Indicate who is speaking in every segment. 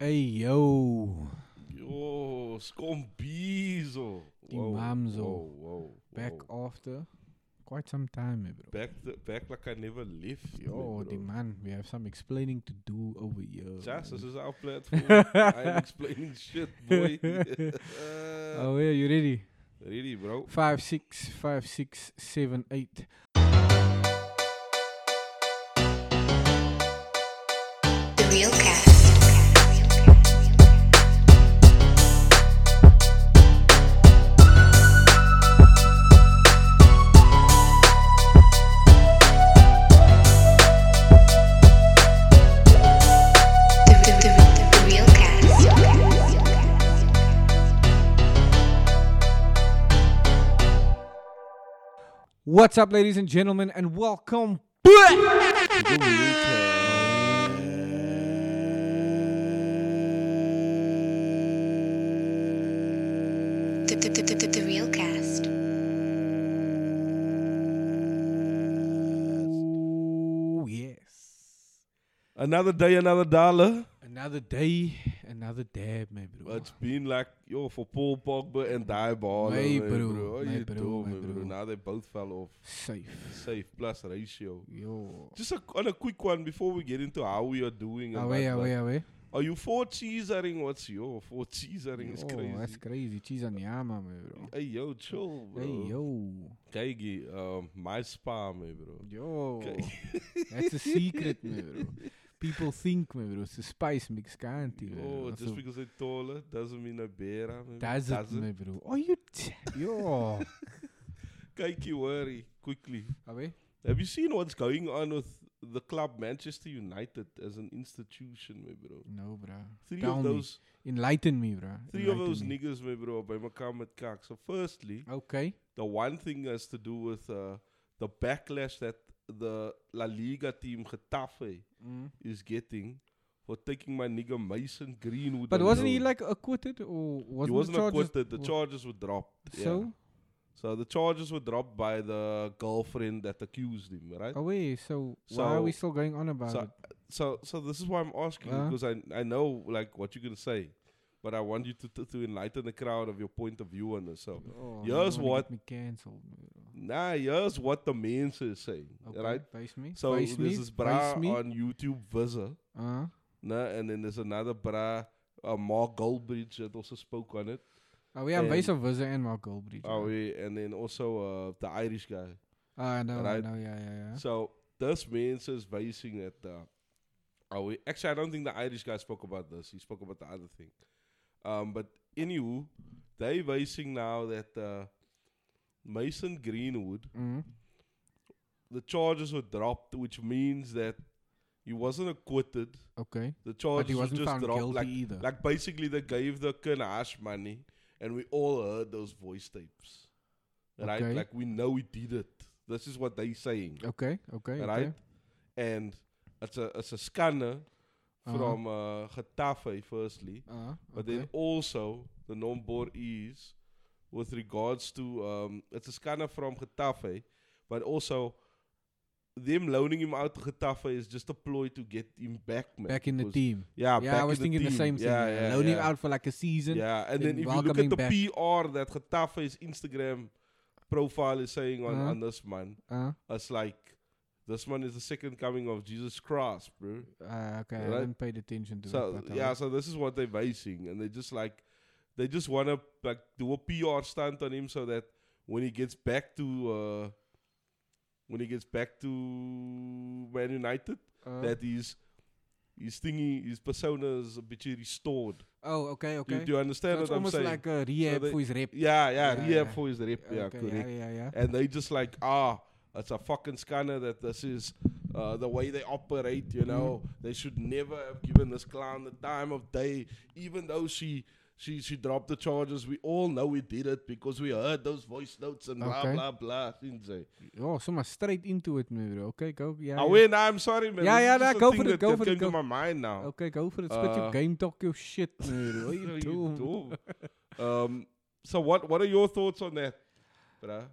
Speaker 1: Hey yo,
Speaker 2: Yo, Scombizo.
Speaker 1: Die mamzo.
Speaker 2: Wow, wow,
Speaker 1: back
Speaker 2: wow.
Speaker 1: after quite some time, eh, bro.
Speaker 2: Back, the, back like I never left.
Speaker 1: Yo,
Speaker 2: man,
Speaker 1: the
Speaker 2: bro.
Speaker 1: man, we have some explaining to do over here.
Speaker 2: Just this
Speaker 1: man.
Speaker 2: is our platform. I'm explaining shit, boy.
Speaker 1: oh yeah, you ready?
Speaker 2: really, bro?
Speaker 1: Five six five six seven eight.
Speaker 3: The Real Cast. The, the, the, the Real Cast.
Speaker 1: What's up, ladies and gentlemen, and welcome back.
Speaker 3: The, the, the, the, the Real Cast.
Speaker 1: Oh yes,
Speaker 2: Another day, another dollar.
Speaker 1: another day, another dab, my bro.
Speaker 2: It's been like, yo, for Paul Pogba and Die Baller.
Speaker 1: My
Speaker 2: man,
Speaker 1: bro,
Speaker 2: What
Speaker 1: my
Speaker 2: you
Speaker 1: bro,
Speaker 2: doing,
Speaker 1: my
Speaker 2: man, bro?
Speaker 1: bro.
Speaker 2: Now they both fell off.
Speaker 1: Safe,
Speaker 2: Safe plus ratio.
Speaker 1: yo.
Speaker 2: Just a, on a quick one before we get into how we are doing. and
Speaker 1: Away,
Speaker 2: whatnot.
Speaker 1: away, away.
Speaker 2: Are you four cheesering? What's your four cheesering? It's
Speaker 1: Oh,
Speaker 2: crazy.
Speaker 1: that's crazy. Cheese on yama, my bro.
Speaker 2: Hey yo, chill, bro.
Speaker 1: Hey yo.
Speaker 2: Kylie, um, my spa, man, bro.
Speaker 1: Yo,
Speaker 2: Okay.
Speaker 1: that's a secret, me bro. People think, me bro, it's a spice mix, can't you?
Speaker 2: Oh,
Speaker 1: bro?
Speaker 2: just
Speaker 1: So
Speaker 2: because they're taller doesn't mean eh, they're better. Man.
Speaker 1: does it, me bro? Oh, you, t- yo,
Speaker 2: Kylie, worry quickly.
Speaker 1: Abe?
Speaker 2: Have you seen what's going on with the club Manchester United as an institution, man, bro?
Speaker 1: no, bro.
Speaker 2: Three
Speaker 1: Tell
Speaker 2: of
Speaker 1: me.
Speaker 2: those,
Speaker 1: enlighten me, bro.
Speaker 2: three of
Speaker 1: Enlighten
Speaker 2: those
Speaker 1: me.
Speaker 2: niggas, man, bro, by Makamet Kak. So, firstly,
Speaker 1: Okay,
Speaker 2: the one thing has to do with uh, the backlash that the La Liga team Getafe
Speaker 1: Mm.
Speaker 2: is getting for taking my nigga Mason Greenwood.
Speaker 1: but
Speaker 2: on
Speaker 1: wasn't he
Speaker 2: loan.
Speaker 1: like acquitted or
Speaker 2: He
Speaker 1: wasn't,
Speaker 2: wasn't
Speaker 1: the charges-
Speaker 2: acquitted. The
Speaker 1: wa-
Speaker 2: charges were dropped. yeah.
Speaker 1: So,
Speaker 2: So the charges were dropped by the girlfriend that accused him, right?
Speaker 1: away. So, why are we
Speaker 2: So-
Speaker 1: still going on about
Speaker 2: so-
Speaker 1: it?
Speaker 2: So, so this is why I'm asking
Speaker 1: Uh-huh.
Speaker 2: because I I know like what you're gonna say, but I want you to to, to enlighten the crowd of your point of view on this. So
Speaker 1: Oh,
Speaker 2: here's
Speaker 1: you wanna
Speaker 2: um, what-
Speaker 1: get me cancelled, me bro.
Speaker 2: nah, here's what the man is saying,
Speaker 1: Okay,
Speaker 2: right?
Speaker 1: Base me.
Speaker 2: So
Speaker 1: base me.
Speaker 2: there's this bra
Speaker 1: base me.
Speaker 2: on YouTube Visa,
Speaker 1: Uh,
Speaker 2: nah, and then there's another bra, uh, Mark Goldbridge that also spoke on it.
Speaker 1: oh, yeah, base
Speaker 2: And-
Speaker 1: of Vizza and Mark Goldbridge.
Speaker 2: Oh,
Speaker 1: bro.
Speaker 2: yeah, and then also uh, the Irish guy.
Speaker 1: Ah, no,
Speaker 2: Right?
Speaker 1: no, yeah, yeah, yeah.
Speaker 2: So this means is basing that. Uh, are we actually? I don't think the Irish guy spoke about this. He spoke about the other thing. Um, but anywho, they basing now that uh, Mason Greenwood
Speaker 1: Mm.
Speaker 2: the charges were dropped, which means that he wasn't acquitted.
Speaker 1: Okay.
Speaker 2: The
Speaker 1: Oh, But he
Speaker 2: charges were
Speaker 1: wasn't
Speaker 2: just
Speaker 1: found
Speaker 2: dropped.
Speaker 1: guilty
Speaker 2: Like,
Speaker 1: either.
Speaker 2: like basically they gave the Kanash money, and we all heard those voice tapes, right?
Speaker 1: Okay.
Speaker 2: Like we know he did it. This is what they saying.
Speaker 1: okay, okay.
Speaker 2: right?
Speaker 1: okay.
Speaker 2: And it's a it's a scanner
Speaker 1: Uh-huh.
Speaker 2: from uh, Getafe firstly,
Speaker 1: Uh,
Speaker 2: but
Speaker 1: okay.
Speaker 2: then also the number is with regards to um, it's a scanner from Getafe, but also them loaning him out to Getafe is just a ploy to get him back, man.
Speaker 1: back in the
Speaker 2: because-
Speaker 1: team.
Speaker 2: Yeah,
Speaker 1: Yeah,
Speaker 2: Ah, back
Speaker 1: I was
Speaker 2: in
Speaker 1: thinking the,
Speaker 2: team.
Speaker 1: same thing.
Speaker 2: Yeah,
Speaker 1: yeah.
Speaker 2: yeah,
Speaker 1: Loaning
Speaker 2: yeah.
Speaker 1: out for like a season.
Speaker 2: Yeah, and
Speaker 1: then
Speaker 2: then if you look at
Speaker 1: welcoming
Speaker 2: the
Speaker 1: back.
Speaker 2: PR that Getafe is Instagram profile is saying on,
Speaker 1: Uh-huh.
Speaker 2: on this man,
Speaker 1: Uh,
Speaker 2: it's like this one is the second coming of Jesus Christ, bro.
Speaker 1: uh, okay, I
Speaker 2: Right?
Speaker 1: haven't paid attention to
Speaker 2: So
Speaker 1: it. but uh,
Speaker 2: yeah,
Speaker 1: I'll-
Speaker 2: so this is what they're basing, and they just like they just want to like do a PR stunt on him so that when he gets back to uh, when he gets back to Man United,
Speaker 1: uh,
Speaker 2: that he's his thingy, his persona is a bit restored.
Speaker 1: oh, okay,
Speaker 2: Do you-
Speaker 1: okay.
Speaker 2: Do, you understand
Speaker 1: so it's
Speaker 2: what I'm
Speaker 1: almost
Speaker 2: saying?
Speaker 1: like a rehab
Speaker 2: they-
Speaker 1: for his rep.
Speaker 2: yeah, yeah,
Speaker 1: Yeah,
Speaker 2: yeah, rehab
Speaker 1: yeah.
Speaker 2: for his rep, yeah,
Speaker 1: okay,
Speaker 2: correct.
Speaker 1: yeah, yeah, yeah.
Speaker 2: And they just like ah. It's a fucking scanner that this is uh, the way they operate, you know.
Speaker 1: Mm-hmm.
Speaker 2: They should never have given this clown the time of day, even though she she she dropped the charges. We all know we did it because we heard those voice notes and
Speaker 1: Okay.
Speaker 2: blah blah blah. Things eh.
Speaker 1: Oh, so much straight into it, me bro. Okay, go. Yeah.
Speaker 2: I
Speaker 1: yeah.
Speaker 2: win. I'm sorry, man.
Speaker 1: Yeah,
Speaker 2: This
Speaker 1: yeah,
Speaker 2: is
Speaker 1: nah,
Speaker 2: just a
Speaker 1: go
Speaker 2: thing
Speaker 1: for it,
Speaker 2: that-
Speaker 1: go
Speaker 2: that
Speaker 1: for it,
Speaker 2: came
Speaker 1: go-
Speaker 2: to my mind now.
Speaker 1: Okay, go for it. Spit your
Speaker 2: Uh,
Speaker 1: game talk, your shit, me bro. What
Speaker 2: What
Speaker 1: you
Speaker 2: are
Speaker 1: doing?
Speaker 2: you doing? e um, so what what are your thoughts on that, bruh?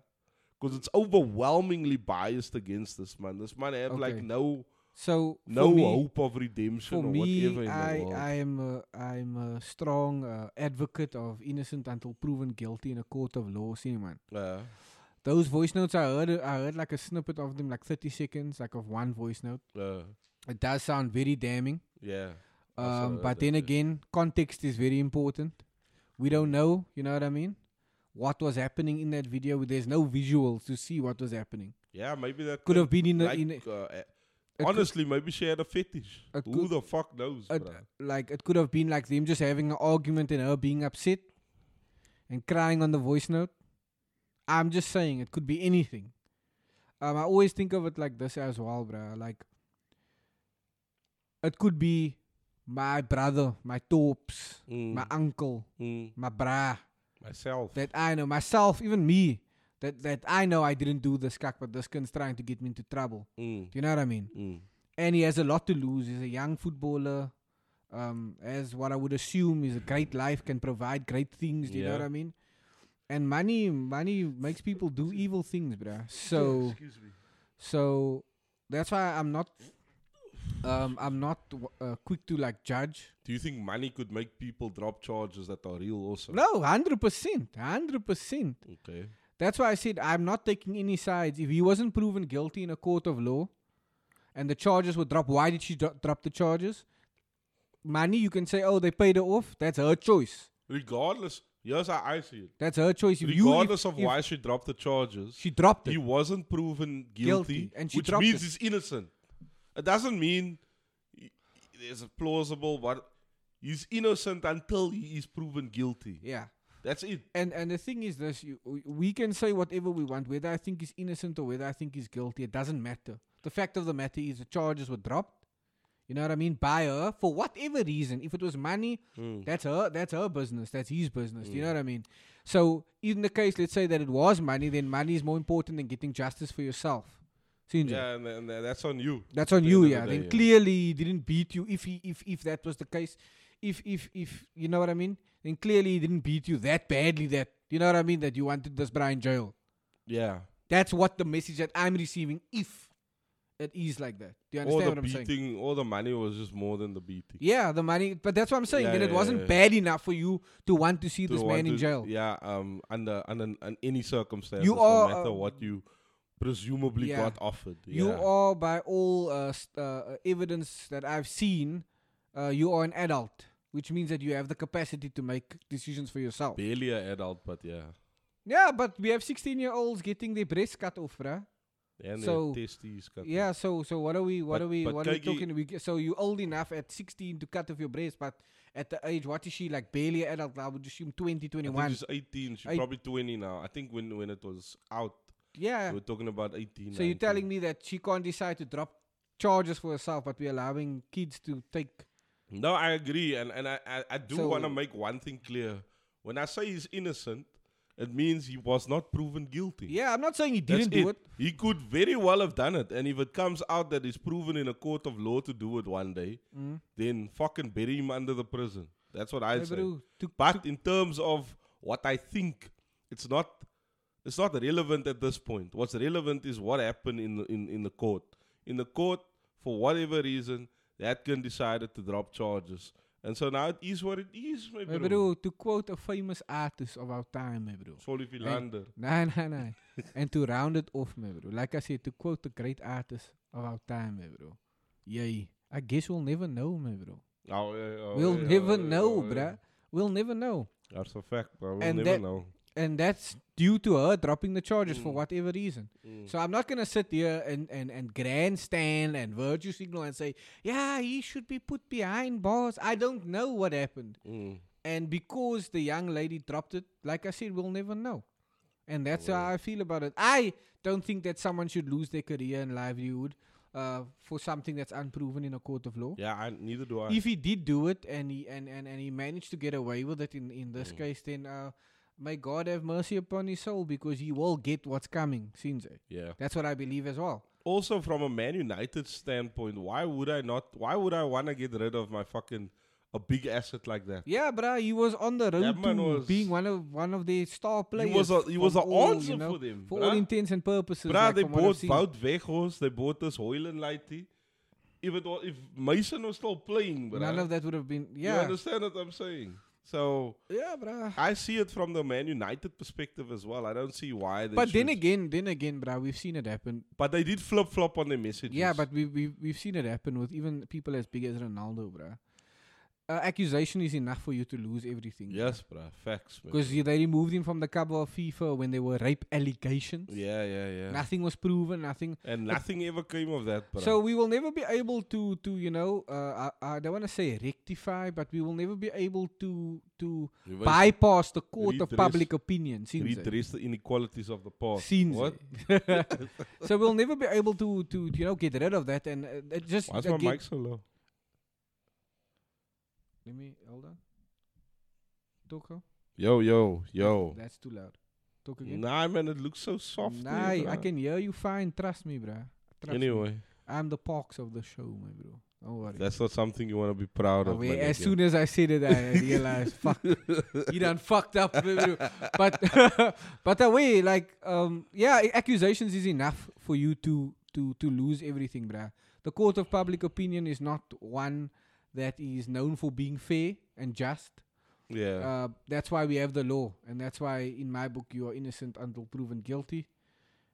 Speaker 2: Because it's overwhelmingly biased against this man. This man have like
Speaker 1: Okay.
Speaker 2: no
Speaker 1: So for
Speaker 2: no
Speaker 1: me,
Speaker 2: hope of redemption
Speaker 1: For
Speaker 2: or
Speaker 1: me,
Speaker 2: whatever in the
Speaker 1: I
Speaker 2: world.
Speaker 1: I am a, I a strong uh, advocate of innocent until proven guilty in a court of law. See, man.
Speaker 2: Yeah.
Speaker 1: Those voice notes I heard, I heard like a snippet of them, like 30 seconds, like of one voice note.
Speaker 2: Uh,
Speaker 1: It does sound very damning.
Speaker 2: yeah. I also
Speaker 1: Um,
Speaker 2: heard
Speaker 1: but
Speaker 2: that,
Speaker 1: then
Speaker 2: yeah.
Speaker 1: again, context is very important. We don't know, you know what I mean? What was happening in that video? There's no visuals to see what was happening.
Speaker 2: Yeah, maybe that
Speaker 1: Could
Speaker 2: thing
Speaker 1: have been in, a,
Speaker 2: like,
Speaker 1: in a,
Speaker 2: uh, eh,
Speaker 1: could-
Speaker 2: honestly, maybe she had a fetish.
Speaker 1: It
Speaker 2: Who
Speaker 1: could-
Speaker 2: the fuck knows,
Speaker 1: it,
Speaker 2: bro?
Speaker 1: like it could have been like them just having an argument and her being upset and crying on the voice note. I'm just saying it could be anything. Um, I always think of it like this as well, bruh. Like it could be my brother, my torps,
Speaker 2: Mm,
Speaker 1: my uncle,
Speaker 2: mm,
Speaker 1: my brah
Speaker 2: myself.
Speaker 1: that I know, myself, even me, that that I know I didn't do this cuck, but this kid's trying to get me into trouble. Do
Speaker 2: Mm,
Speaker 1: you know what I mean?
Speaker 2: mm,
Speaker 1: and he has a lot to lose. He's a young footballer. Um, as what I would assume is a great life can provide great things. Do you know
Speaker 2: Yeah.
Speaker 1: what I mean? And money, money makes people do evil things, bruh. So,
Speaker 2: Excuse me.
Speaker 1: so that's why I'm not, um, I'm not w- uh, quick to like judge.
Speaker 2: Do you think money could make people drop charges that are real also?
Speaker 1: No, hundred percent, hundred percent.
Speaker 2: Okay.
Speaker 1: That's why I said I'm not taking any sides. If he wasn't proven guilty in a court of law, and the charges were dropped, why did she dro- drop the charges? Money, you can say, oh, they paid her off. That's her choice.
Speaker 2: Regardless, here's how I see it.
Speaker 1: That's her choice. If you- if-
Speaker 2: Regardless of
Speaker 1: if
Speaker 2: why she dropped the charges,
Speaker 1: she dropped it.
Speaker 2: he wasn't proven guilty,
Speaker 1: Guilty, and she
Speaker 2: which
Speaker 1: dropped
Speaker 2: means
Speaker 1: it.
Speaker 2: he's innocent. It doesn't mean he- there's a plausible, but he's innocent until he is proven guilty.
Speaker 1: yeah.
Speaker 2: That's it.
Speaker 1: And and the thing is this: you, we- we can say whatever we want, whether I think he's innocent or whether I think he's guilty. It doesn't matter. The fact of the matter is the charges were dropped. You know what I mean? By her for whatever reason. If it was money, that's her. That's her business. That's his business. Do you know what I mean? So in the case, let's say that it was money, then money is more important than getting justice for yourself. Sinjin.
Speaker 2: Yeah, and, and that's on you.
Speaker 1: That's on
Speaker 2: the
Speaker 1: you,
Speaker 2: end of
Speaker 1: yeah.
Speaker 2: the
Speaker 1: Then
Speaker 2: day, yeah.
Speaker 1: clearly he didn't beat you. If he, if if that was the case, if if if you know what I mean, then clearly he didn't beat you that badly. That you know what I mean. That you wanted this Brian jail.
Speaker 2: Yeah.
Speaker 1: That's what the message that I'm receiving. If it is like that, do you
Speaker 2: All
Speaker 1: understand
Speaker 2: the
Speaker 1: what I'm
Speaker 2: beating,
Speaker 1: saying?
Speaker 2: all the money was just more than the beating.
Speaker 1: Yeah, the money. But that's what I'm saying.
Speaker 2: Yeah,
Speaker 1: then
Speaker 2: yeah,
Speaker 1: it
Speaker 2: yeah,
Speaker 1: wasn't
Speaker 2: yeah.
Speaker 1: bad enough for you to want to see
Speaker 2: To
Speaker 1: this
Speaker 2: want
Speaker 1: man in
Speaker 2: to-
Speaker 1: jail.
Speaker 2: Yeah, um, under, under, under any circumstances,
Speaker 1: You
Speaker 2: no
Speaker 1: are,
Speaker 2: matter
Speaker 1: uh,
Speaker 2: what you presumably
Speaker 1: yeah.
Speaker 2: got offered.
Speaker 1: You
Speaker 2: yeah.
Speaker 1: are, by all uh, st- uh, evidence that I've seen, uh, you are an adult, which means that you have the capacity to make decisions for yourself.
Speaker 2: barely an adult, but yeah.
Speaker 1: Yeah, but we have 16 year olds getting their breast cut off, bruh.
Speaker 2: And
Speaker 1: So,
Speaker 2: so, testes cut off.
Speaker 1: Yeah, so so what are we what
Speaker 2: But-
Speaker 1: are we
Speaker 2: but
Speaker 1: what are we
Speaker 2: kyk hier-
Speaker 1: talking? We, g- so you old enough at 16 to cut off your breast, but at the age what is she like barely an adult? I would assume 20,
Speaker 2: I think
Speaker 1: 21.
Speaker 2: she's 18. She's
Speaker 1: Eight-
Speaker 2: probably 20 now. I think when, when it was out,
Speaker 1: Yeah.
Speaker 2: we were talking about 18.
Speaker 1: So you're telling me that she can't decide to drop charges for herself, but we're allowing kids to take.
Speaker 2: No, I agree. And, and I, I, I do want to
Speaker 1: So-
Speaker 2: make one thing clear. When I say he's innocent, it means he was not proven guilty.
Speaker 1: Yeah, I'm not saying he
Speaker 2: That's
Speaker 1: didn't do it.
Speaker 2: He could very well have done it. And if it comes out that he's proven in a court of law to do it one day,
Speaker 1: Mm.
Speaker 2: then fucking bury him under the prison. That's what I
Speaker 1: Hey,
Speaker 2: say.
Speaker 1: bro, to-
Speaker 2: But in terms of what I think, it's not it's not relevant at this point. What's relevant is what happened in the, in in the court. In the court, for whatever reason, that can decided to drop charges, and so now it is what it is, my
Speaker 1: Hey,
Speaker 2: bro.
Speaker 1: bro, to quote a famous artist of our time, hey, bro.
Speaker 2: Sorry, Philander.
Speaker 1: Nee, nee, nee. and to round it off, my bro, like I said, to quote the great artist of our time, my bro, yay. I guess we'll never know, my bro.
Speaker 2: Oh, yeah, oh,
Speaker 1: we'll
Speaker 2: yeah,
Speaker 1: never
Speaker 2: oh, yeah,
Speaker 1: know,
Speaker 2: oh, yeah.
Speaker 1: bruh. We'll never know.
Speaker 2: That's a fact, bro. We'll
Speaker 1: And
Speaker 2: never
Speaker 1: that-
Speaker 2: know.
Speaker 1: And that's due to her dropping the charges
Speaker 2: Mm.
Speaker 1: for whatever reason. So I'm not going to sit here and, and, and grandstand and virtue signal and say, yeah, he should be put behind bars. I don't know what happened.
Speaker 2: Mm.
Speaker 1: And because the young lady dropped it, like I said, we'll never know. And that's how I feel about it. I don't think that someone should lose their career and livelihood uh, for something that's unproven in a court of law.
Speaker 2: Yeah, I, neither do I.
Speaker 1: If he did do it and he and, and, and he managed to get away with it in, in
Speaker 2: Mm.
Speaker 1: this case, then uh, may God have mercy upon his soul because he will get what's coming, Sinze.
Speaker 2: yeah.
Speaker 1: That's what I believe as well.
Speaker 2: also from a Man United standpoint, why would I not? Why would I want to get rid of my fucking a big asset like that?
Speaker 1: Yeah, bruh, he was on the road
Speaker 2: man
Speaker 1: to
Speaker 2: was-
Speaker 1: being one of one of the star players.
Speaker 2: was a- he
Speaker 1: from
Speaker 2: was a
Speaker 1: all,
Speaker 2: answer for them,
Speaker 1: for
Speaker 2: bruh.
Speaker 1: all intents and purposes.
Speaker 2: Bruh,
Speaker 1: like
Speaker 2: they
Speaker 1: from what I've
Speaker 2: bought
Speaker 1: seen.
Speaker 2: Wout Weghorst, they bought this Hoyland Lighty. if it was, if Mason was still playing, but
Speaker 1: None of that would have been.
Speaker 2: you
Speaker 1: Yeah.
Speaker 2: understand what I'm saying. So
Speaker 1: Yeah, bruh.
Speaker 2: I see it from the Man United perspective as well. I don't see why. They
Speaker 1: But then
Speaker 2: should-
Speaker 1: again, then again, bruh, we've seen it happen.
Speaker 2: but they did flip flop on their messages.
Speaker 1: Yeah, but we, we, we've seen it happen with even people as big as Ronaldo, bruh. Uh, accusation is enough for you to lose everything.
Speaker 2: yes, bruh, facts. man.
Speaker 1: Because they removed him from the cover of FIFA when there were rape allegations.
Speaker 2: yeah, yeah, yeah,
Speaker 1: Nothing was proven, nothing.
Speaker 2: and nothing ever came of that, bruh.
Speaker 1: So we will never be able to, to you know, uh, I, I don't want to say rectify, but we will never be able to to
Speaker 2: Reverse-
Speaker 1: bypass the court of
Speaker 2: redress-
Speaker 1: public opinion. Since
Speaker 2: redress the inequalities of the past.
Speaker 1: Scenes,
Speaker 2: What?
Speaker 1: so we'll never be able to to you know get rid of that, and uh, it just
Speaker 2: Why's my
Speaker 1: again-
Speaker 2: mic so low?
Speaker 1: Let me hold on. Talk. huh?
Speaker 2: Yo, yo, yo.
Speaker 1: That's too loud. Talk again.
Speaker 2: Nah, man, it looks so soft. eh,
Speaker 1: Nah, I
Speaker 2: bruh.
Speaker 1: can hear you fine. Trust me, bruh. Trust me.
Speaker 2: Anyway,
Speaker 1: I'm the pox of the show, my bro. Don't worry.
Speaker 2: that's not something you want to be proud
Speaker 1: Uh,
Speaker 2: of.
Speaker 1: we-
Speaker 2: my
Speaker 1: as
Speaker 2: nigga.
Speaker 1: soon as I said it, I realized, fuck, he done fucked up. my bro. But but the way, like, um, yeah, i- accusations is enough for you to to to lose everything, bruh. The court of public opinion is not one that is known for being fair and just.
Speaker 2: yeah,
Speaker 1: Uh, that's why we have the law, and that's why, in my book, you are innocent until proven guilty.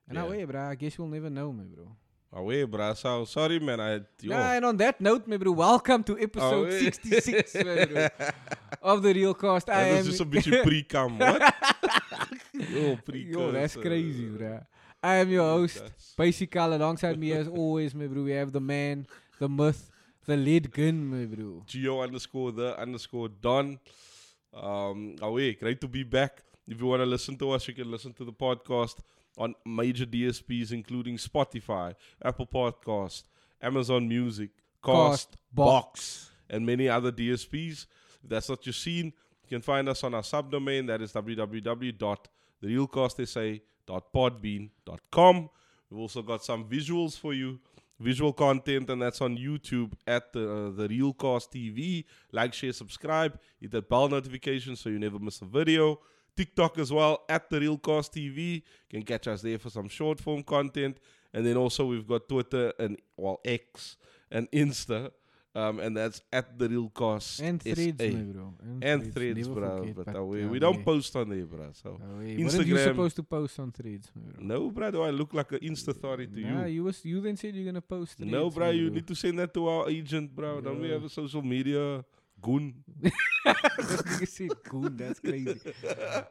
Speaker 1: And
Speaker 2: Yeah.
Speaker 1: that way, bruh, I guess we'll never know, my bro.
Speaker 2: away, bruh. So sorry, man. I yo.
Speaker 1: Uh, Nah, and on that note, my bro, welcome to episode
Speaker 2: eh.
Speaker 1: 66 my bro, of the Real Cast. I
Speaker 2: That
Speaker 1: am,
Speaker 2: was just a beetje pre-cum. What? yo, pre
Speaker 1: yo, that's
Speaker 2: eh,
Speaker 1: crazy, bro. I am your host, Basic Carl. Alongside me, as always, my bro, we have the man, the myth, the lead gun, my bro.
Speaker 2: Geo underscore the underscore Don. Um, away, great to be back. If you want to listen to us, you can listen to the podcast on major DSPs, including Spotify, Apple Podcast, Amazon Music, Cast,
Speaker 1: Cast
Speaker 2: Box, and many other DSPs. If that's not your scene, you can find us on our subdomain that is www.therealcastsa.podbean.com. We've also got some visuals for you, visual content, and that's on YouTube at the, uh, the Real Cast TV. Like, share, subscribe, hit that bell notification so you never miss a video. TikTok as well at the Real Cast TV. You can catch us there for some short form content. And then also we've got Twitter and well X and Insta. Um, and that's at the real cost.
Speaker 1: And threads,
Speaker 2: SA.
Speaker 1: my bro.
Speaker 2: And threads,
Speaker 1: never
Speaker 2: bro.
Speaker 1: forget,
Speaker 2: but
Speaker 1: but,
Speaker 2: uh, we,
Speaker 1: yeah,
Speaker 2: we don't
Speaker 1: yeah.
Speaker 2: post on there, bro. So
Speaker 1: Oh, hey, What are you
Speaker 2: Instagram.
Speaker 1: supposed to post on threads, my bro?
Speaker 2: no, bro. Do I look like an Insta authority to
Speaker 1: Nah,
Speaker 2: you?
Speaker 1: you, was, you then said you're going to post threads.
Speaker 2: No, bro.
Speaker 1: my
Speaker 2: You need to send that to our agent, bro. Don't we
Speaker 1: Yeah.
Speaker 2: have a social media goon?
Speaker 1: you said goon, that's crazy.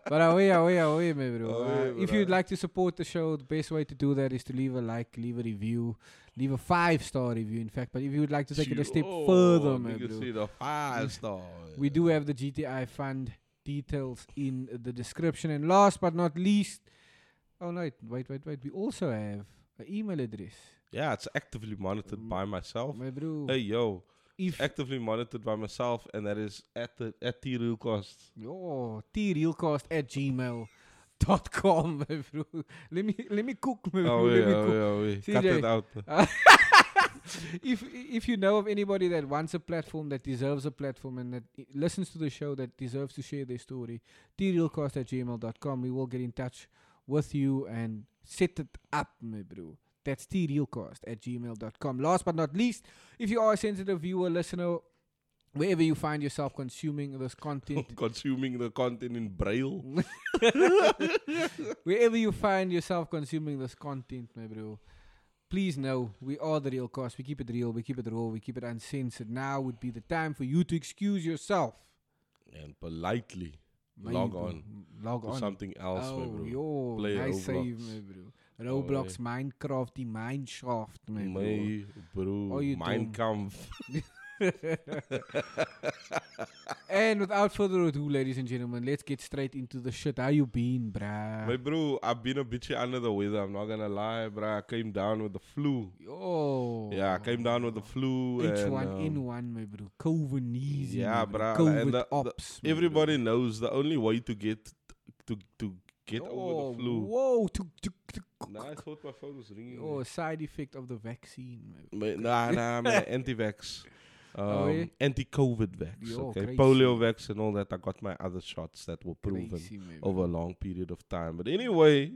Speaker 1: but away, away, away, my bro.
Speaker 2: Away,
Speaker 1: Uh, if
Speaker 2: bro.
Speaker 1: you'd like to support the show, the best way to do that is to leave a like, leave a review, leave a five star review, in fact. But if you would like to take it a step
Speaker 2: Oh,
Speaker 1: further, my
Speaker 2: nigga
Speaker 1: bro,
Speaker 2: said a five star.
Speaker 1: we do have the GTI fund details in the description. And last but not least, oh, no, wait, wait, wait. We also have an email address.
Speaker 2: Yeah, it's actively monitored by myself.
Speaker 1: My bro,
Speaker 2: Hey, yo.
Speaker 1: if
Speaker 2: Actively monitored by myself, and that is at the at the real cost.
Speaker 1: Oh, trealcast at gmail dot com, my bro. Let me let me cook, my bro.
Speaker 2: Oh,
Speaker 1: let
Speaker 2: yeah,
Speaker 1: me
Speaker 2: oh,
Speaker 1: cook.
Speaker 2: yeah, yeah. Cut
Speaker 1: CJ.
Speaker 2: it out.
Speaker 1: If if you know of anybody that wants a platform, that deserves a platform, and that i- listens to the show, that deserves to share their story, trealcast at gmail dot com. We will get in touch with you and set it up, my bro. That's trealcast at gmail dot com. Last but not least, if you are a sensitive viewer, listener, wherever you find yourself consuming this content,
Speaker 2: Consuming the content in braille.
Speaker 1: Wherever you find yourself consuming this content, my bro, please know we are the real cause. We keep it real, we keep it raw, we keep it uncensored. Now would be the time for you to excuse yourself.
Speaker 2: and politely
Speaker 1: My
Speaker 2: log
Speaker 1: bro.
Speaker 2: on
Speaker 1: Log
Speaker 2: to
Speaker 1: on.
Speaker 2: something else, my
Speaker 1: oh,
Speaker 2: bro.
Speaker 1: yo,
Speaker 2: Play
Speaker 1: nice save,
Speaker 2: Roblox.
Speaker 1: my bro. Roblox, Minecraft, the Mineshaft, my bro.
Speaker 2: my bro,
Speaker 1: Oh, you
Speaker 2: Mein
Speaker 1: dumb.
Speaker 2: Kampf.
Speaker 1: And without further ado, ladies and gentlemen, let's get straight into the shit. How you been, bruh?
Speaker 2: my bro, I've been a bitch under the weather. I'm not gonna lie, bro. I came down with the flu.
Speaker 1: Yo.
Speaker 2: Yeah, I came down with the flu. and, um,
Speaker 1: H1N1, my bro. COVID easy.
Speaker 2: Yeah,
Speaker 1: bro.
Speaker 2: bruh,
Speaker 1: COVID
Speaker 2: and the- the-
Speaker 1: ops. my bro.
Speaker 2: Everybody knows the only way to get to to get over
Speaker 1: Oh,
Speaker 2: the flu.
Speaker 1: Whoa, tuk, tuk, tuk.
Speaker 2: Nah, I thought my phone was ringing.
Speaker 1: oh, side effect of the vaccine. man.
Speaker 2: Ma- Nah, nah, man. Anti-vax. Um,
Speaker 1: Oh, yeah?
Speaker 2: Anti-COVID vax.
Speaker 1: Yo,
Speaker 2: okay,
Speaker 1: crazy.
Speaker 2: polio vax and all that. I got my other shots that were proven.
Speaker 1: Crazy, man.
Speaker 2: over a long period of time. But anyway,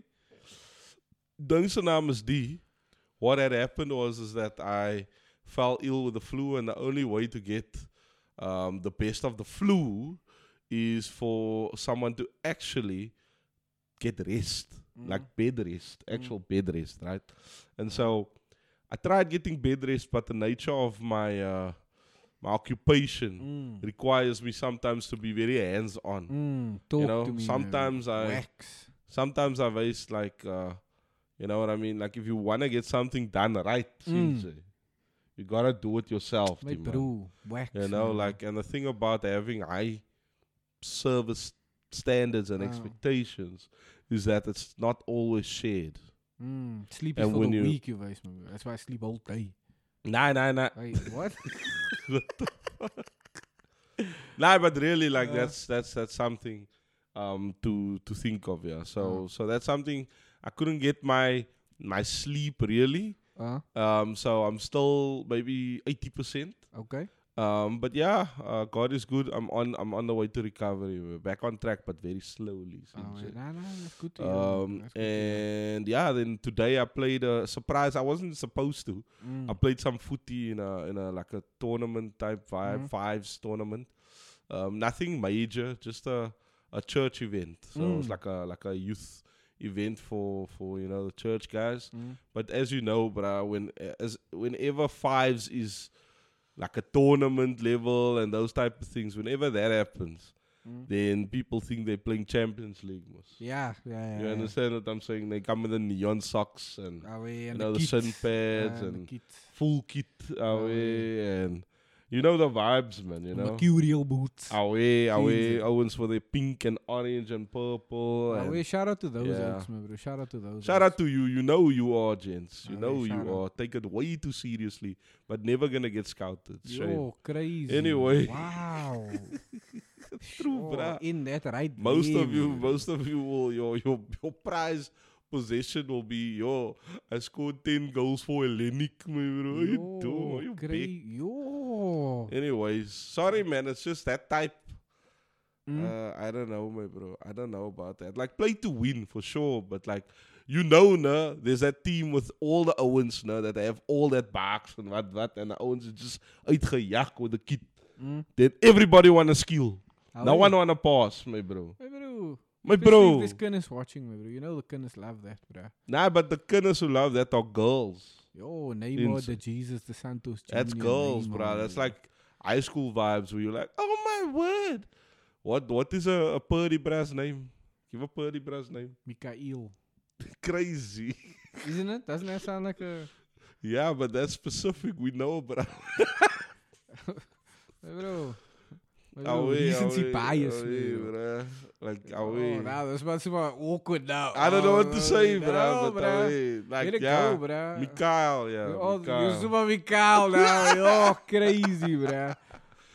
Speaker 2: Dunk's naam is D. What had happened was is that I fell ill with the flu, and the only way to get um, the best of the flu is for someone to actually get rest,
Speaker 1: Mm. Mm-hmm.
Speaker 2: like bed rest, actual bed rest, right? And so I tried getting bed rest, but the nature of my uh, my occupation requires me sometimes to be very hands on.
Speaker 1: Mm, talk
Speaker 2: know,
Speaker 1: to me. man.
Speaker 2: sometimes I-
Speaker 1: Wax.
Speaker 2: sometimes I waste like uh you know what I mean? Like if you wanna get something done right,
Speaker 1: Mm.
Speaker 2: Sinjay, you gotta do it yourself.
Speaker 1: My
Speaker 2: die man.
Speaker 1: bro. Wax.
Speaker 2: You know,
Speaker 1: man.
Speaker 2: like and the thing about having high service standards and
Speaker 1: Wow.
Speaker 2: expectations is that it's not always shared.
Speaker 1: Mm, sleep is
Speaker 2: And
Speaker 1: for
Speaker 2: when
Speaker 1: the
Speaker 2: you-
Speaker 1: weak, you guys. Man. That's why I sleep all day.
Speaker 2: Nah, nah, nah.
Speaker 1: Hey, what?
Speaker 2: nah, but really like
Speaker 1: Yeah.
Speaker 2: that's that's that's something um to to think of, yeah. So
Speaker 1: Mm.
Speaker 2: so that's something I couldn't get my my sleep really.
Speaker 1: uh,
Speaker 2: Um, so I'm still maybe eighty percent.
Speaker 1: okay.
Speaker 2: Um, but yeah, uh, God is good. I'm on. I'm on the way to recovery. We're back on track, but very slowly.
Speaker 1: Oh,
Speaker 2: since
Speaker 1: yeah.
Speaker 2: it.
Speaker 1: nah, nah, that's good to hear. man.
Speaker 2: Um,
Speaker 1: That's good to hear.
Speaker 2: and yeah, then today I played a surprise. I wasn't supposed to. I
Speaker 1: Mm.
Speaker 2: played some footy in a in a like a tournament type vibe,
Speaker 1: Mhm.
Speaker 2: fives tournament. Um, nothing major, just a a church event. So it was
Speaker 1: Mm.
Speaker 2: like a like a youth event for for you know the church guys.
Speaker 1: Mm.
Speaker 2: But as you know, bruh, when as whenever fives is like a tournament level and those type of things, whenever that happens,
Speaker 1: Mm.
Speaker 2: then people think they're playing Champions League. mos.
Speaker 1: Yeah, yeah, yeah.
Speaker 2: You understand what I'm saying? They come with the neon socks and
Speaker 1: Yeah. Away and
Speaker 2: know,
Speaker 1: the
Speaker 2: the sun
Speaker 1: kids. Ah,
Speaker 2: pads
Speaker 1: the
Speaker 2: and
Speaker 1: kids.
Speaker 2: full kit away and you know the vibes, man. You know. Ah,
Speaker 1: Mercurial boots.
Speaker 2: Away, away,
Speaker 1: Jeans.
Speaker 2: Owens for the pink and orange and purple.
Speaker 1: Away,
Speaker 2: and-
Speaker 1: shout out to those
Speaker 2: Yeah.
Speaker 1: oaks, man, bro. Shout out to those.
Speaker 2: Shout
Speaker 1: oaks.
Speaker 2: out to you. You know who you are, gents. You
Speaker 1: Ah,
Speaker 2: know
Speaker 1: yeah,
Speaker 2: who
Speaker 1: shout
Speaker 2: you
Speaker 1: out.
Speaker 2: are. Take it way too seriously, but never gonna get scouted. Shame.
Speaker 1: Yo, crazy.
Speaker 2: Anyway.
Speaker 1: Wow.
Speaker 2: True,
Speaker 1: Sure,
Speaker 2: bruh.
Speaker 1: In that right
Speaker 2: Most
Speaker 1: there,
Speaker 2: of you,
Speaker 1: man.
Speaker 2: most of you will your your your prize possession will be yo. I scored ten goals for Hellenic, my bro. What you doing? What
Speaker 1: Yo,
Speaker 2: you
Speaker 1: cra-
Speaker 2: big?
Speaker 1: Yo.
Speaker 2: Anyways, sorry, man. It's just that type.
Speaker 1: Mm.
Speaker 2: Uh, I don't know, my bro. I don't know about that. Like play to win for sure, but like. You know, nah, there's that team with all the Owens, nah, that they have all that box and what, what, and the Owens is just uitgejag with the kid.
Speaker 1: Mm.
Speaker 2: Then everybody want a skill. no
Speaker 1: Away.
Speaker 2: one want to pass, my bro.
Speaker 1: My bro.
Speaker 2: My
Speaker 1: Especially
Speaker 2: bro.
Speaker 1: If this kindness watching, my bro. You know the kindness love that, bruh.
Speaker 2: Nah, but the kinders who love that are girls.
Speaker 1: Yo, Neymar, the
Speaker 2: Insane.
Speaker 1: Jesus, the Santos.
Speaker 2: That's
Speaker 1: Junior,
Speaker 2: girls,
Speaker 1: Neymar,
Speaker 2: bro. That's
Speaker 1: bro.
Speaker 2: like high school vibes where you're like, oh my word. What what is a, a purdy brass name? Give a purdy brass name.
Speaker 1: Mikael.
Speaker 2: Crazy.
Speaker 1: Isn't it? Doesn't that sound like a.
Speaker 2: yeah, but that's specific. We know, bro.
Speaker 1: My bro. My bro.
Speaker 2: Away,
Speaker 1: Recency
Speaker 2: away,
Speaker 1: bias, my
Speaker 2: away,
Speaker 1: bro.
Speaker 2: bruh. Like,
Speaker 1: Oh,
Speaker 2: away.
Speaker 1: now that's about to be awkward now. Oh,
Speaker 2: I don't know what to say, bro.
Speaker 1: No,
Speaker 2: but uh,
Speaker 1: bruh.
Speaker 2: away. Like,
Speaker 1: Let it
Speaker 2: yeah.
Speaker 1: go, bruh.
Speaker 2: Mikael, yeah.
Speaker 1: All the, you're
Speaker 2: Mikael.
Speaker 1: super Mikael now. You're crazy, bruh.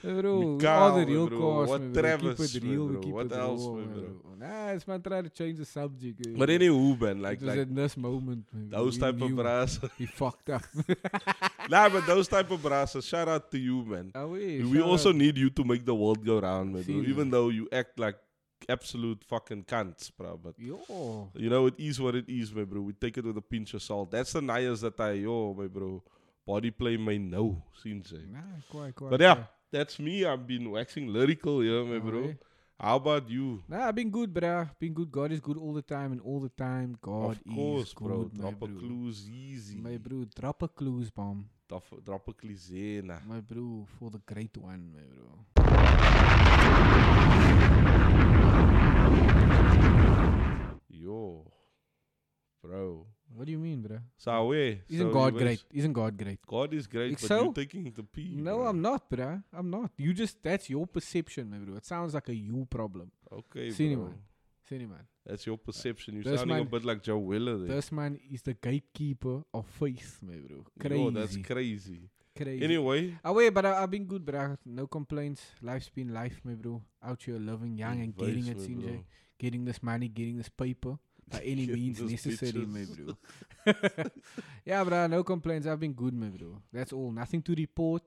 Speaker 1: Hey, Bro, we all the
Speaker 2: Mikael,
Speaker 1: real
Speaker 2: bro.
Speaker 1: cause,
Speaker 2: What
Speaker 1: man, bro.
Speaker 2: Travis,
Speaker 1: keep it
Speaker 2: man,
Speaker 1: real, we
Speaker 2: bro.
Speaker 1: keep
Speaker 2: What
Speaker 1: it
Speaker 2: else,
Speaker 1: real,
Speaker 2: man,
Speaker 1: man,
Speaker 2: bro?
Speaker 1: bro. Nah, it's man trying to change the subject. eh,
Speaker 2: But
Speaker 1: bro.
Speaker 2: anywho, man, like,
Speaker 1: it was
Speaker 2: like
Speaker 1: in this moment, man, bro.
Speaker 2: those
Speaker 1: We
Speaker 2: type of
Speaker 1: knew
Speaker 2: bras.
Speaker 1: We fucked up.
Speaker 2: nah, but those type of bras. Shout out to you, man.
Speaker 1: Ah, wait,
Speaker 2: we
Speaker 1: shout
Speaker 2: also
Speaker 1: out.
Speaker 2: need you to make the world go round, man.
Speaker 1: See,
Speaker 2: bro, Even though you act like absolute fucking cunts, bro. But
Speaker 1: Yo.
Speaker 2: you know, it is what it is, my bro. We take it with a pinch of salt. That's the nias that I, yo, my bro. Body play may know, since. eh.
Speaker 1: Nah, quite, quite.
Speaker 2: But yeah, that's me. I've been waxing lyrical here, my bro.
Speaker 1: Alright.
Speaker 2: How about you?
Speaker 1: Nah, I've been good, bruh. Been good. God is good all the time and all the time. God
Speaker 2: of course,
Speaker 1: is good,
Speaker 2: bro.
Speaker 1: my
Speaker 2: Drop a
Speaker 1: bro.
Speaker 2: clues easy.
Speaker 1: My bro, drop a clues bomb.
Speaker 2: Drop, drop a cliché, nah.
Speaker 1: My bro, for the great one, my bro.
Speaker 2: Yo, bro.
Speaker 1: What do you mean, bruh?
Speaker 2: So, eh,
Speaker 1: Isn't
Speaker 2: so
Speaker 1: God
Speaker 2: you
Speaker 1: great?
Speaker 2: guys-
Speaker 1: Isn't God great?
Speaker 2: God is great,
Speaker 1: Ek
Speaker 2: but
Speaker 1: sou-
Speaker 2: you're taking the pee.
Speaker 1: No,
Speaker 2: bro.
Speaker 1: I'm not, bruh. I'm not. You just that's your perception, my bro. It sounds like a you problem.
Speaker 2: Okay,
Speaker 1: Sien jy
Speaker 2: bro.
Speaker 1: maar. Sien jy man?
Speaker 2: That's your perception. You're
Speaker 1: Dis
Speaker 2: sounding a
Speaker 1: man-
Speaker 2: bit like Joe eh? Willer there.
Speaker 1: This man is the gatekeeper of faith, my bro. Crazy.
Speaker 2: Yo, that's crazy.
Speaker 1: crazy.
Speaker 2: Anyway,
Speaker 1: Ah, wait, but I, I've been good, bruh. No complaints. Life's been life, my bro. Out here loving, young, and getting
Speaker 2: wise,
Speaker 1: it,
Speaker 2: my
Speaker 1: CJ.
Speaker 2: bro.
Speaker 1: Getting this money, getting this paper. By any
Speaker 2: Getting
Speaker 1: means
Speaker 2: those
Speaker 1: necessary, my
Speaker 2: bitches.
Speaker 1: bro. yeah, bruh, no complaints. I've been good, my bro. That's all. Nothing to report.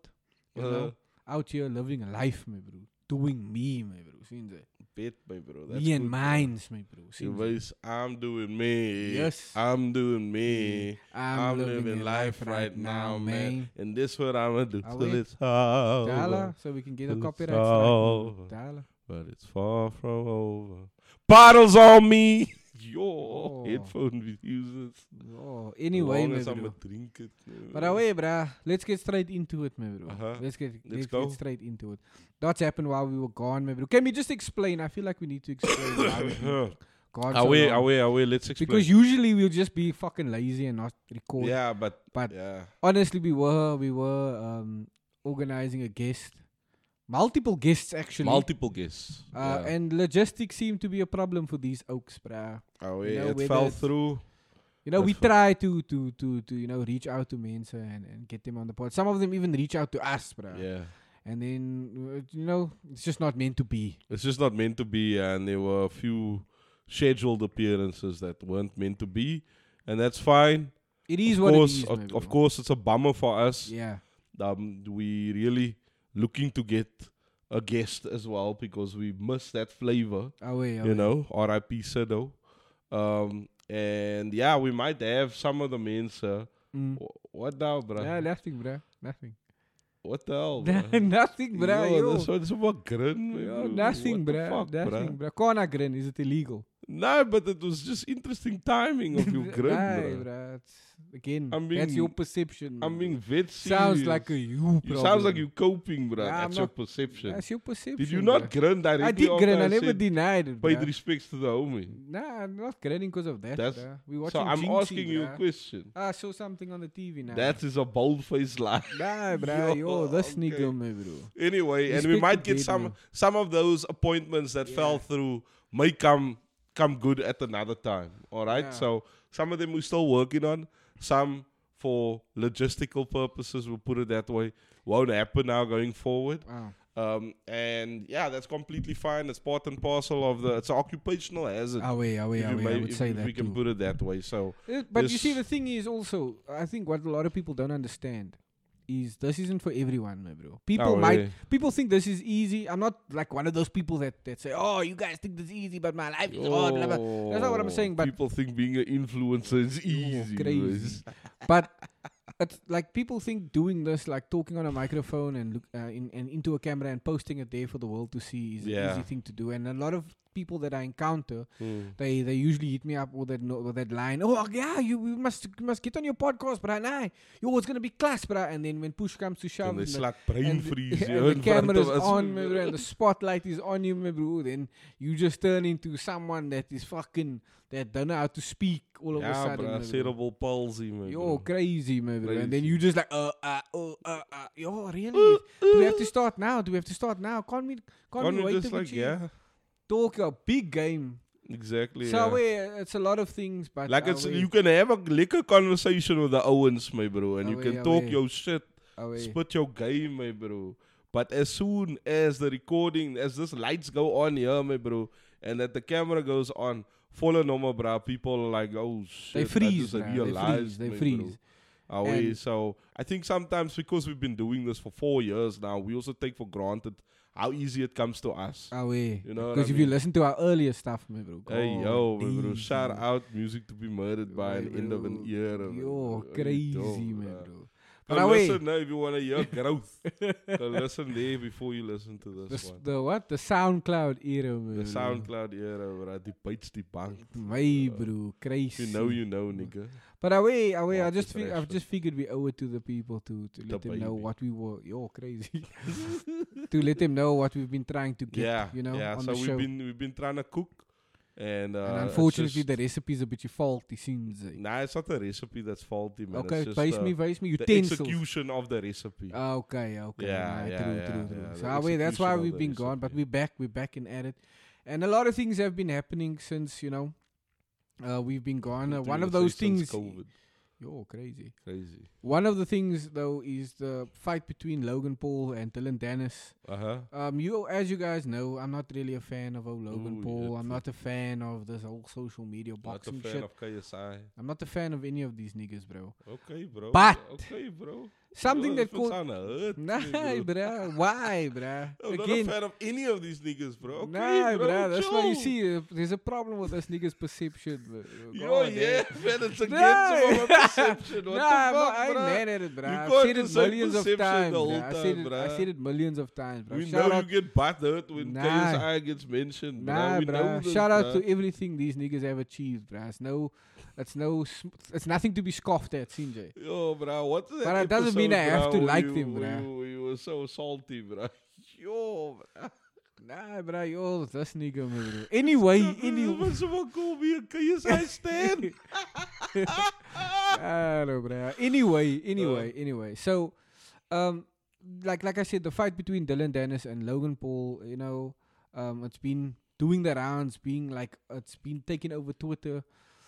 Speaker 1: You
Speaker 2: Uh,
Speaker 1: know? Out here living life, my bro. Doing me, my bro. CJ.
Speaker 2: bet, my bro. That's
Speaker 1: Me and
Speaker 2: good, bro.
Speaker 1: mines, my bro.
Speaker 2: You
Speaker 1: Sien jy?
Speaker 2: ways, I'm doing me.
Speaker 1: Yes.
Speaker 2: I'm doing me.
Speaker 1: I'm living the life right now, man.
Speaker 2: And this what I'm going to do
Speaker 1: Are
Speaker 2: till
Speaker 1: we?
Speaker 2: it's over.
Speaker 1: Dollar, so we can get a
Speaker 2: Oh, It's
Speaker 1: copyright strike.
Speaker 2: all-
Speaker 1: Dollar.
Speaker 2: But it's far from over. Bottles on me. Yo,
Speaker 1: Oh.
Speaker 2: headphone users.
Speaker 1: Oh, anyway,
Speaker 2: Long
Speaker 1: my
Speaker 2: as I'm
Speaker 1: bro.
Speaker 2: a drink it. man.
Speaker 1: But away, bruh, let's get straight into it, my bro.
Speaker 2: Uh-huh.
Speaker 1: Let's get let's,
Speaker 2: go.
Speaker 1: get straight into it. That's happened while we were gone, my bro. Can we just explain? I feel like we need to explain why we've been
Speaker 2: Huh.
Speaker 1: gone so
Speaker 2: Away,
Speaker 1: long.
Speaker 2: away, away. Let's explain.
Speaker 1: Because usually we'll just be fucking lazy and not record.
Speaker 2: yeah, but,
Speaker 1: But-
Speaker 2: yeah.
Speaker 1: Honestly, we were we were um, organizing a guest, multiple guests actually.
Speaker 2: multiple guests.
Speaker 1: uh,
Speaker 2: yeah.
Speaker 1: And logistics seemed to be a problem for these oaks, bruh.
Speaker 2: away,
Speaker 1: you know,
Speaker 2: it
Speaker 1: whether
Speaker 2: fell
Speaker 1: it's-
Speaker 2: through.
Speaker 1: You know, we
Speaker 2: That's
Speaker 1: try to to to to you know reach out to Mensa and, and get them on the pod. Some of them even reach out to us, bruh.
Speaker 2: Yeah.
Speaker 1: And then uh, you know, it's just not meant to be.
Speaker 2: It's just not meant to be, and there were a few scheduled appearances that weren't meant to be, and that's fine.
Speaker 1: It is
Speaker 2: of
Speaker 1: what
Speaker 2: course,
Speaker 1: it is.
Speaker 2: of,
Speaker 1: my
Speaker 2: of
Speaker 1: bro.
Speaker 2: course, it's a bummer for us.
Speaker 1: Yeah.
Speaker 2: Um, we really looking to get a guest as well because we miss that flavor,
Speaker 1: Oh wait.
Speaker 2: you know. R.I.P. Sido. Um, and yeah, we might have some of the men, sir.
Speaker 1: Mm.
Speaker 2: Wh- What now, bruh?
Speaker 1: Yeah, nothing, bruh. Nothing.
Speaker 2: what the hell, bruh?
Speaker 1: nothing, bruh.
Speaker 2: Yo,
Speaker 1: Yo,
Speaker 2: This, one- this one what grin, man.
Speaker 1: Yo,
Speaker 2: What
Speaker 1: nothing,
Speaker 2: the
Speaker 1: bruh.
Speaker 2: fuck, bruh?
Speaker 1: nothing, bruh. Corner grin. Is it illegal?
Speaker 2: No, né? but it was just interesting timing of you, grin,
Speaker 1: Aye,
Speaker 2: bruh.
Speaker 1: bruh. It's- again,
Speaker 2: I'm
Speaker 1: that's your
Speaker 2: being-
Speaker 1: perception.
Speaker 2: I
Speaker 1: man.
Speaker 2: mean, vet
Speaker 1: sounds like a you.
Speaker 2: you sounds like
Speaker 1: problem.
Speaker 2: you coping, bruh.
Speaker 1: Yeah, I'm
Speaker 2: That's your
Speaker 1: not-
Speaker 2: perception.
Speaker 1: That's your perception.
Speaker 2: Did you
Speaker 1: bruh.
Speaker 2: not grin directly?
Speaker 1: I did
Speaker 2: after
Speaker 1: grin. I never
Speaker 2: said,
Speaker 1: denied it.
Speaker 2: Paid
Speaker 1: bruh.
Speaker 2: respects to the homie.
Speaker 1: Nah, I'm not grinning because of that.
Speaker 2: That's-
Speaker 1: bruh. We
Speaker 2: So
Speaker 1: watching
Speaker 2: I'm
Speaker 1: Jinxie,
Speaker 2: asking you a
Speaker 1: bruh.
Speaker 2: question.
Speaker 1: Ah, I saw something on the TV now.
Speaker 2: That is a bold faced lie.
Speaker 1: Nah, bruh. Yo,
Speaker 2: Yo,
Speaker 1: this
Speaker 2: okay.
Speaker 1: nigga, my bro.
Speaker 2: anyway, and we
Speaker 1: Respect
Speaker 2: might
Speaker 1: to
Speaker 2: get some
Speaker 1: Gabriel.
Speaker 2: some of those appointments that fell through may come come good at another time. All right.
Speaker 1: Yeah.
Speaker 2: So some of them we're still working on. Some for logistical purposes, we'll put it that way. Won't happen now going forward.
Speaker 1: Wow.
Speaker 2: Um, and yeah, that's completely fine. It's part and parcel of the. It's an occupational hazard.
Speaker 1: Ah, Away, away,
Speaker 2: if you
Speaker 1: away.
Speaker 2: may-
Speaker 1: oh, I would
Speaker 2: if-
Speaker 1: say
Speaker 2: if
Speaker 1: that.
Speaker 2: we can
Speaker 1: too.
Speaker 2: put it that way. So
Speaker 1: Uh, But you see, the
Speaker 2: this-
Speaker 1: thing is also, I think what a lot of people don't understand is this isn't for everyone, my bro. People
Speaker 2: Oh,
Speaker 1: might
Speaker 2: yeah.
Speaker 1: people think this is easy. I'm not like one of those people that, that say, "Oh, you guys think this is easy, but my life is hard." Blah, blah. That's not what I'm
Speaker 2: Oh,
Speaker 1: saying. But
Speaker 2: people think being an influencer is easy. bro.
Speaker 1: crazy. but it's like people think doing this, like talking on a microphone and look uh, in and into a camera and posting it there for the world to see, is
Speaker 2: Yeah.
Speaker 1: an easy thing to do. And a lot of people that I encounter,
Speaker 2: Mm.
Speaker 1: they they usually hit me up with that no, with that line. Oh yeah, you we must you must get on your podcast, but I yo it's gonna be class, bruh. And then when push comes to shove,
Speaker 2: And
Speaker 1: and
Speaker 2: it's
Speaker 1: the-
Speaker 2: like brain
Speaker 1: and
Speaker 2: freeze.
Speaker 1: the, and
Speaker 2: yeah, ja, in
Speaker 1: the
Speaker 2: front
Speaker 1: camera's
Speaker 2: of us.
Speaker 1: on, my bro, and the spotlight is on you, my bro, then you just turn into someone that is fucking that don't know how to speak all of a
Speaker 2: Yeah,
Speaker 1: sudden.
Speaker 2: bro,
Speaker 1: my Ja, bro.
Speaker 2: Ja, cerebral palsy, man.
Speaker 1: Yo, crazy, man, bro. And then
Speaker 2: "Oh, Crazy.
Speaker 1: you just like, uh, uh, uh, uh, uh. Yo, really? Do we have to start now? Do we have to start now? Can't we, can't
Speaker 2: uh. Can't
Speaker 1: we
Speaker 2: we
Speaker 1: wait
Speaker 2: just
Speaker 1: till we
Speaker 2: like,
Speaker 1: chill?
Speaker 2: yeah,
Speaker 1: Talk a big game.
Speaker 2: ja? exactly.
Speaker 1: So,
Speaker 2: yeah.
Speaker 1: we- it's a lot of things, but.
Speaker 2: Like
Speaker 1: uh,
Speaker 2: it's
Speaker 1: we-
Speaker 2: you can have a liquor conversation with the Owens, my bro, and
Speaker 1: Ah,
Speaker 2: you
Speaker 1: we-
Speaker 2: can
Speaker 1: ah,
Speaker 2: talk
Speaker 1: we.
Speaker 2: your shit,
Speaker 1: uh, we-
Speaker 2: spit your game, my bro. But as soon as the recording, as this lights go on here, my bro, and that the camera goes on, follow normal, bro. People are like, oh shit,
Speaker 1: They
Speaker 2: I
Speaker 1: freeze,
Speaker 2: just
Speaker 1: man. They freeze.
Speaker 2: realized,
Speaker 1: They
Speaker 2: my
Speaker 1: freeze.
Speaker 2: Bro. Are we?
Speaker 1: And-
Speaker 2: So I think sometimes because we've been doing this for four years now, we also take for granted how easy it comes to us.
Speaker 1: Away.
Speaker 2: You know what I
Speaker 1: Because if you
Speaker 2: mean?
Speaker 1: listen to our earlier stuff, man, bro.
Speaker 2: hey yo, my bro,
Speaker 1: golly.
Speaker 2: shout out music to be murdered by
Speaker 1: Hey,
Speaker 2: an end of an
Speaker 1: bro.
Speaker 2: era. my
Speaker 1: Yo,
Speaker 2: bro. What are
Speaker 1: crazy,
Speaker 2: you doing,
Speaker 1: man,
Speaker 2: bruh?
Speaker 1: bro. But
Speaker 2: Go
Speaker 1: uh, we-
Speaker 2: listen now if you want to hear growth. Go listen there before you listen to this
Speaker 1: the, Mm.
Speaker 2: one.
Speaker 1: the what? The SoundCloud era, man.
Speaker 2: The SoundCloud era, bro, debates debunked.
Speaker 1: My bro, crazy.
Speaker 2: You know, you know, nigga.
Speaker 1: But away, away. I
Speaker 2: Marcus
Speaker 1: just, fig- I've
Speaker 2: Rashford.
Speaker 1: just figured we owe it to the people to to let
Speaker 2: The
Speaker 1: them know
Speaker 2: baby.
Speaker 1: what we were. Yo, crazy. to let them know what we've been trying to get.
Speaker 2: yeah,
Speaker 1: you know,
Speaker 2: yeah.
Speaker 1: on
Speaker 2: so
Speaker 1: the
Speaker 2: we've
Speaker 1: show.
Speaker 2: been we've been trying to cook, and, uh,
Speaker 1: and
Speaker 2: it's
Speaker 1: unfortunately,
Speaker 2: just-
Speaker 1: the recipe's a bit faulty. Seems. eh.
Speaker 2: Nah, it's not the recipe that's faulty, man.
Speaker 1: okay,
Speaker 2: it's just,
Speaker 1: face
Speaker 2: uh,
Speaker 1: me, face me.
Speaker 2: the
Speaker 1: Utensils.
Speaker 2: execution of the recipe.
Speaker 1: Ah, okay, okay.
Speaker 2: Yeah,
Speaker 1: right,
Speaker 2: yeah,
Speaker 1: true,
Speaker 2: yeah,
Speaker 1: true, true.
Speaker 2: yeah,
Speaker 1: So
Speaker 2: the
Speaker 1: away. That's
Speaker 2: execution
Speaker 1: why
Speaker 2: of
Speaker 1: we've
Speaker 2: the
Speaker 1: been gone, but
Speaker 2: recipe.
Speaker 1: we're back. We're back and at it, and a lot of things have been happening since you know. Uh, we've been gone.
Speaker 2: Been
Speaker 1: Uh,
Speaker 2: doing
Speaker 1: one of
Speaker 2: this
Speaker 1: those things.
Speaker 2: since COVID.
Speaker 1: Yo, crazy.
Speaker 2: Crazy.
Speaker 1: One of the things though is the fight between Logan Paul and Dylan Dennis.
Speaker 2: Uh huh.
Speaker 1: Um, you as you guys know, I'm not really a fan of old Logan
Speaker 2: Ooh,
Speaker 1: Paul.
Speaker 2: yeah,
Speaker 1: I'm
Speaker 2: true.
Speaker 1: not a fan of this whole social media
Speaker 2: Not a
Speaker 1: boxing
Speaker 2: fan
Speaker 1: shit.
Speaker 2: of KSI.
Speaker 1: I'm not a fan of any of these niggas, bro.
Speaker 2: Okay, bro.
Speaker 1: But-
Speaker 2: okay, bro.
Speaker 1: Something that
Speaker 2: puts
Speaker 1: caught.
Speaker 2: on a hood,
Speaker 1: Nah,
Speaker 2: nigga.
Speaker 1: bruh. Why, bruh?
Speaker 2: I'm
Speaker 1: Again,
Speaker 2: not a fan of any of these niggas, bro. Okay,
Speaker 1: nah,
Speaker 2: bro,
Speaker 1: bruh. That's why you
Speaker 2: chill.
Speaker 1: see, uh, there's a problem with this nigga's perception. bro.
Speaker 2: Yo,
Speaker 1: God,
Speaker 2: yeah,
Speaker 1: eh.
Speaker 2: man, it's against
Speaker 1: Nah.
Speaker 2: our perception. What
Speaker 1: nah,
Speaker 2: the
Speaker 1: bro,
Speaker 2: fuck,
Speaker 1: I ain't
Speaker 2: bruh?
Speaker 1: mad at it, bro.
Speaker 2: You
Speaker 1: I've
Speaker 2: got
Speaker 1: said
Speaker 2: the
Speaker 1: it
Speaker 2: same
Speaker 1: millions of
Speaker 2: perception the
Speaker 1: times. bruh.
Speaker 2: whole
Speaker 1: I said
Speaker 2: time,
Speaker 1: it. I
Speaker 2: bruh.
Speaker 1: said it millions of times, bro.
Speaker 2: We
Speaker 1: Shout
Speaker 2: know
Speaker 1: out,
Speaker 2: you get butthurt when
Speaker 1: Nah.
Speaker 2: KSI gets mentioned, bro.
Speaker 1: nah,
Speaker 2: we know
Speaker 1: bro.
Speaker 2: this,
Speaker 1: Shout out
Speaker 2: bruh.
Speaker 1: to everything these niggas have achieved, bro. It's no, it's no, sm- it's nothing to be scoffed at, Sinjay.
Speaker 2: Yo, bro, what's that?
Speaker 1: But it doesn't mean
Speaker 2: episode,
Speaker 1: I have
Speaker 2: bruh,
Speaker 1: to
Speaker 2: where
Speaker 1: like
Speaker 2: you,
Speaker 1: them,
Speaker 2: where
Speaker 1: bruh.
Speaker 2: You, where you were so salty, bro. Yo, bro.
Speaker 1: Nah, bro. Yo, this nigga, bro. Anyway, anyway.
Speaker 2: Someone call me a KSI stand.
Speaker 1: I don't know, bro. Anyway, anyway, anyway. So, um, like like I said, the fight between Dylan Dennis and Logan Paul, you know, um, it's been doing the rounds, being like it's been taking over Twitter.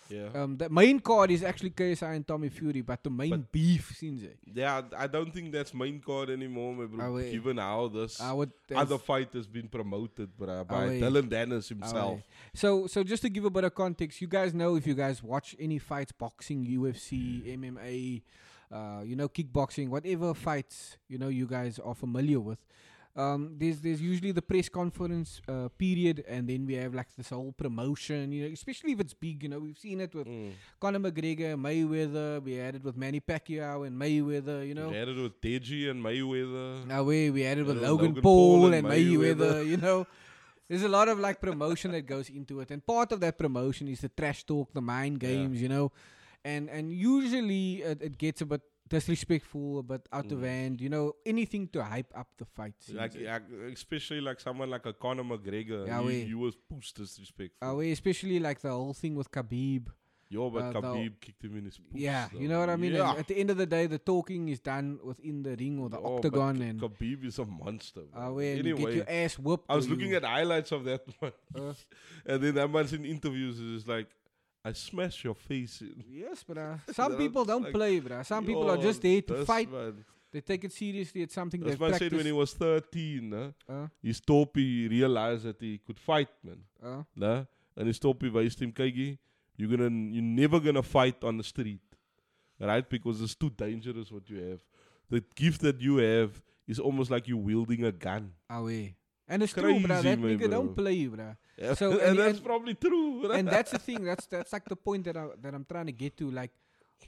Speaker 2: yeah.
Speaker 1: Um, the main card is actually KSI and Tommy Fury, but the main
Speaker 2: But-
Speaker 1: beef, eh, Sinze.
Speaker 2: Yeah, I don't think that's main card anymore, my
Speaker 1: Ah,
Speaker 2: bro.
Speaker 1: wait. Ah,
Speaker 2: Given how this
Speaker 1: I would
Speaker 2: other fight has been promoted, bro, by
Speaker 1: wait.
Speaker 2: Dylan Dennis
Speaker 1: Alright.
Speaker 2: himself.
Speaker 1: So, so just to give a bit of context, you guys know if you guys watch any fights, boxing, UFC, MMA, uh, you know, kickboxing, whatever fights you know you guys are familiar with. Um, there's there's usually the press conference uh, period, and then we have like this whole promotion. You know, especially if it's big. You know, we've seen it with
Speaker 2: Mm.
Speaker 1: Conor McGregor, Mayweather. We had it with Manny Pacquiao and Mayweather. You know,
Speaker 2: We had it with Deji and Mayweather.
Speaker 1: now we we had it with
Speaker 2: Uh,
Speaker 1: Logan,
Speaker 2: Logan
Speaker 1: Paul,
Speaker 2: Paul
Speaker 1: and
Speaker 2: and
Speaker 1: Mayweather.
Speaker 2: Mayweather.
Speaker 1: You know, there's a lot of like promotion that goes into it, and part of that promotion is the trash talk, the mind
Speaker 2: Yeah.
Speaker 1: games. You know, and and usually it, it gets a bit disrespectful, a bit out of hand. You know, anything to hype up the fight. scenes.
Speaker 2: Mm. Like, like, especially like someone like a Conor McGregor,
Speaker 1: Yeah,
Speaker 2: he,
Speaker 1: we-
Speaker 2: he was poos disrespectful.
Speaker 1: Uh, we- especially like the whole thing with Khabib.
Speaker 2: Yo, but
Speaker 1: uh, the-
Speaker 2: Khabib kicked him in his poos.
Speaker 1: yeah,
Speaker 2: though.
Speaker 1: you know what I mean. And
Speaker 2: Yeah.
Speaker 1: At the end of the day, the talking is done within the ring or the
Speaker 2: Yo, but
Speaker 1: octagon,
Speaker 2: K-
Speaker 1: and
Speaker 2: Khabib is a monster. bro.
Speaker 1: uh, where you
Speaker 2: anyway,
Speaker 1: get your ass whooped.
Speaker 2: I was
Speaker 1: or
Speaker 2: looking
Speaker 1: you-
Speaker 2: at highlights of that one,
Speaker 1: Uh.
Speaker 2: and then that man's in interviews is like, "I smash your face in."
Speaker 1: Yes, bruh. Some
Speaker 2: know,
Speaker 1: people
Speaker 2: it's
Speaker 1: don't
Speaker 2: like,
Speaker 1: play, bruh. Some people are
Speaker 2: Yo,
Speaker 1: just there to
Speaker 2: this
Speaker 1: fight.
Speaker 2: Man.
Speaker 1: They take it seriously. It's something they
Speaker 2: That's why I
Speaker 1: practice.
Speaker 2: said when he was thirteen, huh,
Speaker 1: uh,
Speaker 2: his toppy realized that he could fight, man.
Speaker 1: uh,
Speaker 2: Nah? And his toppy wijst him, "Kyk hier, you're gonna, you're never gonna fight on the street, right? Because it's too dangerous what you have. The gift that you have is almost like you wielding a gun."
Speaker 1: away. Ah, And it's true,
Speaker 2: Crazy,
Speaker 1: bruh. That
Speaker 2: man,
Speaker 1: nigga don't
Speaker 2: bro.
Speaker 1: play, bruh.
Speaker 2: Yeah,
Speaker 1: So,
Speaker 2: and,
Speaker 1: and-
Speaker 2: that's
Speaker 1: and-
Speaker 2: probably true. right?
Speaker 1: and that's the thing. That's that's like the point that I that I'm trying to get to. Like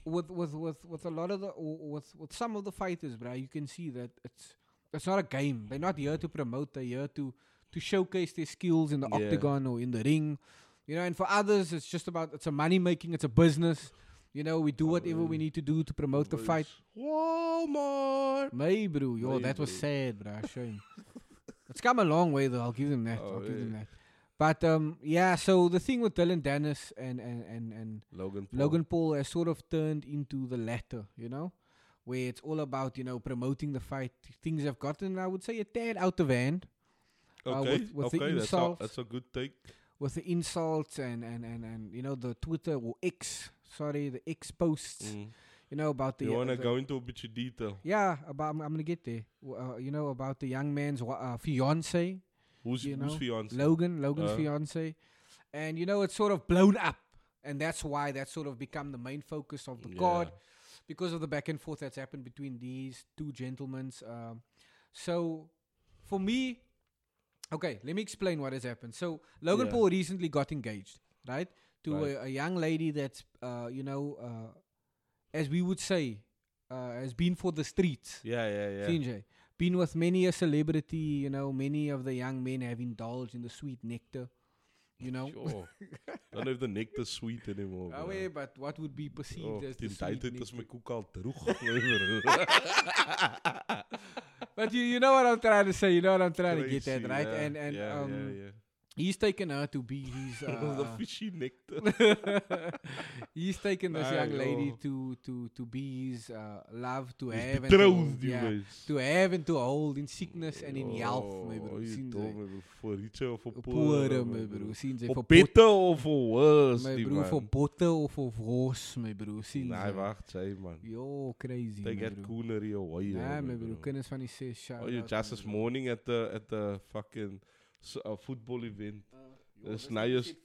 Speaker 1: with with with with a lot of the or with with some of the fighters, bruh, you can see that it's it's not a game. They're not here to promote. They're here to to showcase their skills in the
Speaker 2: Yeah.
Speaker 1: octagon or in the ring. You know, and for others, it's just about it's a money making. It's a business. You know, we do whatever we need to do to promote the fight.
Speaker 2: Walmart.
Speaker 1: May, bro. Yo,
Speaker 2: May,
Speaker 1: that was
Speaker 2: bro.
Speaker 1: sad, bro. Shame. it's come a long way, though. I'll give them that.
Speaker 2: Oh,
Speaker 1: I'll give them
Speaker 2: yeah.
Speaker 1: that. But um, yeah. So the thing with Dylan Dennis and and and and
Speaker 2: Logan. Paul.
Speaker 1: Logan Paul has sort of turned into the latter, you know, where it's all about you know promoting the fight. Things have gotten, I would say, a tad out of hand uh,
Speaker 2: Okay.
Speaker 1: with- with the
Speaker 2: okay. that's, a,
Speaker 1: insult.
Speaker 2: that's a good take.
Speaker 1: with the insults and and and and you know the Twitter or X, sorry, the X posts, you know about the
Speaker 2: Mm. You
Speaker 1: uh,
Speaker 2: want to
Speaker 1: the-
Speaker 2: go into a bit of detail?
Speaker 1: Yeah, about I'm, I'm gonna get there. W- Uh, you know about the young man's wa- uh, fiance,
Speaker 2: Who's,
Speaker 1: you
Speaker 2: who's
Speaker 1: know,
Speaker 2: fiance?
Speaker 1: Logan, Logan's
Speaker 2: Uh.
Speaker 1: fiance, and you know it's sort of blown up, and that's why that's sort of become the main focus of the card because of the back and forth that's happened between these two gentlemen. Um, so, for me, okay, let me explain what has happened. So Logan
Speaker 2: Yeah.
Speaker 1: Paul recently got engaged, right, to
Speaker 2: Right.
Speaker 1: A, a young lady that's uh, you know, uh, as we would say, uh, has been for the streets.
Speaker 2: Yeah, yeah, yeah.
Speaker 1: Sinjay. Been with many a celebrity, you know, many of the young men have indulged in the sweet nectar, you know.
Speaker 2: Sure. Don't know if the nectar's sweet anymore. uh,
Speaker 1: Ah,
Speaker 2: bro.
Speaker 1: wee, but what would be perceived
Speaker 2: Oh,
Speaker 1: as the
Speaker 2: die
Speaker 1: sweet
Speaker 2: tijd het
Speaker 1: nectar.
Speaker 2: is mijn koek al droeg. Trying
Speaker 1: But you, you know what I'm trying to say, you know what I'm trying to get at, right? and and
Speaker 2: yeah,
Speaker 1: um,
Speaker 2: yeah, yeah.
Speaker 1: he's taken her to be his
Speaker 2: the
Speaker 1: uh,
Speaker 2: fishy nectar.
Speaker 1: he's taken this
Speaker 2: Ah,
Speaker 1: young lady
Speaker 2: joh.
Speaker 1: to to to be his uh, love to
Speaker 2: Is
Speaker 1: have and to,
Speaker 2: betrothed,
Speaker 1: hold,
Speaker 2: you
Speaker 1: yeah,
Speaker 2: guys.
Speaker 1: to have and to hold in sickness and in health, my
Speaker 2: Oh,
Speaker 1: bro.
Speaker 2: je
Speaker 1: Sinjay.
Speaker 2: domme, bro. Voor richer of voor
Speaker 1: Poor,
Speaker 2: poorer,
Speaker 1: my
Speaker 2: my
Speaker 1: bro.
Speaker 2: bro.
Speaker 1: Sinjay,
Speaker 2: Voor
Speaker 1: for
Speaker 2: beter of voor worse,
Speaker 1: My
Speaker 2: die
Speaker 1: broer voor
Speaker 2: man.
Speaker 1: botten of voor roos, my broer. Sien
Speaker 2: Nee,
Speaker 1: ze.
Speaker 2: wacht, zij man.
Speaker 1: Yo, crazy.
Speaker 2: Take
Speaker 1: my
Speaker 2: that
Speaker 1: broer.
Speaker 2: coonery away.
Speaker 1: Nee,
Speaker 2: hoor,
Speaker 1: my
Speaker 2: Oh, my Oh,
Speaker 1: broer.
Speaker 2: bro.
Speaker 1: Kennis van die zes.
Speaker 2: Oh, you just this morning at the at the fucking s- uh, football event. Dis nice.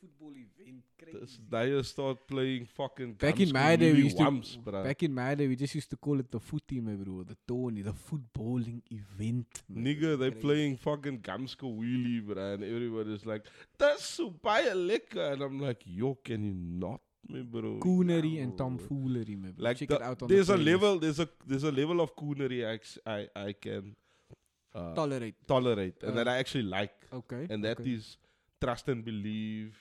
Speaker 2: This Naya start playing fucking
Speaker 1: Back
Speaker 2: guns
Speaker 1: in my day, we
Speaker 2: really
Speaker 1: used to
Speaker 2: wumps, bruh.
Speaker 1: back in my day we just used to call it the footy, my bro, the tourney, the footballing event. my bro.
Speaker 2: Nigga, they playing fucking Gamsko wheelie, bruh, and everybody's like, that's super liquor. And I'm like, yo, can you not, me, bro?
Speaker 1: coonery
Speaker 2: Yo.
Speaker 1: and tomfoolery, my bro.
Speaker 2: Like,
Speaker 1: Check
Speaker 2: the-
Speaker 1: it out on
Speaker 2: there's
Speaker 1: the
Speaker 2: a
Speaker 1: playlist.
Speaker 2: level, there's a there's a level of coonery I, ex- I, I can uh,
Speaker 1: tolerate.
Speaker 2: tolerate, and
Speaker 1: Uh,
Speaker 2: that I actually like,
Speaker 1: Okay.
Speaker 2: and that is Oh,
Speaker 1: okay.
Speaker 2: trust and believe.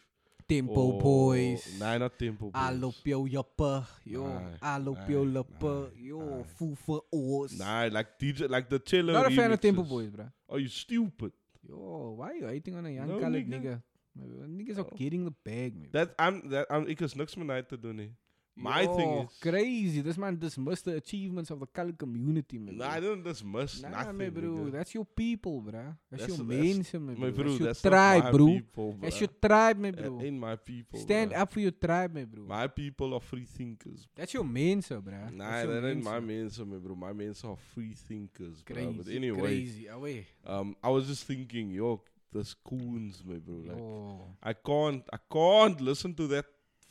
Speaker 1: Tempo
Speaker 2: or-
Speaker 1: boys.
Speaker 2: Nee, not tempo boys.
Speaker 1: I loop jou jippe, yo.
Speaker 2: Nee,
Speaker 1: I loop
Speaker 2: nee,
Speaker 1: jou lippe,
Speaker 2: nee,
Speaker 1: yo.
Speaker 2: nee.
Speaker 1: Voel vir ons.
Speaker 2: Nah, like DJ, like the cello.
Speaker 1: Not a fan of Tempo
Speaker 2: remixes.
Speaker 1: Boys, bro.
Speaker 2: Are you stupid?
Speaker 1: Yo, why are you hating on a young
Speaker 2: No,
Speaker 1: colored
Speaker 2: nigga.
Speaker 1: nigga? My bro, Niggas are getting the bag, man.
Speaker 2: Dat I'm that I'm ik is niks meer uit te doen nie. My thing is
Speaker 1: crazy. This man dismissed the achievements of the colored community, man.
Speaker 2: Nah, I don't dismiss
Speaker 1: Nah,
Speaker 2: nothing.
Speaker 1: my bro,
Speaker 2: nigga.
Speaker 1: that's your people, bro. That's,
Speaker 2: That's-
Speaker 1: your
Speaker 2: that's-
Speaker 1: mensen, my bro.
Speaker 2: my bro,
Speaker 1: that's your
Speaker 2: that's not my
Speaker 1: tribe, bro.
Speaker 2: people, bro.
Speaker 1: That's your tribe, my bro.
Speaker 2: In my people.
Speaker 1: Stand
Speaker 2: bruh.
Speaker 1: up for your tribe, my bro.
Speaker 2: My people are free thinkers.
Speaker 1: that's your mensen, bro.
Speaker 2: Nah, that ain't my mensa, my bro. My mensa are free thinkers, bro.
Speaker 1: Crazy,
Speaker 2: But anyway,
Speaker 1: crazy. Away.
Speaker 2: um, I was just thinking, yo, this coons, my bro. Like,
Speaker 1: oh.
Speaker 2: I can't, I can't listen to that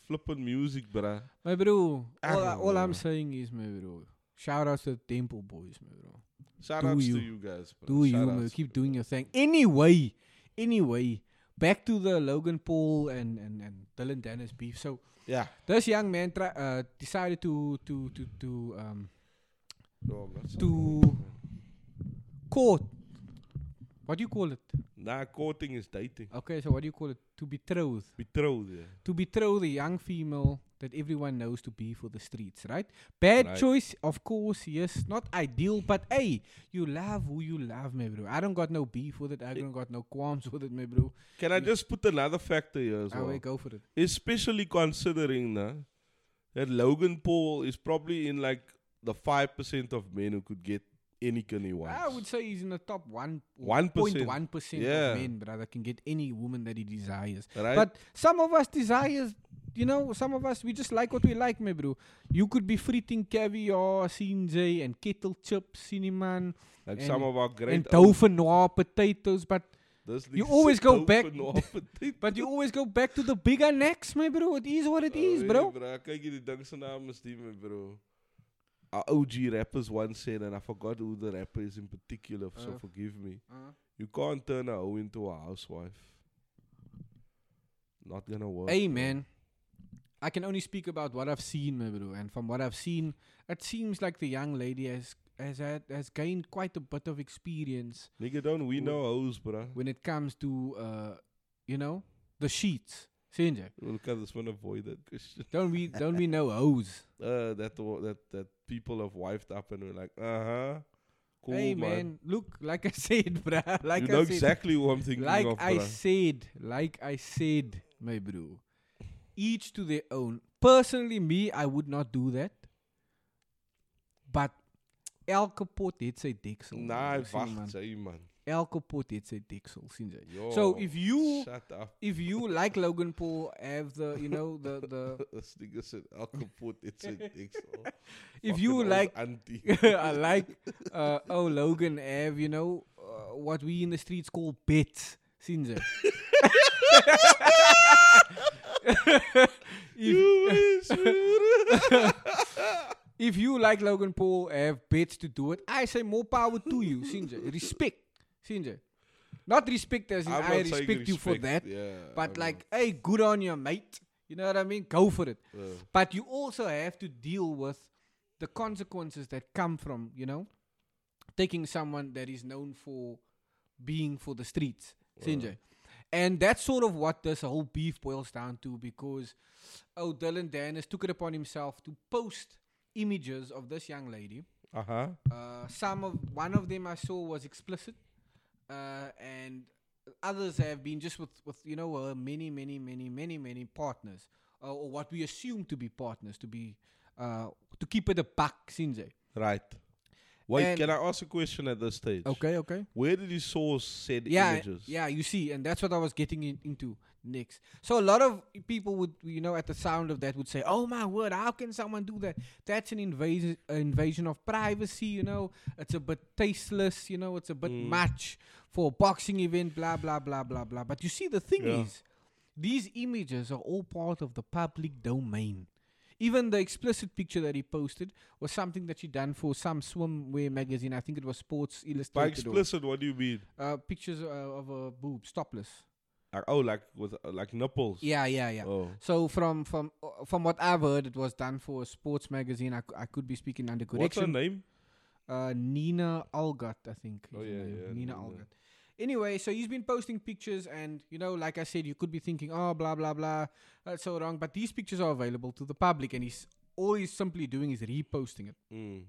Speaker 2: flippin' music, bruh.
Speaker 1: My bro, all, I,
Speaker 2: Arr.
Speaker 1: all I'm saying is, my bro, shout out to the Temple Boys, my bro.
Speaker 2: Shout
Speaker 1: Do
Speaker 2: outs
Speaker 1: you.
Speaker 2: to you guys, bro.
Speaker 1: Do you,
Speaker 2: Shout
Speaker 1: man.
Speaker 2: outs.
Speaker 1: Keep doing your thing. Anyway, anyway, back to the Logan Paul and, and, and Dylan Dennis beef. So
Speaker 2: Yeah.
Speaker 1: this young man try, uh, decided to to to to um
Speaker 2: Dog, that's-
Speaker 1: to court. What do you call it?
Speaker 2: Nah, courting is dating.
Speaker 1: Okay, so what do you call it? To betroth.
Speaker 2: Betrothed, yeah.
Speaker 1: To betroth a young female that everyone knows to be for the streets, right? Bad
Speaker 2: Right.
Speaker 1: choice, of course, yes, not ideal, but hey, you love who you love, my bro. I don't got no beef with it, I don't got no qualms with it, my bro.
Speaker 2: Can I just put another factor here as
Speaker 1: I
Speaker 2: well?
Speaker 1: will go for it.
Speaker 2: Especially considering nah, that Logan Paul is probably in like the 5% of men who could get any Kenny wants.
Speaker 1: I would say he's in the top one
Speaker 2: One percent.
Speaker 1: 0.1 percent
Speaker 2: Yeah.
Speaker 1: of men, brother, can get any woman that he desires.
Speaker 2: Right?
Speaker 1: But some of us desires, you know, some of us we just like what we like, my bro. You could be friting caviar, sinjay, and kettle chips, cinnamon,
Speaker 2: like
Speaker 1: and-
Speaker 2: some of our great.
Speaker 1: and tofu noir potatoes, but
Speaker 2: This
Speaker 1: You
Speaker 2: nigga
Speaker 1: always
Speaker 2: said
Speaker 1: go
Speaker 2: dope
Speaker 1: back-
Speaker 2: and all, But dit-
Speaker 1: but you always go back to the bigger necks, my bro. It is what it is,
Speaker 2: Hey,
Speaker 1: bro.
Speaker 2: bro, Kyk hierdie ding se naam is die my bro. Our OG rappers once said and I forgot who the rapper is in particular, so
Speaker 1: Uh.
Speaker 2: forgive me.
Speaker 1: Uh,
Speaker 2: You can't turn a hoe into a housewife. Not gonna work.
Speaker 1: Hey,
Speaker 2: bro.
Speaker 1: man. I can only speak about what I've seen, my bro. And from what I've seen, it seems like the young lady has has had, has gained quite a bit of experience
Speaker 2: Nigga, don't we
Speaker 1: Wh-
Speaker 2: know hoes, bruh?
Speaker 1: when it comes to, uh, you know, the sheets. Sinja,
Speaker 2: We'll kind of want to avoid that question.
Speaker 1: don't we don't we know hoes?
Speaker 2: Uh, that, wa- that that people have wifed up and we're like, uh huh. Cool,
Speaker 1: hey
Speaker 2: man.
Speaker 1: man, look, like I said, bruh, like
Speaker 2: you
Speaker 1: I
Speaker 2: know
Speaker 1: said,
Speaker 2: exactly what I'm thinking
Speaker 1: like
Speaker 2: of, uh,
Speaker 1: I
Speaker 2: bruh.
Speaker 1: said, like I said, my bro. Each to their own. Personally, me, I would not do that. But elke pot het sy deksel. my
Speaker 2: nah,
Speaker 1: bro, sien,
Speaker 2: wacht, say, man.
Speaker 1: Elke pot het sy deksel, sien jy?
Speaker 2: Yo,
Speaker 1: So if you
Speaker 2: Shut up.
Speaker 1: if you like Logan Paul have the, you know, the the
Speaker 2: this nigga said alcohol, it's in Excel.
Speaker 1: if you like
Speaker 2: Auntie.
Speaker 1: I like uh, oh Logan have you know uh, what we in the streets call bits sien ze if,
Speaker 2: you wish, broer.
Speaker 1: if you like Logan Paul have bits to do it I say more power to you sien ze respect sien ze not respect as in
Speaker 2: I'm
Speaker 1: I
Speaker 2: not saying
Speaker 1: respect, you for that
Speaker 2: respect, yeah,
Speaker 1: but
Speaker 2: I'm
Speaker 1: like hey good on you mate you know what I mean go for it
Speaker 2: not- uh,
Speaker 1: but you also have to deal with the consequences that come from you know taking someone that is known for being for the streets Sinjay. and that's sort of what this whole beef boils down to because oh dylan dennis took it upon himself to post images of this young lady
Speaker 2: uh-huh.
Speaker 1: uh, some of one of them I saw was explicit, uh, and others have been just with with you know uh, many many many many many partners uh, or what we assume to be partners to be uh, to keep it a buck, Sinze.
Speaker 2: Right. Wait,
Speaker 1: And-
Speaker 2: can I ask a question at this stage?
Speaker 1: okay.
Speaker 2: Where did you source said
Speaker 1: Yeah,
Speaker 2: images?
Speaker 1: yeah. You see, and that's what I was getting in, into next. So a lot of people would, you know, at the sound of that would say, "Oh my word, how can someone do that? That's an invasion, invasion of privacy. You know, it's a bit tasteless. You
Speaker 2: Mm.
Speaker 1: know, it's a bit much for a boxing event. Blah blah blah blah blah." But you see, the thing
Speaker 2: Yeah.
Speaker 1: is, These images are all part of the public domain. Even the explicit picture that he posted was something that she done for some swimwear magazine. I think it was Sports
Speaker 2: By
Speaker 1: Illustrated. or-
Speaker 2: explicit, what do you mean?
Speaker 1: Uh, pictures uh, of a boob, topless.
Speaker 2: Like, oh, like with uh, like nipples.
Speaker 1: Yeah, yeah, yeah.
Speaker 2: Oh.
Speaker 1: So from from uh, from what I've heard, it was done for a sports magazine. I, c- I could be speaking under
Speaker 2: What's her
Speaker 1: correction.
Speaker 2: name?
Speaker 1: Uh, Nina Algat, I think. is
Speaker 2: Oh,
Speaker 1: her
Speaker 2: yeah,
Speaker 1: name.
Speaker 2: yeah,
Speaker 1: Nina,
Speaker 2: Nina.
Speaker 1: Algat. Anyway, so he's been posting pictures, and you know, like I said, you could be thinking, oh, blah blah blah, that's so wrong. But these pictures are available to the public, and he's all he's simply doing is reposting it.
Speaker 2: Mm.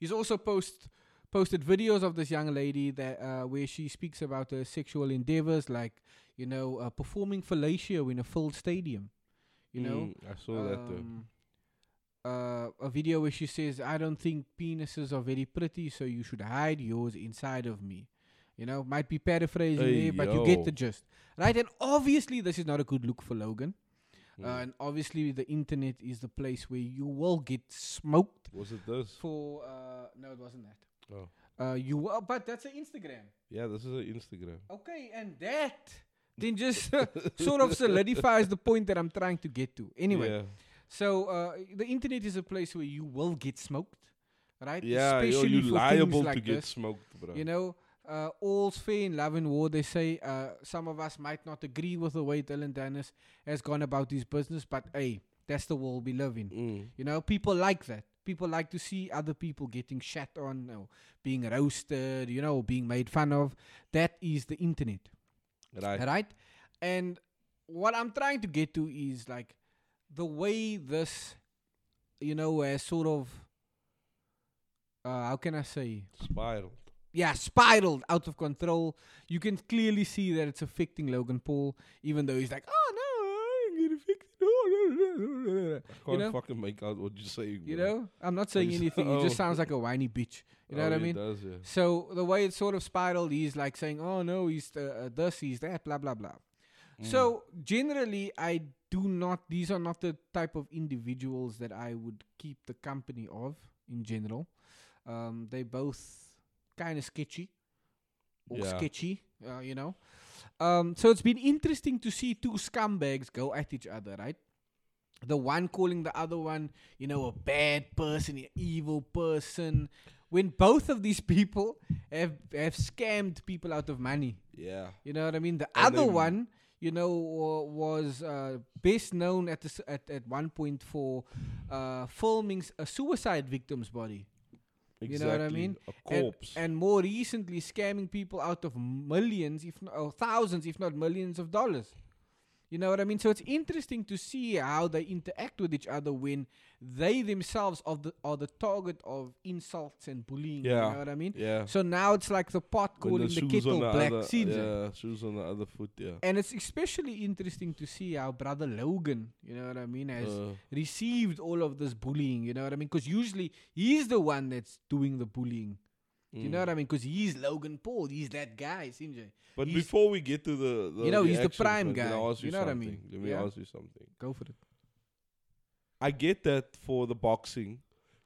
Speaker 1: He's also post posted videos of this young lady that uh, where she speaks about her sexual endeavors, like you know, uh, performing fellatio in a filled stadium. You know,
Speaker 2: Mm, I saw that. Though.
Speaker 1: um, uh, a video where she says, "I don't think penises are very pretty, so you should hide yours inside of me." You know, might be paraphrasing
Speaker 2: Hey,
Speaker 1: there, but you get
Speaker 2: yo.
Speaker 1: the gist, right? And obviously, this is not a good look for Logan, uh,
Speaker 2: Mm.
Speaker 1: and obviously, the internet is the place where you will get smoked
Speaker 2: Was it this?
Speaker 1: for. Uh, no, it wasn't that.
Speaker 2: Oh.
Speaker 1: Uh, you will, but that's an Instagram.
Speaker 2: Yeah, this is an Instagram.
Speaker 1: Okay, and that then just sort of solidifies the point that I'm trying to get to. Anyway,
Speaker 2: Yeah.
Speaker 1: so uh, the internet is a place where you will get smoked, right?
Speaker 2: Yeah, yo,
Speaker 1: Especially
Speaker 2: you
Speaker 1: for
Speaker 2: liable
Speaker 1: things like
Speaker 2: to get
Speaker 1: this.
Speaker 2: smoked, bro.
Speaker 1: You know, uh, all's fair in love and war. They say uh, some of us might not agree with the way Dylan Dennis has gone about his business, but hey, that's the world we live in.
Speaker 2: Mm.
Speaker 1: You know, people like that. People like to see other people getting shat on or being roasted, you know, or being made fun of. That is the internet
Speaker 2: Right.
Speaker 1: right and what i'm trying to get to is like the way this you know uh, sort of uh, how can i say
Speaker 2: Spiral.
Speaker 1: yeah spiraled out of control you can clearly see that it's affecting logan paul even though he's like oh no i'm gonna fix it oh,
Speaker 2: I
Speaker 1: you
Speaker 2: can't
Speaker 1: know
Speaker 2: fucking make out what you're saying.
Speaker 1: you
Speaker 2: bro.
Speaker 1: know i'm not saying
Speaker 2: you say-
Speaker 1: anything he
Speaker 2: oh.
Speaker 1: just sounds like a whiny bitch you know
Speaker 2: Oh,
Speaker 1: what i
Speaker 2: yeah, it
Speaker 1: mean
Speaker 2: Does, yeah.
Speaker 1: so the way it sort of spiraled, he's like saying, "Oh no, he's uh, uh, this, he's that, blah blah blah." So generally, I do not. These are not the type of individuals that I would keep the company of in general. Um, they both kind of sketchy or
Speaker 2: Yeah.
Speaker 1: sketchy, uh, you know. Um, so it's been interesting to see two scumbags go at each other, right? The one calling the other one, you know, a bad person, an evil person. When both of these people have have scammed people out of money,
Speaker 2: Yeah.
Speaker 1: you know what I mean. The
Speaker 2: And
Speaker 1: other
Speaker 2: then-
Speaker 1: one, you know, wa- was uh, best known at this at at one point for uh, filming s- a suicide victim's body.
Speaker 2: Exactly.
Speaker 1: You know what I mean?
Speaker 2: A
Speaker 1: And-
Speaker 2: corpse.
Speaker 1: And, more recently, scamming people out of millions, if not or thousands, if not millions of dollars. You know what I mean? So it's interesting to see how they interact with each other when they themselves are the, are the target of insults and bullying.
Speaker 2: Yeah.
Speaker 1: You know what I mean?
Speaker 2: yeah.
Speaker 1: So now it's like the pot
Speaker 2: When
Speaker 1: calling the,
Speaker 2: shoes
Speaker 1: kettle
Speaker 2: on the
Speaker 1: black.
Speaker 2: other,
Speaker 1: See, Jay?
Speaker 2: Yeah, shoes on the other foot, yeah.
Speaker 1: And it's especially interesting to see how brother Logan, you know what I mean, has
Speaker 2: Uh,
Speaker 1: received all of this bullying. You know what I mean? Because usually he's the one that's doing the bullying.
Speaker 2: mm.
Speaker 1: You know what I mean? Because he's Logan Paul. He's that guy, Sinjay.
Speaker 2: But
Speaker 1: He's-
Speaker 2: before we get to the, the
Speaker 1: You know, he's the
Speaker 2: reactions,
Speaker 1: prime
Speaker 2: man, can
Speaker 1: guy.
Speaker 2: I ask you,
Speaker 1: You know what I
Speaker 2: something?
Speaker 1: mean?
Speaker 2: Let me
Speaker 1: Yeah.
Speaker 2: ask you something.
Speaker 1: Go for it.
Speaker 2: I get that for the boxing,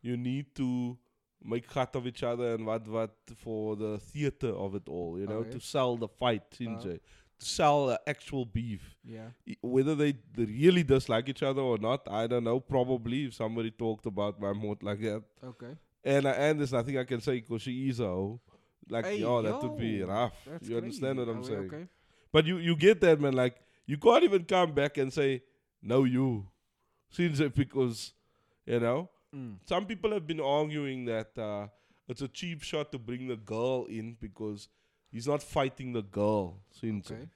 Speaker 2: you need to make cut of each other and what what for the theater of it all. You know,
Speaker 1: Okay. Uh-huh.
Speaker 2: to sell the fight, Sinjay, to sell the actual beef.
Speaker 1: Yeah.
Speaker 2: I- Whether they d- really dislike each other or not, I don't know. Probably if somebody talked about my mouth like that,
Speaker 1: Okay.
Speaker 2: and I, and there's nothing I can say because she is a hoe. Like,
Speaker 1: Hey,
Speaker 2: yo, that would be
Speaker 1: yo,
Speaker 2: rough.
Speaker 1: That's
Speaker 2: you understand
Speaker 1: crazy.
Speaker 2: what I'm
Speaker 1: Are we
Speaker 2: saying?
Speaker 1: Okay.
Speaker 2: But you, you get that, man. Like, you can't even come back and say, no, you. Since it because, you know,
Speaker 1: Mm.
Speaker 2: some people have been arguing that uh, it's a cheap shot to bring the girl in because he's not fighting the girl. Since
Speaker 1: Okay.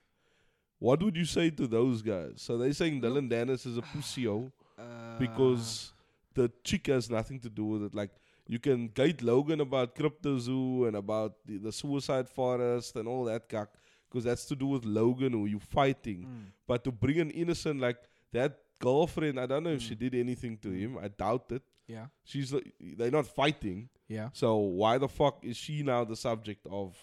Speaker 2: What would you say to those guys? So they're saying Dylan Dennis is a pussy hoe
Speaker 1: Uh,
Speaker 2: because the chick has nothing to do with it. Like you can guide Logan about crypto zoo and about the, the suicide forest and all that cock, because that's to do with Logan who you fighting. But to bring an innocent like that girlfriend, I don't know if she did anything to him. I doubt it.
Speaker 1: Yeah.
Speaker 2: She's like, they're not fighting,
Speaker 1: Yeah.
Speaker 2: so why the fuck is she now the subject of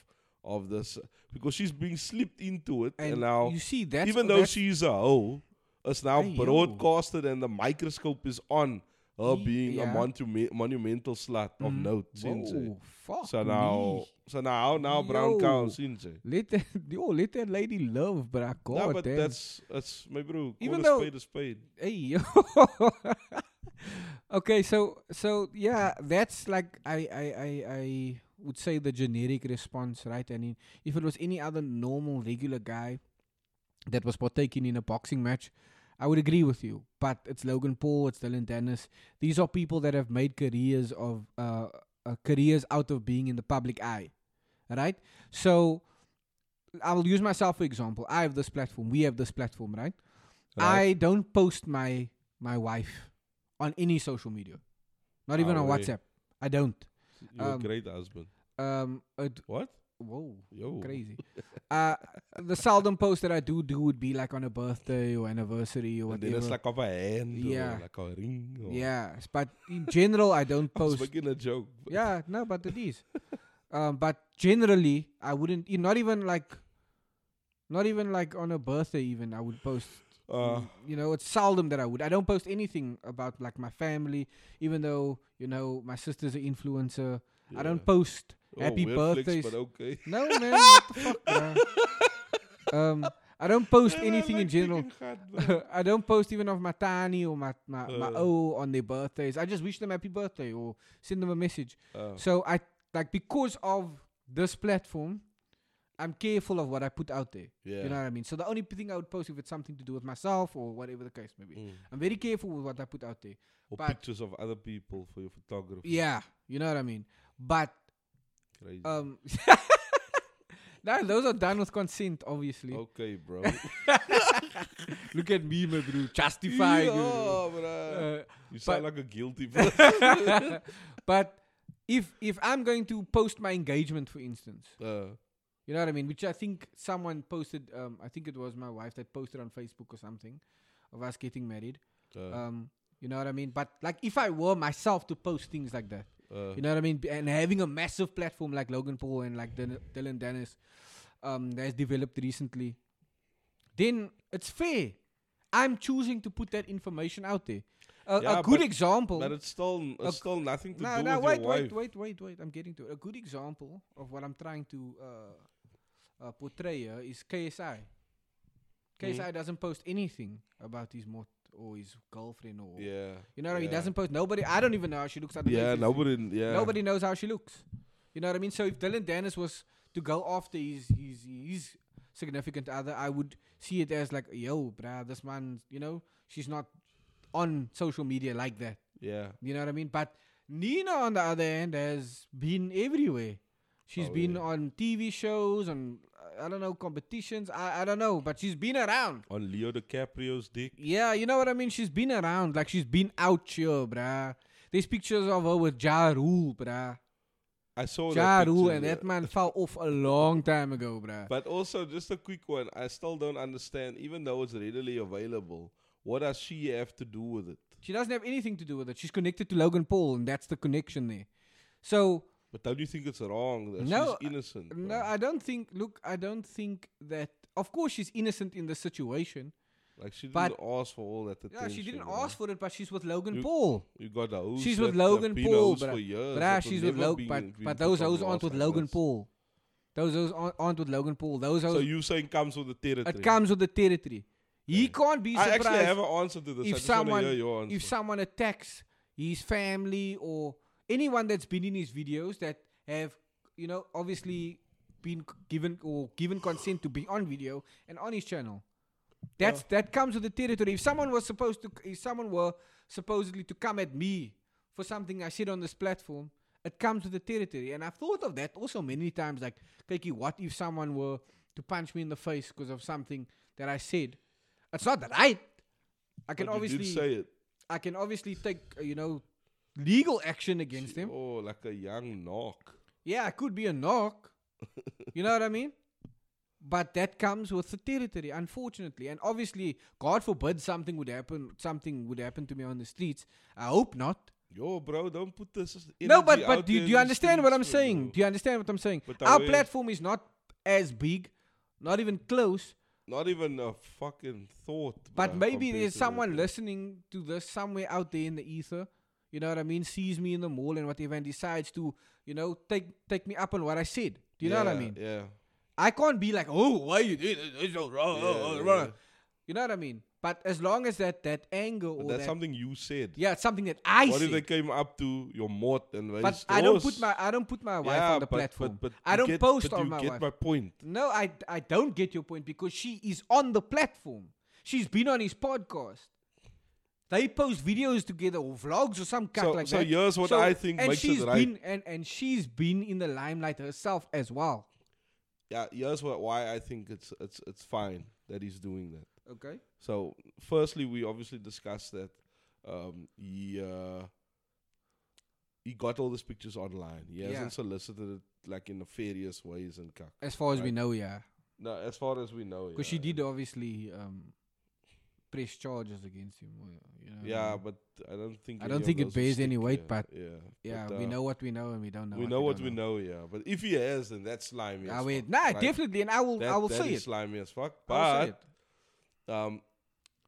Speaker 2: of this? Because she's being slipped into it, and,
Speaker 1: And
Speaker 2: now
Speaker 1: you see that's-
Speaker 2: even though
Speaker 1: that's-
Speaker 2: she's a hoe, it's now
Speaker 1: Hey, yo.
Speaker 2: broadcasted and the microscope is on her
Speaker 1: Ye-
Speaker 2: being a
Speaker 1: yeah.
Speaker 2: monume- monumental slut of note. Since
Speaker 1: Whoa, fuck
Speaker 2: so now
Speaker 1: me.
Speaker 2: So now, now brown cow
Speaker 1: Yo.
Speaker 2: seen say.
Speaker 1: Let that, yo, let that lady love, bruh. God
Speaker 2: No, but
Speaker 1: damn.
Speaker 2: that's that's my bro.
Speaker 1: Even
Speaker 2: Even
Speaker 1: though-
Speaker 2: a spade a spade.
Speaker 1: hey yo. okay, so so yeah, that's like I I I I would say the generic response, right? I mean, if it was any other normal regular guy that was partaking in a boxing match, I would agree with you. But it's Logan Paul, it's Dylan Dennis. These are people that have made careers of uh, uh careers out of being in the public eye, right? So. I will use myself for example. I have this platform. We have this platform, right? I don't post my my wife on any social media, not even on
Speaker 2: Ouwe.
Speaker 1: WhatsApp. I don't. um,
Speaker 2: You're a great husband.
Speaker 1: Um, it,
Speaker 2: What?
Speaker 1: whoa,
Speaker 2: Yo.
Speaker 1: crazy. uh, the seldom post that I do do would be like on a birthday or anniversary or
Speaker 2: And
Speaker 1: whatever.
Speaker 2: then it's like oh. of a hand
Speaker 1: Yeah.
Speaker 2: or like a ring. Or
Speaker 1: yeah, s- but in general, I don't
Speaker 2: I was
Speaker 1: post.
Speaker 2: making a joke. but-
Speaker 1: yeah, no, but it is. Um, but generally, I wouldn't. e- Not even like, not even like on a birthday. Even I would post
Speaker 2: Uh,
Speaker 1: you know, it's seldom that I would. I don't post anything about like my family, even though you know my sister's an influencer. I don't
Speaker 2: yeah.
Speaker 1: post
Speaker 2: Oh,
Speaker 1: happy
Speaker 2: weird flex,
Speaker 1: birthdays.
Speaker 2: but okay.
Speaker 1: no man, what the fuck? bruh? um, I don't post
Speaker 2: Yeah, I
Speaker 1: anything in
Speaker 2: like
Speaker 1: general.
Speaker 2: thinking hard, bro.
Speaker 1: I don't post even of my tani or my my, my
Speaker 2: Uh.
Speaker 1: o on their birthdays. I just wish them happy birthday or send them a message.
Speaker 2: Uh,
Speaker 1: So I like because of this platform, I'm careful of what I put out there.
Speaker 2: yeah.
Speaker 1: You know what I mean? So the only p- thing I would post if it's something to do with myself or whatever the case may be.
Speaker 2: Mm.
Speaker 1: I'm very careful with what I put out there.
Speaker 2: Or
Speaker 1: but-
Speaker 2: pictures of other people for your photography.
Speaker 1: Yeah, you know what I mean? But
Speaker 2: Crazy.
Speaker 1: um now those are done with consent, obviously.
Speaker 2: okay, bro.
Speaker 1: Look at me, my bro, justifying you.
Speaker 2: Yeah, bruh.
Speaker 1: Uh,
Speaker 2: you
Speaker 1: but-
Speaker 2: sound like a guilty person.
Speaker 1: but if if I'm going to post my engagement, for instance,
Speaker 2: Uh,
Speaker 1: You know what I mean? Which I think someone posted. Um, I think it was my wife that posted on Facebook or something of us getting married.
Speaker 2: uh,
Speaker 1: Um, you know what I mean? But like, if I were myself to post things like that,
Speaker 2: uh,
Speaker 1: you know what I mean? B- And having a massive platform like Logan Paul and like Dyn- Dylan Dennis, um, that has developed recently, then it's fair. I'm choosing to put that information out there. A,
Speaker 2: Yeah,
Speaker 1: a good
Speaker 2: but-
Speaker 1: example.
Speaker 2: but it's still it's
Speaker 1: Look,
Speaker 2: still nothing to
Speaker 1: No,
Speaker 2: do
Speaker 1: no,
Speaker 2: with
Speaker 1: wait,
Speaker 2: your wife.
Speaker 1: wait, wait, wait, wait. I'm getting to it. A good example of what I'm trying to uh, uh, portray here is KSI. KSI
Speaker 2: Mm-hmm.
Speaker 1: doesn't post anything about his mot or his girlfriend or
Speaker 2: Yeah.
Speaker 1: you know what I mean. He
Speaker 2: yeah.
Speaker 1: doesn't post. Nobody. I don't even know how she looks. I don't know
Speaker 2: Yeah,
Speaker 1: if it's-
Speaker 2: nobody. Yeah.
Speaker 1: Nobody knows how she looks. You know what I mean. So if Dylan Dennis was to go after his his his significant other, I would see it as like, yo, bruh, this man. You know, she's not on social media like that.
Speaker 2: Yeah.
Speaker 1: You know what I mean? But Nina, on the other hand, has been everywhere. She's
Speaker 2: Oh,
Speaker 1: been
Speaker 2: yeah.
Speaker 1: on TV shows, on uh, I don't know competitions. I I don't know, but she's been around.
Speaker 2: On Leo DiCaprio's dick.
Speaker 1: Yeah, you know what I mean. She's been around, like she's been out here, bruh. There's pictures of her with Ja Rule, bruh.
Speaker 2: I
Speaker 1: Ja
Speaker 2: saw Oh, that.
Speaker 1: Rule,
Speaker 2: picture,
Speaker 1: and
Speaker 2: yeah.
Speaker 1: that man fell off a long time ago, bruh.
Speaker 2: But also, just a quick one. I still don't understand, even though it's readily available, what does she have to do with it?
Speaker 1: She doesn't have anything to do with it. She's connected to Logan Paul, and that's the connection there. So
Speaker 2: But don't you think it's wrong that
Speaker 1: No,
Speaker 2: she's innocent?
Speaker 1: No,
Speaker 2: bro?
Speaker 1: I don't think. Look, I don't think that. Of course, she's innocent in this situation.
Speaker 2: like she didn't
Speaker 1: but-
Speaker 2: ask for all that attention.
Speaker 1: Yeah, she didn't
Speaker 2: bro.
Speaker 1: ask for it, but she's with Logan
Speaker 2: You-
Speaker 1: Paul.
Speaker 2: You got the hoes
Speaker 1: She's
Speaker 2: that
Speaker 1: with Logan
Speaker 2: have been
Speaker 1: Paul,
Speaker 2: hoes
Speaker 1: but
Speaker 2: for years.
Speaker 1: but
Speaker 2: that
Speaker 1: ah,
Speaker 2: will
Speaker 1: she's with
Speaker 2: never
Speaker 1: Logan.
Speaker 2: be-
Speaker 1: But,
Speaker 2: be
Speaker 1: but
Speaker 2: put
Speaker 1: those
Speaker 2: on
Speaker 1: hoes
Speaker 2: blast
Speaker 1: aren't with
Speaker 2: like
Speaker 1: Logan
Speaker 2: this.
Speaker 1: Paul. Those hoes aren't- aren't with Logan Paul. Those
Speaker 2: So
Speaker 1: hoes.
Speaker 2: you saying comes with the territory?
Speaker 1: it comes with the territory. He can't be
Speaker 2: I actually have
Speaker 1: surprised
Speaker 2: an answer to this. I
Speaker 1: if
Speaker 2: just want
Speaker 1: someone
Speaker 2: to hear your answer.
Speaker 1: if someone attacks his family or anyone that's been in his videos that have you know obviously been c- given or given consent to be on video and on his channel.
Speaker 2: Oh.
Speaker 1: That's that comes with the territory. If someone was supposed to, if someone were supposedly to come at me for something I said on this platform, it comes with the territory. And I've thought of that also many times. Like, Kiki, what if someone were to punch me in the face because of something that I said? It's not right. I can
Speaker 2: But you
Speaker 1: obviously
Speaker 2: did say it.
Speaker 1: I can obviously take uh, you know legal action against him.
Speaker 2: Oh, like a young knock.
Speaker 1: Yeah, it could be a knock. you know what I mean? But that comes with the territory, unfortunately. And obviously, God forbid something would happen. Something would happen to me on the streets. I hope not.
Speaker 2: Yo, bro, don't put this.
Speaker 1: no,
Speaker 2: energy
Speaker 1: but
Speaker 2: out
Speaker 1: but do,
Speaker 2: there
Speaker 1: you-
Speaker 2: in
Speaker 1: do you
Speaker 2: the
Speaker 1: understand what I'm
Speaker 2: streets, bro.
Speaker 1: saying? Do you understand what I'm saying?
Speaker 2: But
Speaker 1: Our
Speaker 2: away-
Speaker 1: platform is not as big, not even close.
Speaker 2: Not even a fucking thought.
Speaker 1: But
Speaker 2: bruh,
Speaker 1: maybe
Speaker 2: compared
Speaker 1: there's
Speaker 2: to
Speaker 1: someone
Speaker 2: that.
Speaker 1: listening to this somewhere out there in the ether. you know what I mean, sees me in the mall and whatever, and decides to, you know, take take me up on what I said. Do you know what I
Speaker 2: Yeah,
Speaker 1: mean?
Speaker 2: Yeah.
Speaker 1: I can't be like, oh, why you did it? It's so wrong. oh,
Speaker 2: Yeah,
Speaker 1: oh,
Speaker 2: yeah.
Speaker 1: wrong." You know what I mean? But as long as that that anger or
Speaker 2: But that's
Speaker 1: that,
Speaker 2: something you said.
Speaker 1: yeah, it's something that I
Speaker 2: what if
Speaker 1: said.
Speaker 2: they came up to your mort and they "Oh,
Speaker 1: But I don't put my I don't put my wife on the
Speaker 2: but,
Speaker 1: platform.
Speaker 2: But, but
Speaker 1: I
Speaker 2: you
Speaker 1: don't
Speaker 2: get,
Speaker 1: post
Speaker 2: but
Speaker 1: on
Speaker 2: you
Speaker 1: my
Speaker 2: get
Speaker 1: wife.
Speaker 2: my point.
Speaker 1: No, I I don't get your point because she is on the platform. She's been on his podcast. They post videos together or vlogs or some kind
Speaker 2: So-
Speaker 1: like
Speaker 2: so
Speaker 1: that.
Speaker 2: here's what I think
Speaker 1: and
Speaker 2: makes it
Speaker 1: she's
Speaker 2: right.
Speaker 1: Been, and and she's been in the limelight herself as well.
Speaker 2: Yeah, here's what, why I think it's it's it's fine that he's doing that.
Speaker 1: Okay.
Speaker 2: So, firstly, we obviously discussed that um, he uh, he got all these pictures online. He
Speaker 1: Yeah.
Speaker 2: hasn't solicited it like in nefarious ways and cuck.
Speaker 1: As far as we
Speaker 2: Right.
Speaker 1: know, yeah,
Speaker 2: No, as far as we know,
Speaker 1: because she
Speaker 2: yeah.
Speaker 1: did obviously um, press charges against him. or, You know,
Speaker 2: Yeah, but I don't think
Speaker 1: I don't
Speaker 2: any of
Speaker 1: think it
Speaker 2: those will
Speaker 1: bears any
Speaker 2: stick,
Speaker 1: weight,
Speaker 2: yeah,
Speaker 1: but
Speaker 2: yeah,
Speaker 1: yeah,
Speaker 2: But,
Speaker 1: we
Speaker 2: uh,
Speaker 1: know what we know and we don't know.
Speaker 2: we
Speaker 1: what
Speaker 2: know
Speaker 1: we
Speaker 2: what
Speaker 1: don't
Speaker 2: we know, yeah. But if he has, then that's slimy.
Speaker 1: I
Speaker 2: as
Speaker 1: mean,
Speaker 2: fuck,
Speaker 1: nah,
Speaker 2: right?
Speaker 1: definitely, and I will
Speaker 2: That,
Speaker 1: I will
Speaker 2: that
Speaker 1: say
Speaker 2: is
Speaker 1: it.
Speaker 2: slimy as fuck.
Speaker 1: I will say it.
Speaker 2: But um,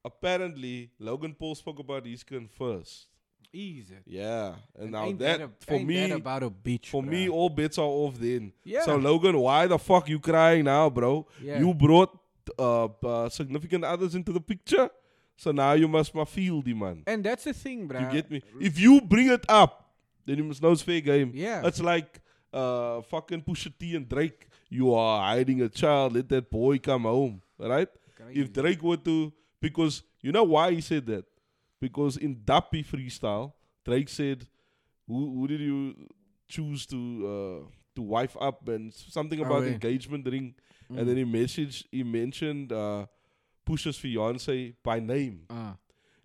Speaker 2: apparently, Logan Paul spoke about his con first.
Speaker 1: Easy.
Speaker 2: Yeah, and, now
Speaker 1: Ain't
Speaker 2: that,
Speaker 1: a-
Speaker 2: for
Speaker 1: ain't that
Speaker 2: me,
Speaker 1: about a beach
Speaker 2: for me,
Speaker 1: bruh.
Speaker 2: all bets are off then.
Speaker 1: Yeah.
Speaker 2: So Logan, why the fuck you crying now, bro?
Speaker 1: Yeah.
Speaker 2: You brought uh, uh, significant others into the picture, so now you must my field, the man.
Speaker 1: and that's the thing, bro.
Speaker 2: You get me? If you bring it up, then you must know it's fair game.
Speaker 1: Yeah.
Speaker 2: It's like uh, fucking Pusha T and Drake. You are hiding a child. Let that boy come home. Right? If Drake were to, because you know why he said that? Because in Dappy freestyle, Drake said, "Who, who did you choose to uh, to wife up?" and s- something
Speaker 1: Oh,
Speaker 2: about
Speaker 1: yeah. Mm.
Speaker 2: engagement ring. And then he messaged, he mentioned uh, Pusha's fiance by name.
Speaker 1: Uh,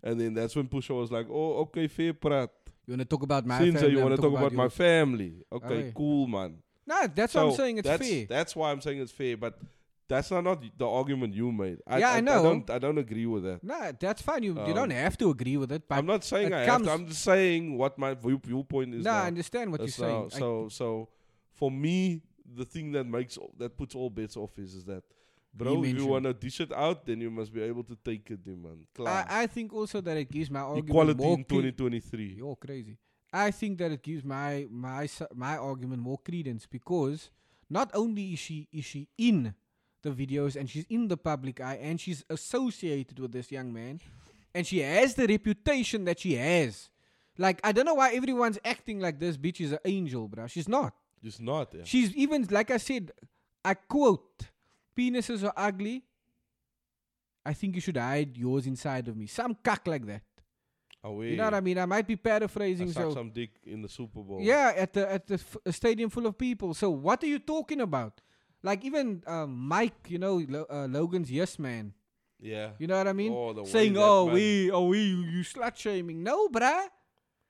Speaker 2: And then that's when Pusha was like, oh, okay, fair prat.
Speaker 1: you want to talk about my
Speaker 2: Since uh,
Speaker 1: family?
Speaker 2: you
Speaker 1: I'm
Speaker 2: want to talk about, my
Speaker 1: yours.
Speaker 2: family. Okay,
Speaker 1: Aye.
Speaker 2: cool, man.
Speaker 1: No, that's what I'm saying. It's
Speaker 2: that's,
Speaker 1: fair.
Speaker 2: That's why I'm saying it's fair, but that's not, not the argument you made. I,
Speaker 1: Yeah, I know.
Speaker 2: I don't, I don't agree with that.
Speaker 1: no, that's fine. You, you
Speaker 2: Um,
Speaker 1: don't have to agree with it, but
Speaker 2: I'm not saying
Speaker 1: it
Speaker 2: I have
Speaker 1: comes-
Speaker 2: to. I'm just saying what my view, viewpoint is.
Speaker 1: no,
Speaker 2: now.
Speaker 1: I understand what you're
Speaker 2: That's now-
Speaker 1: saying. I-
Speaker 2: so, so for me, the thing that makes all- that puts all bets off is, is that, bro, if you
Speaker 1: mentioned-
Speaker 2: want to dish it out, then you must be able to take it, then, man.
Speaker 1: I,
Speaker 2: Klaar.
Speaker 1: I think also that it gives my argument
Speaker 2: Equality
Speaker 1: more
Speaker 2: in
Speaker 1: cre-
Speaker 2: 2023.
Speaker 1: You're crazy. I think that it gives my my s- my argument more credence because not only is she is she in the videos and she's in the public eye and she's associated with this young man and she has the reputation that she has. Like I don't know why everyone's acting like this bitch is an angel, bruh. She's not.
Speaker 2: Just not. Yeah.
Speaker 1: She's even like I said, I quote, penises are ugly. I think you should hide yours inside of me. Some cuck like that.
Speaker 2: Away.
Speaker 1: You know what I mean? I might be paraphrasing.
Speaker 2: I suck
Speaker 1: so
Speaker 2: some dick in the Super Bowl.
Speaker 1: yeah, at the at the f- a stadium full of people. So what are you talking about? Like even um, Mike, you know Lo- uh, Logan's yes man.
Speaker 2: Yeah.
Speaker 1: You know what I mean?
Speaker 2: Oh, the way
Speaker 1: Saying,
Speaker 2: that
Speaker 1: "Oh,
Speaker 2: man-
Speaker 1: we, oh we, you, you slut shaming." No, bruh.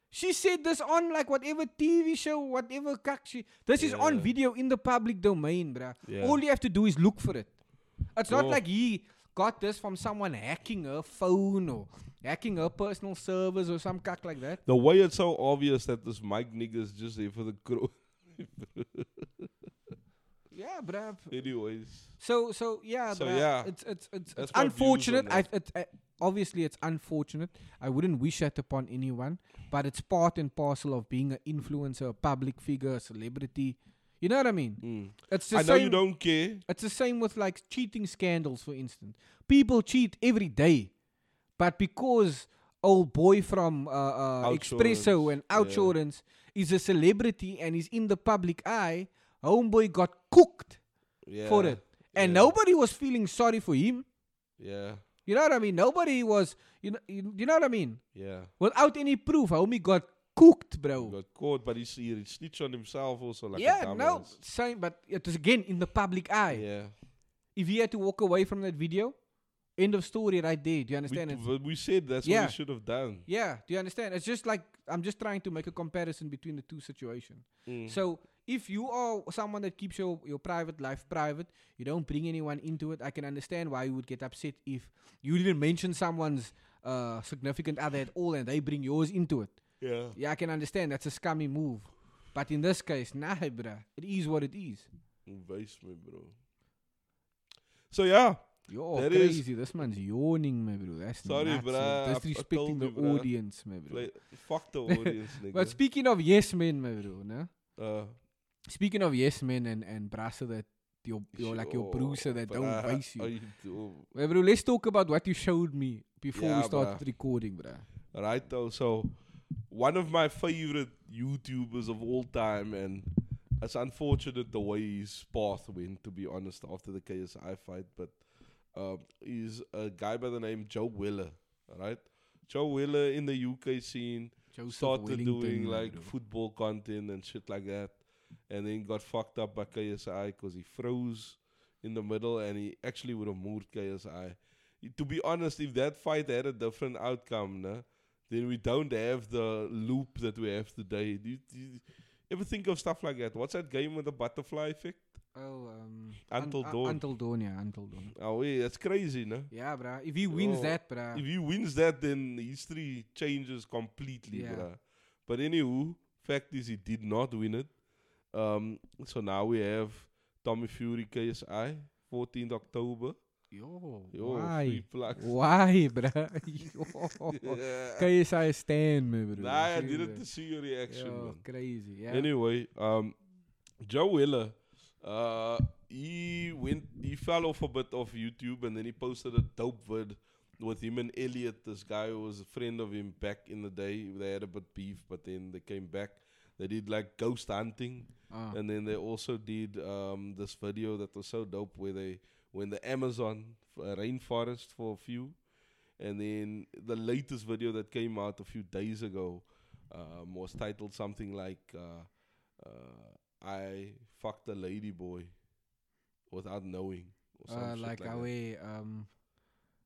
Speaker 1: She said this on like whatever TV show, whatever cuck she. This is on
Speaker 2: Yeah.
Speaker 1: video in the public domain, bruh.
Speaker 2: Yeah.
Speaker 1: All you have to do is look for it. It's not
Speaker 2: Oh.
Speaker 1: like he got this from someone hacking her phone or hacking her personal servers or some cuck like that.
Speaker 2: The way it's so obvious that this Mike nigga's just there for the crew.
Speaker 1: Yeah, bruh.
Speaker 2: Anyways.
Speaker 1: So so yeah,
Speaker 2: So,
Speaker 1: bruh,
Speaker 2: yeah.
Speaker 1: it's it's it's, it's
Speaker 2: That's my views on
Speaker 1: unfortunate. I,
Speaker 2: that.
Speaker 1: it, I obviously it's unfortunate. I wouldn't wish that upon anyone, but it's part and parcel of being an influencer, a public figure, a celebrity. You know what I mean?
Speaker 2: Mm.
Speaker 1: It's the
Speaker 2: I know
Speaker 1: same.
Speaker 2: you don't care.
Speaker 1: it's the same with like cheating scandals, for instance. People cheat every day, but because old boy from uh, uh, Espresso
Speaker 2: Outsurance,
Speaker 1: and
Speaker 2: yeah.
Speaker 1: Outsurance is a celebrity and is in the public eye, homeboy got cooked
Speaker 2: Yeah.
Speaker 1: for it. And
Speaker 2: yeah,
Speaker 1: nobody was feeling sorry for him.
Speaker 2: Yeah.
Speaker 1: You know what I mean? Nobody was, you know, you, you know what I mean?
Speaker 2: Yeah.
Speaker 1: Without any proof, homie got cooked,
Speaker 2: He
Speaker 1: bro.
Speaker 2: got caught, but he's, he snitched on himself also. Like a
Speaker 1: yeah, no,
Speaker 2: dumbass.
Speaker 1: same, but it was again in the public eye.
Speaker 2: Yeah.
Speaker 1: If he had to walk away from that video, end of story right there. Do you
Speaker 2: We,
Speaker 1: understand? It's-
Speaker 2: but we said that's
Speaker 1: Yeah.
Speaker 2: what we should have done.
Speaker 1: yeah, do you understand? It's just like, I'm just trying to make a comparison between the two situations.
Speaker 2: Mm.
Speaker 1: So if you are someone that keeps your, your private life private, you don't bring anyone into it, I can understand why you would get upset if you didn't mention someone's uh, significant other at all and they bring yours into it.
Speaker 2: yeah.
Speaker 1: Yeah, I can understand. That's a scummy move. But in this case, nah, bruh. It is what it is.
Speaker 2: Invest me, bro. So yeah,
Speaker 1: Yo,
Speaker 2: There is-
Speaker 1: crazy. This man's yawning, my bro. That's
Speaker 2: Sorry,
Speaker 1: nuts,
Speaker 2: bruh. I've- I
Speaker 1: Disrespecting
Speaker 2: told
Speaker 1: the
Speaker 2: you, bruh.
Speaker 1: audience, my bro.
Speaker 2: Play, fuck the audience, nigga.
Speaker 1: But speaking of yes men, my bro, nah?
Speaker 2: uh,
Speaker 1: Speaking of yes men and and brasse that your your like your bruiser that don't
Speaker 2: bruh,
Speaker 1: vice you.
Speaker 2: are do-
Speaker 1: My bro, let's talk about what you showed me before
Speaker 2: Yeah,
Speaker 1: we started
Speaker 2: bruh.
Speaker 1: recording, bruh.
Speaker 2: Right though, so one of my favorite YouTubers of all time, and it's unfortunate the way his path went. To be honest, after the KSI fight, but um, is a guy by the name Joe Willer. Right, Joe Willer in the UK scene
Speaker 1: Joseph
Speaker 2: started
Speaker 1: Wellington,
Speaker 2: doing
Speaker 1: my
Speaker 2: like
Speaker 1: bro.
Speaker 2: football content and shit like that, and then got fucked up by KSI because he froze in the middle, and he actually would have moved KSI. I- To be honest, if that fight had a different outcome, nah, then we don't have the loop that we have today. Do you, do you ever think of stuff like that? What's that game with the butterfly effect?
Speaker 1: Oh, um,
Speaker 2: Until
Speaker 1: un-
Speaker 2: Dawn.
Speaker 1: Until dawn, yeah, until dawn.
Speaker 2: Oh, yeah, that's crazy, no?
Speaker 1: Yeah, bruh. If he wins
Speaker 2: Oh,
Speaker 1: that, bruh.
Speaker 2: If he wins that, then history changes completely,
Speaker 1: Yeah.
Speaker 2: bruh. But anywho, fact is he did not win it. Um, so now we have Tommy Fury KSI, 14th October.
Speaker 1: Yo,
Speaker 2: Yo,
Speaker 1: why?
Speaker 2: free plugs.
Speaker 1: Why, bruh? Yo.
Speaker 2: Yeah.
Speaker 1: KSI stand, my bro.
Speaker 2: Nah, I
Speaker 1: Seriously.
Speaker 2: did it to see your reaction,
Speaker 1: Yo,
Speaker 2: man.
Speaker 1: crazy. Yeah.
Speaker 2: Anyway, um, Joe Willer, uh, he went, he fell off a bit of YouTube, and then he posted a dope vid with him and Elliot. This guy who was a friend of him back in the day. They had a bit beef, but then they came back. They did like ghost hunting,
Speaker 1: Ah.
Speaker 2: and then they also did um, this video that was so dope where they went the Amazon uh, rainforest for a few, and then the latest video that came out a few days ago um, was titled something like uh, uh, "I fucked a lady boy without knowing." Or some
Speaker 1: Uh,
Speaker 2: shit
Speaker 1: like,
Speaker 2: like
Speaker 1: our
Speaker 2: that.
Speaker 1: way, um,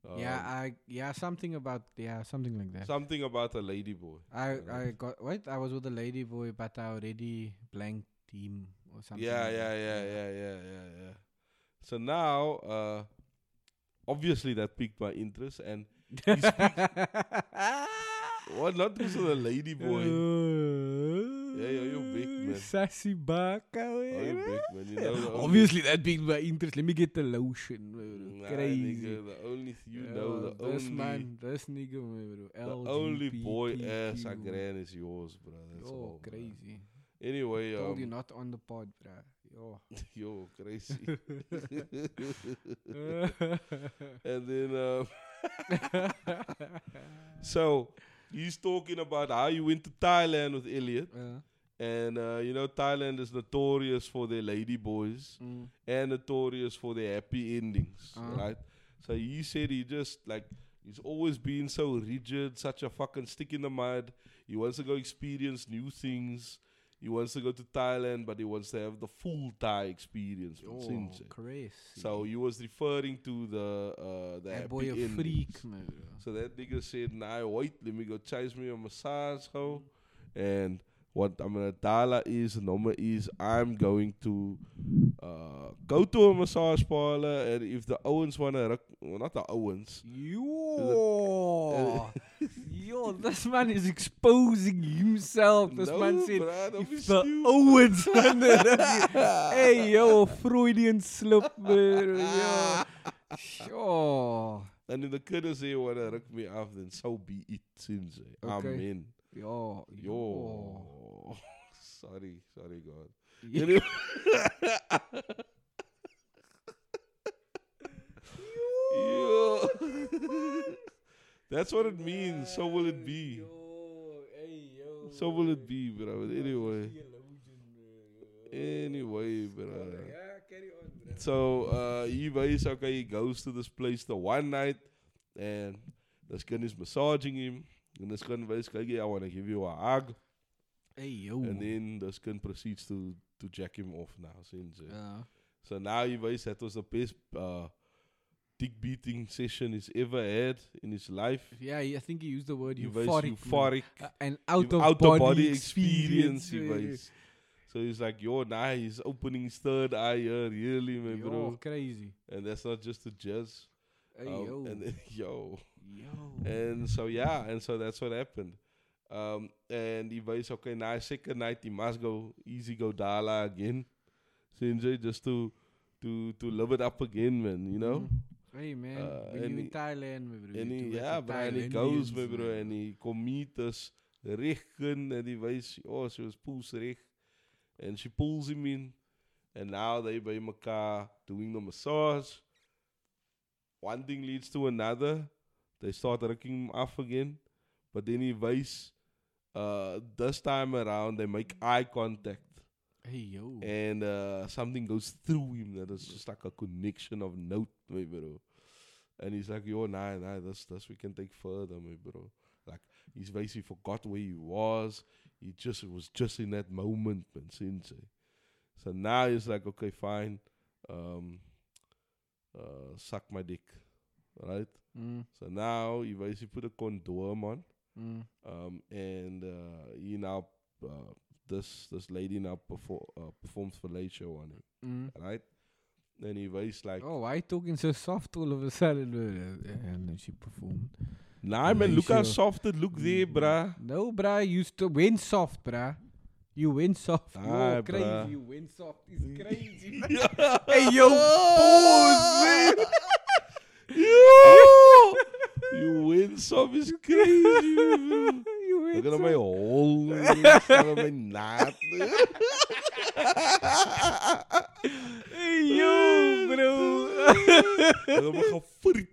Speaker 2: Um,
Speaker 1: yeah, I, yeah, something about, yeah, something like that.
Speaker 2: something about a lady boy.
Speaker 1: I,
Speaker 2: Alright.
Speaker 1: I got wait. I was with a lady boy, but I already blanked him or something.
Speaker 2: Yeah,
Speaker 1: like
Speaker 2: yeah,
Speaker 1: that.
Speaker 2: yeah, yeah, yeah, yeah, yeah. So now, uh, obviously, that piqued my interest, and well, not because of the lady boy. Yeah, yeah, you're big, man.
Speaker 1: Sassy baka, eh?
Speaker 2: Oh, you big man. You know the only-
Speaker 1: Obviously, that piqued my interest. Let me get the lotion. bro.
Speaker 2: Nah,
Speaker 1: Crazy.
Speaker 2: nigga, the only you
Speaker 1: Yeah,
Speaker 2: know the
Speaker 1: this
Speaker 2: only
Speaker 1: man, this nigga, man, bro.
Speaker 2: the only boy ass Oh, I
Speaker 1: LGBTQ.
Speaker 2: gran is yours, bro. That's all.
Speaker 1: Yo,
Speaker 2: bruh.
Speaker 1: crazy.
Speaker 2: Anyway, um,
Speaker 1: Told you not on the pod, bruh. Yo.
Speaker 2: Yo, crazy. and then, um, so he's talking about how you went to Thailand with Elliot,
Speaker 1: Uh,
Speaker 2: and uh, you know Thailand is notorious for their lady boys
Speaker 1: mm.
Speaker 2: and notorious for their happy endings,
Speaker 1: Uh-huh.
Speaker 2: right? So he said he just like he's always been so rigid, such a fucking stick in the mud. He wants to go experience new things. He wants to go to Thailand, but he wants to have the full Thai experience. man,
Speaker 1: Yo,
Speaker 2: sensei.
Speaker 1: crazy.
Speaker 2: So he was referring to the uh, the
Speaker 1: that
Speaker 2: happy
Speaker 1: boy a
Speaker 2: endings.
Speaker 1: freak, man.
Speaker 2: So that nigga said, "Nah, wait, let me go chase me a massage hoe, and what I'm gonna dollar is number is I'm going to uh, go to a massage parlor, and if the Owens wanna, ruk- well, not the Owens,
Speaker 1: Yo, yo, this man is exposing himself. This
Speaker 2: No,
Speaker 1: man said,
Speaker 2: bruh, don't be
Speaker 1: if the
Speaker 2: stupid."
Speaker 1: Owens van der Rugby- Hey, yo, Freudian slip, man. Yo. Sure.
Speaker 2: and if the kiddos here wanna ruk me off, then so be it, Sinze.
Speaker 1: Okay.
Speaker 2: Amen.
Speaker 1: Yo, yo.
Speaker 2: Yo, sorry, sorry, God.
Speaker 1: Yo.
Speaker 2: Anyway- Yo. That's what it means. So will it be.
Speaker 1: Yo, hey, yo.
Speaker 2: So will it be, bro. But anyway,
Speaker 1: Theologian,
Speaker 2: anyway, bro.
Speaker 1: man. Yeah, carry on, man.
Speaker 2: So uh, he basically okay, he goes to this place the one night, and this gun is massaging him. And this gun basically, okay, I want to give you a hug,
Speaker 1: Hey, yo.
Speaker 2: and then this gun proceeds to to jack him off now. Since uh,
Speaker 1: Uh,
Speaker 2: So now he weiss that was the best uh, dick beating session he's ever had in his life.
Speaker 1: yeah, I think he used the word
Speaker 2: He
Speaker 1: euphoric.
Speaker 2: weiss
Speaker 1: man.
Speaker 2: euphoric,
Speaker 1: Uh, an out
Speaker 2: out of,
Speaker 1: of, eh.
Speaker 2: body, experience, he
Speaker 1: yeah, yeah.
Speaker 2: weiss. So he's like, yo, nah, he's opening his third eye here, really, man,
Speaker 1: Yo,
Speaker 2: bro.
Speaker 1: crazy.
Speaker 2: And that's not just the jazz.
Speaker 1: Hey,
Speaker 2: Um,
Speaker 1: yo.
Speaker 2: And then, yo.
Speaker 1: yo.
Speaker 2: And so, yeah, and so that's what happened. Um, and he weiss, okay, now second night, he must go easy go Dala again. Sinjay, just to, to, to live it up again, man, you know?
Speaker 1: Mhm. Hey man,
Speaker 2: Uh,
Speaker 1: when you
Speaker 2: any-
Speaker 1: in Thailand, my bro. you
Speaker 2: En
Speaker 1: do
Speaker 2: die,
Speaker 1: it
Speaker 2: ja,
Speaker 1: with
Speaker 2: bro, en die goes,
Speaker 1: Thailandians,
Speaker 2: my bro.
Speaker 1: man.
Speaker 2: En die comitas richten. En die wees, oh, ze was pools richt. En she pulls him in. And now they bij elkaar doing the massage. One thing leads to another. They start rucking him off again. But then he wees, uh, this time around, they make eye contact.
Speaker 1: Hey yo.
Speaker 2: And uh, something goes through him that is just like a connection of note, my bro. And he's like, yo, nah, nah, that's that's we can take further, my bro. Like he's basically forgot where he was. He just was just in that moment, man, since. eh. So now he's like, okay, fine. Um uh suck my dick. Right?
Speaker 1: Mm,
Speaker 2: So now he basically put a condom on.
Speaker 1: mm.
Speaker 2: Um, and uh, he now uh, this this lady now perform uh, performs fellatio on him,
Speaker 1: Mm.
Speaker 2: right? Then he was like,
Speaker 1: oh, why you talking so soft all of a sudden? bro? And then she performed.
Speaker 2: "Nah, man, look how
Speaker 1: fellatio.
Speaker 2: soft it look there, bruh."
Speaker 1: No, bruh, you still win soft, bruh. You win soft.
Speaker 2: Ah,
Speaker 1: You're crazy.
Speaker 2: bruh.
Speaker 1: You win soft. It's crazy. man.
Speaker 2: hey,
Speaker 1: yo, pause,
Speaker 2: Oh. yo, you win some is crazy. bro.
Speaker 1: you win
Speaker 2: Look at
Speaker 1: soft.
Speaker 2: my hole, look at my nut.
Speaker 1: Hey, yo, bro.
Speaker 2: Look at my gefrit.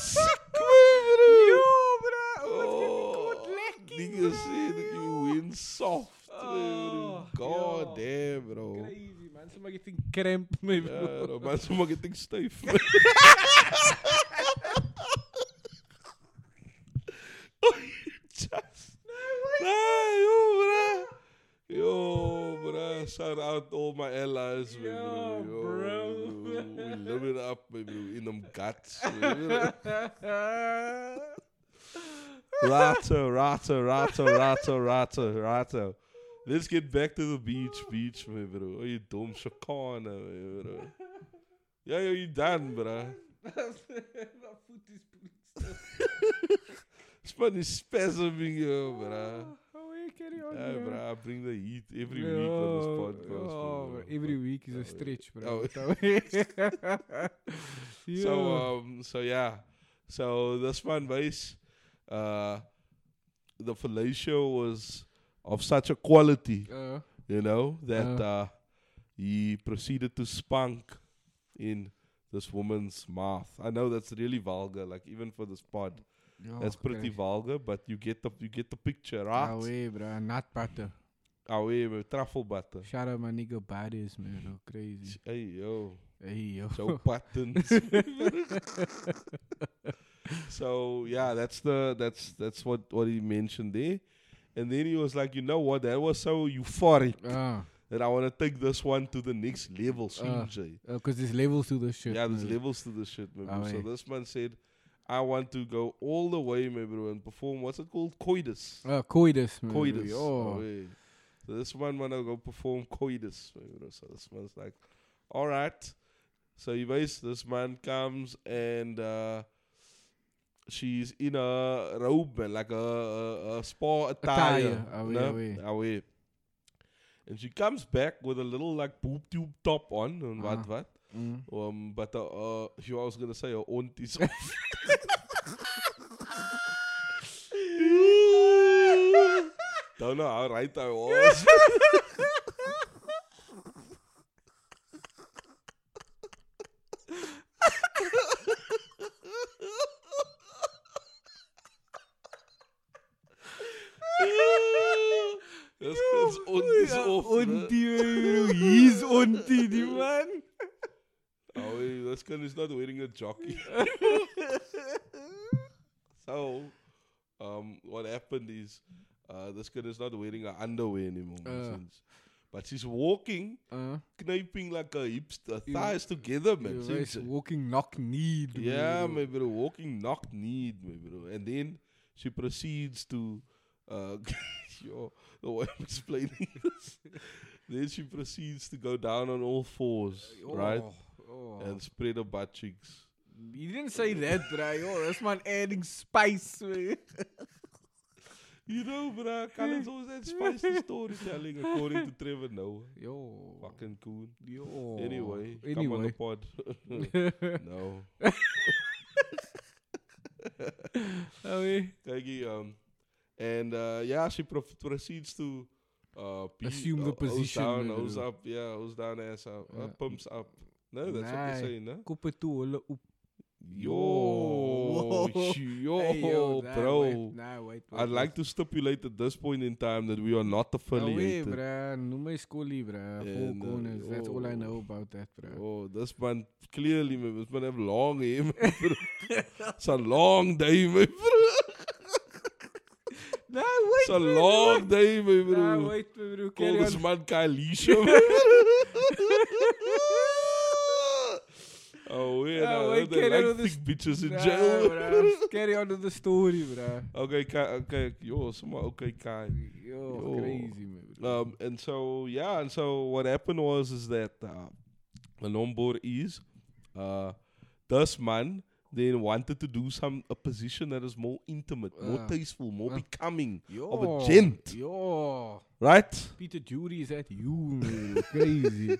Speaker 2: Sick,
Speaker 1: yo,
Speaker 2: man,
Speaker 1: bruh. Oh, it's getting caught lacking,
Speaker 2: Nigga
Speaker 1: bruh.
Speaker 2: said you win soft.
Speaker 1: Oh,
Speaker 2: bro. God
Speaker 1: yo.
Speaker 2: damn, bro.
Speaker 1: Crazy, man. Somebody getting cramp, my
Speaker 2: Ja,
Speaker 1: bro.
Speaker 2: bro, maar sommige dingen stijf. Just. Nee, joh, bro. Yo, bro. Shout out all my allies, my bro.
Speaker 1: Yo,
Speaker 2: Yo,
Speaker 1: bro.
Speaker 2: bro. We live it up, my bro. In them guts. my bro. Rato, rato, rato, rato, rato, rato. Let's get back to the beach, beach, my bro. Oh, you dumb chicana, my bro. Yeah, yo, you done, bro.
Speaker 1: My foot is
Speaker 2: This man is spasming, yo, bro.
Speaker 1: Oh, hey, carry on,
Speaker 2: Yeah,
Speaker 1: bro.
Speaker 2: bro, I bring the heat every week on this podcast.
Speaker 1: Oh,
Speaker 2: bro.
Speaker 1: bro, every week is
Speaker 2: Oh,
Speaker 1: a stretch,
Speaker 2: oh.
Speaker 1: bro. yeah.
Speaker 2: So, um, so yeah. So this man base, uh, the fellatio was of such a quality.
Speaker 1: uh,
Speaker 2: you know, that
Speaker 1: Yeah.
Speaker 2: uh, he proceeded to spunk in this woman's mouth. I know that's really vulgar, like even for this pod, that's pretty vulgar. But you get the you get the picture,
Speaker 1: Ah,
Speaker 2: right?
Speaker 1: way, bro. Not butter.
Speaker 2: Away with truffle butter.
Speaker 1: Shout out my nigga Bodies, man. Bro. Crazy.
Speaker 2: Hey yo,
Speaker 1: Hey, yo.
Speaker 2: Joe Buttons. so yeah, that's the that's that's what what he mentioned there. And then he was like, you know what? That was so euphoric
Speaker 1: Ah,
Speaker 2: that I want to take this one to the next level,
Speaker 1: Ah.
Speaker 2: CJ.
Speaker 1: because there's levels to this shit.
Speaker 2: Yeah, there's
Speaker 1: man.
Speaker 2: levels to this shit, man. bro.
Speaker 1: Ah,
Speaker 2: so
Speaker 1: wait.
Speaker 2: this man said, I want to go all the way, man, bro, and perform what's it called? Coitus.
Speaker 1: Uh, coitus, man. bro.
Speaker 2: coitus.
Speaker 1: Oh.
Speaker 2: Away. So this man wanna go perform coitus, man, bro. So this man's like, All right. So he base this man comes and uh she's in a robe, man, like a, a, a spa attire.
Speaker 1: Attire. Away,
Speaker 2: no?
Speaker 1: away.
Speaker 2: Away. And she comes back with a little like boob tube top on and what
Speaker 1: Ah.
Speaker 2: what.
Speaker 1: Mm.
Speaker 2: Um, but uh, uh, if you I was gonna say her aunt is off. Don't know how right I was. This kid's aunt is
Speaker 1: Ja,
Speaker 2: off. man.
Speaker 1: Ontie, bro. He's ontie, die man.
Speaker 2: Oh, hey, this guy is not wearing a jockey. so, um, what happened is, uh, this girl is not wearing her underwear anymore.
Speaker 1: Uh.
Speaker 2: since- but she's walking,
Speaker 1: Uh,
Speaker 2: kniping like her hips, her
Speaker 1: You-
Speaker 2: thighs together, man.
Speaker 1: you guys
Speaker 2: since-
Speaker 1: walking knock knee.
Speaker 2: yeah, my bro, walking knock kneed, my bro. And then she proceeds to, uh, yo, the way I'm explaining this. then she proceeds to go down on all fours, right?
Speaker 1: Oh.
Speaker 2: And spread her butt cheeks.
Speaker 1: You didn't say that, bro. Yo, that's man adding spice. man.
Speaker 2: You know, bruh, Cullen's always had spicy storytelling according to Trevor Noah.
Speaker 1: Yo.
Speaker 2: Fucking coon.
Speaker 1: Yo.
Speaker 2: Anyway, come on the
Speaker 1: Anyway.
Speaker 2: pod. no.
Speaker 1: Sorry.
Speaker 2: Keggy, um, and uh, yeah, she prof- proceeds to uh, be-
Speaker 1: Assume the
Speaker 2: uh, hose
Speaker 1: position,
Speaker 2: down,
Speaker 1: bedoel.
Speaker 2: hose up, yeah, hose down, ass up, uh,
Speaker 1: Ja.
Speaker 2: pumps up. No, that's what
Speaker 1: Nee.
Speaker 2: they say, no?
Speaker 1: Koppe toe hulle op.
Speaker 2: Yo,
Speaker 1: Wow.
Speaker 2: yo,
Speaker 1: Hey, yo, nah,
Speaker 2: Oh, bro.
Speaker 1: wait, nah, wait, wait,
Speaker 2: I'd like to stipulate at this point in time that we are not
Speaker 1: Away,
Speaker 2: affiliated.
Speaker 1: bruh. Noem my schoolie, bruh. Four
Speaker 2: En, eh,
Speaker 1: corners. That's all I
Speaker 2: oh.
Speaker 1: know about that, bruh.
Speaker 2: oh, this man clearly, man, this man have long hair. man, bro. it's a long day, man, bro.
Speaker 1: Nah, wait.
Speaker 2: It's a long day, my
Speaker 1: Nah,
Speaker 2: é bro.
Speaker 1: wait, my bro.
Speaker 2: Call
Speaker 1: Ja, Carry
Speaker 2: this
Speaker 1: on.
Speaker 2: man Kalisha. oh, yeah,
Speaker 1: Ah,
Speaker 2: no,
Speaker 1: wait,
Speaker 2: they
Speaker 1: carry on
Speaker 2: like
Speaker 1: with
Speaker 2: thick
Speaker 1: this-
Speaker 2: bitches in
Speaker 1: Nah,
Speaker 2: jail.
Speaker 1: bruh. Carry on with the story, bruh.
Speaker 2: okay, Kai, okay, yo, someone, okay, Kai.
Speaker 1: Yo,
Speaker 2: Yo.
Speaker 1: crazy, man. bro.
Speaker 2: Um, and so yeah, and so what happened was is that uh, Lombor is uh, this man then wanted to do some a position that is more intimate, more
Speaker 1: Ah.
Speaker 2: tasteful, more
Speaker 1: Ah.
Speaker 2: becoming
Speaker 1: Yo.
Speaker 2: of a gent,
Speaker 1: Yo.
Speaker 2: right?
Speaker 1: Peter Judy is at you, man. Crazy.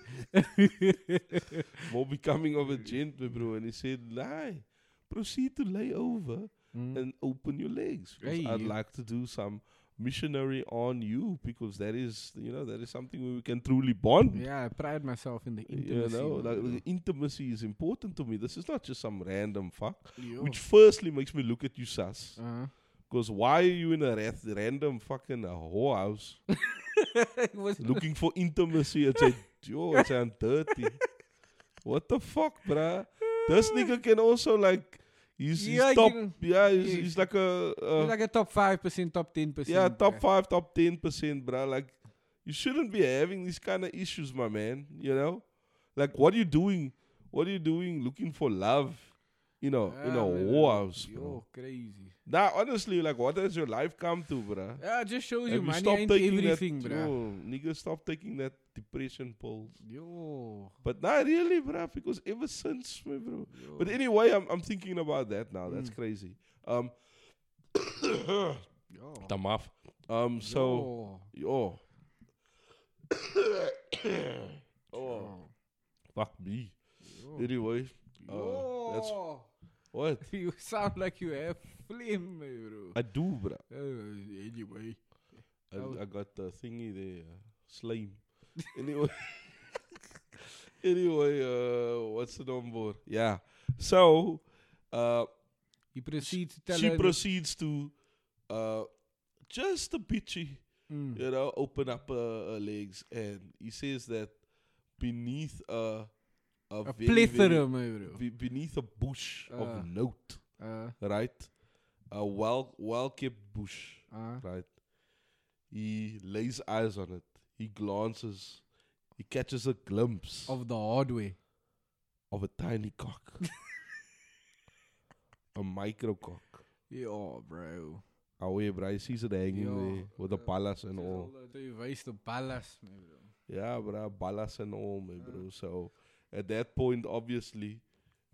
Speaker 2: more becoming of a gent, my bro. And he said, lie. Proceed to lay over
Speaker 1: Hmm.
Speaker 2: and open your legs. 'cause
Speaker 1: Hey.
Speaker 2: I'd like to do some missionary on you because that is, you know, that is something where we can truly bond.
Speaker 1: Yeah, I pride myself in the intimacy.
Speaker 2: you know,
Speaker 1: man,
Speaker 2: like
Speaker 1: bro.
Speaker 2: the intimacy is important to me. This is not just some random fuck.
Speaker 1: Yo.
Speaker 2: Which firstly makes me look at you sus.
Speaker 1: Uh-huh.
Speaker 2: Because why are you in a rath- random fucking uh, whorehouse
Speaker 1: It was
Speaker 2: looking for intimacy? It's a yo, it's a dirty. What the fuck, bruh? This nigga can also like he's, he's
Speaker 1: Yeah, he
Speaker 2: top
Speaker 1: can-
Speaker 2: yeah, he's,
Speaker 1: he-
Speaker 2: he's like a, a
Speaker 1: like a top 5%, top 10%.
Speaker 2: yeah, top
Speaker 1: bruh.
Speaker 2: five, top ten percent, bruh. Like you shouldn't be having these kind of issues, my man. You know, like what are you doing? What are you doing? Looking for love, you know, in a
Speaker 1: Ah, man,
Speaker 2: whorehouse, bro.
Speaker 1: Yo, crazy.
Speaker 2: Nah, honestly, like what has your life come to, bruh?
Speaker 1: Yeah, it just shows
Speaker 2: Have
Speaker 1: you
Speaker 2: you
Speaker 1: money
Speaker 2: stopped
Speaker 1: ain't
Speaker 2: taking
Speaker 1: everything,
Speaker 2: that,
Speaker 1: bruh.
Speaker 2: yo, nigga, stop taking that depression pills.
Speaker 1: Yo.
Speaker 2: But nah, really, bruh, because ever since, my
Speaker 1: yo.
Speaker 2: bro.
Speaker 1: Mm.
Speaker 2: But anyway, I'm, I'm thinking about that now. That's crazy. Um,
Speaker 1: yo.
Speaker 2: Tamaf. Um, so.
Speaker 1: Yo.
Speaker 2: Yo. oh,
Speaker 1: Yo.
Speaker 2: fuck me. Anyway, uh, that's
Speaker 1: Yo.
Speaker 2: what
Speaker 1: You sound like you have phlegm, my bro.
Speaker 2: I do, bro.
Speaker 1: Uh, anyway. Oh.
Speaker 2: I, I got the thingy there, uh, slime. Anyway, anyway, uh, what's the number? Yeah. So, uh,
Speaker 1: He proceeds to tell
Speaker 2: she
Speaker 1: her.
Speaker 2: proceeds to, uh, just a bitchy,
Speaker 1: Mm.
Speaker 2: you know, open up her, her legs, and he says that beneath a a,
Speaker 1: a
Speaker 2: very, very-
Speaker 1: plethora, my bro.
Speaker 2: be- beneath a bush
Speaker 1: Ah.
Speaker 2: of note,
Speaker 1: Uh,
Speaker 2: right? A well well kept bush,
Speaker 1: uh,
Speaker 2: right? He lays eyes on it. He glances. He catches a glimpse of,
Speaker 1: of the hard way.
Speaker 2: a tiny cock, a micro cock.
Speaker 1: Yo, bro.
Speaker 2: Away, bro. He sees it hanging
Speaker 1: Yo,
Speaker 2: there with the
Speaker 1: uh,
Speaker 2: palace and
Speaker 1: Dis
Speaker 2: all.
Speaker 1: al dat hy wys te ballas, my bro.
Speaker 2: Yeah, bro, balas and all, my eh, bro. So at that point, obviously,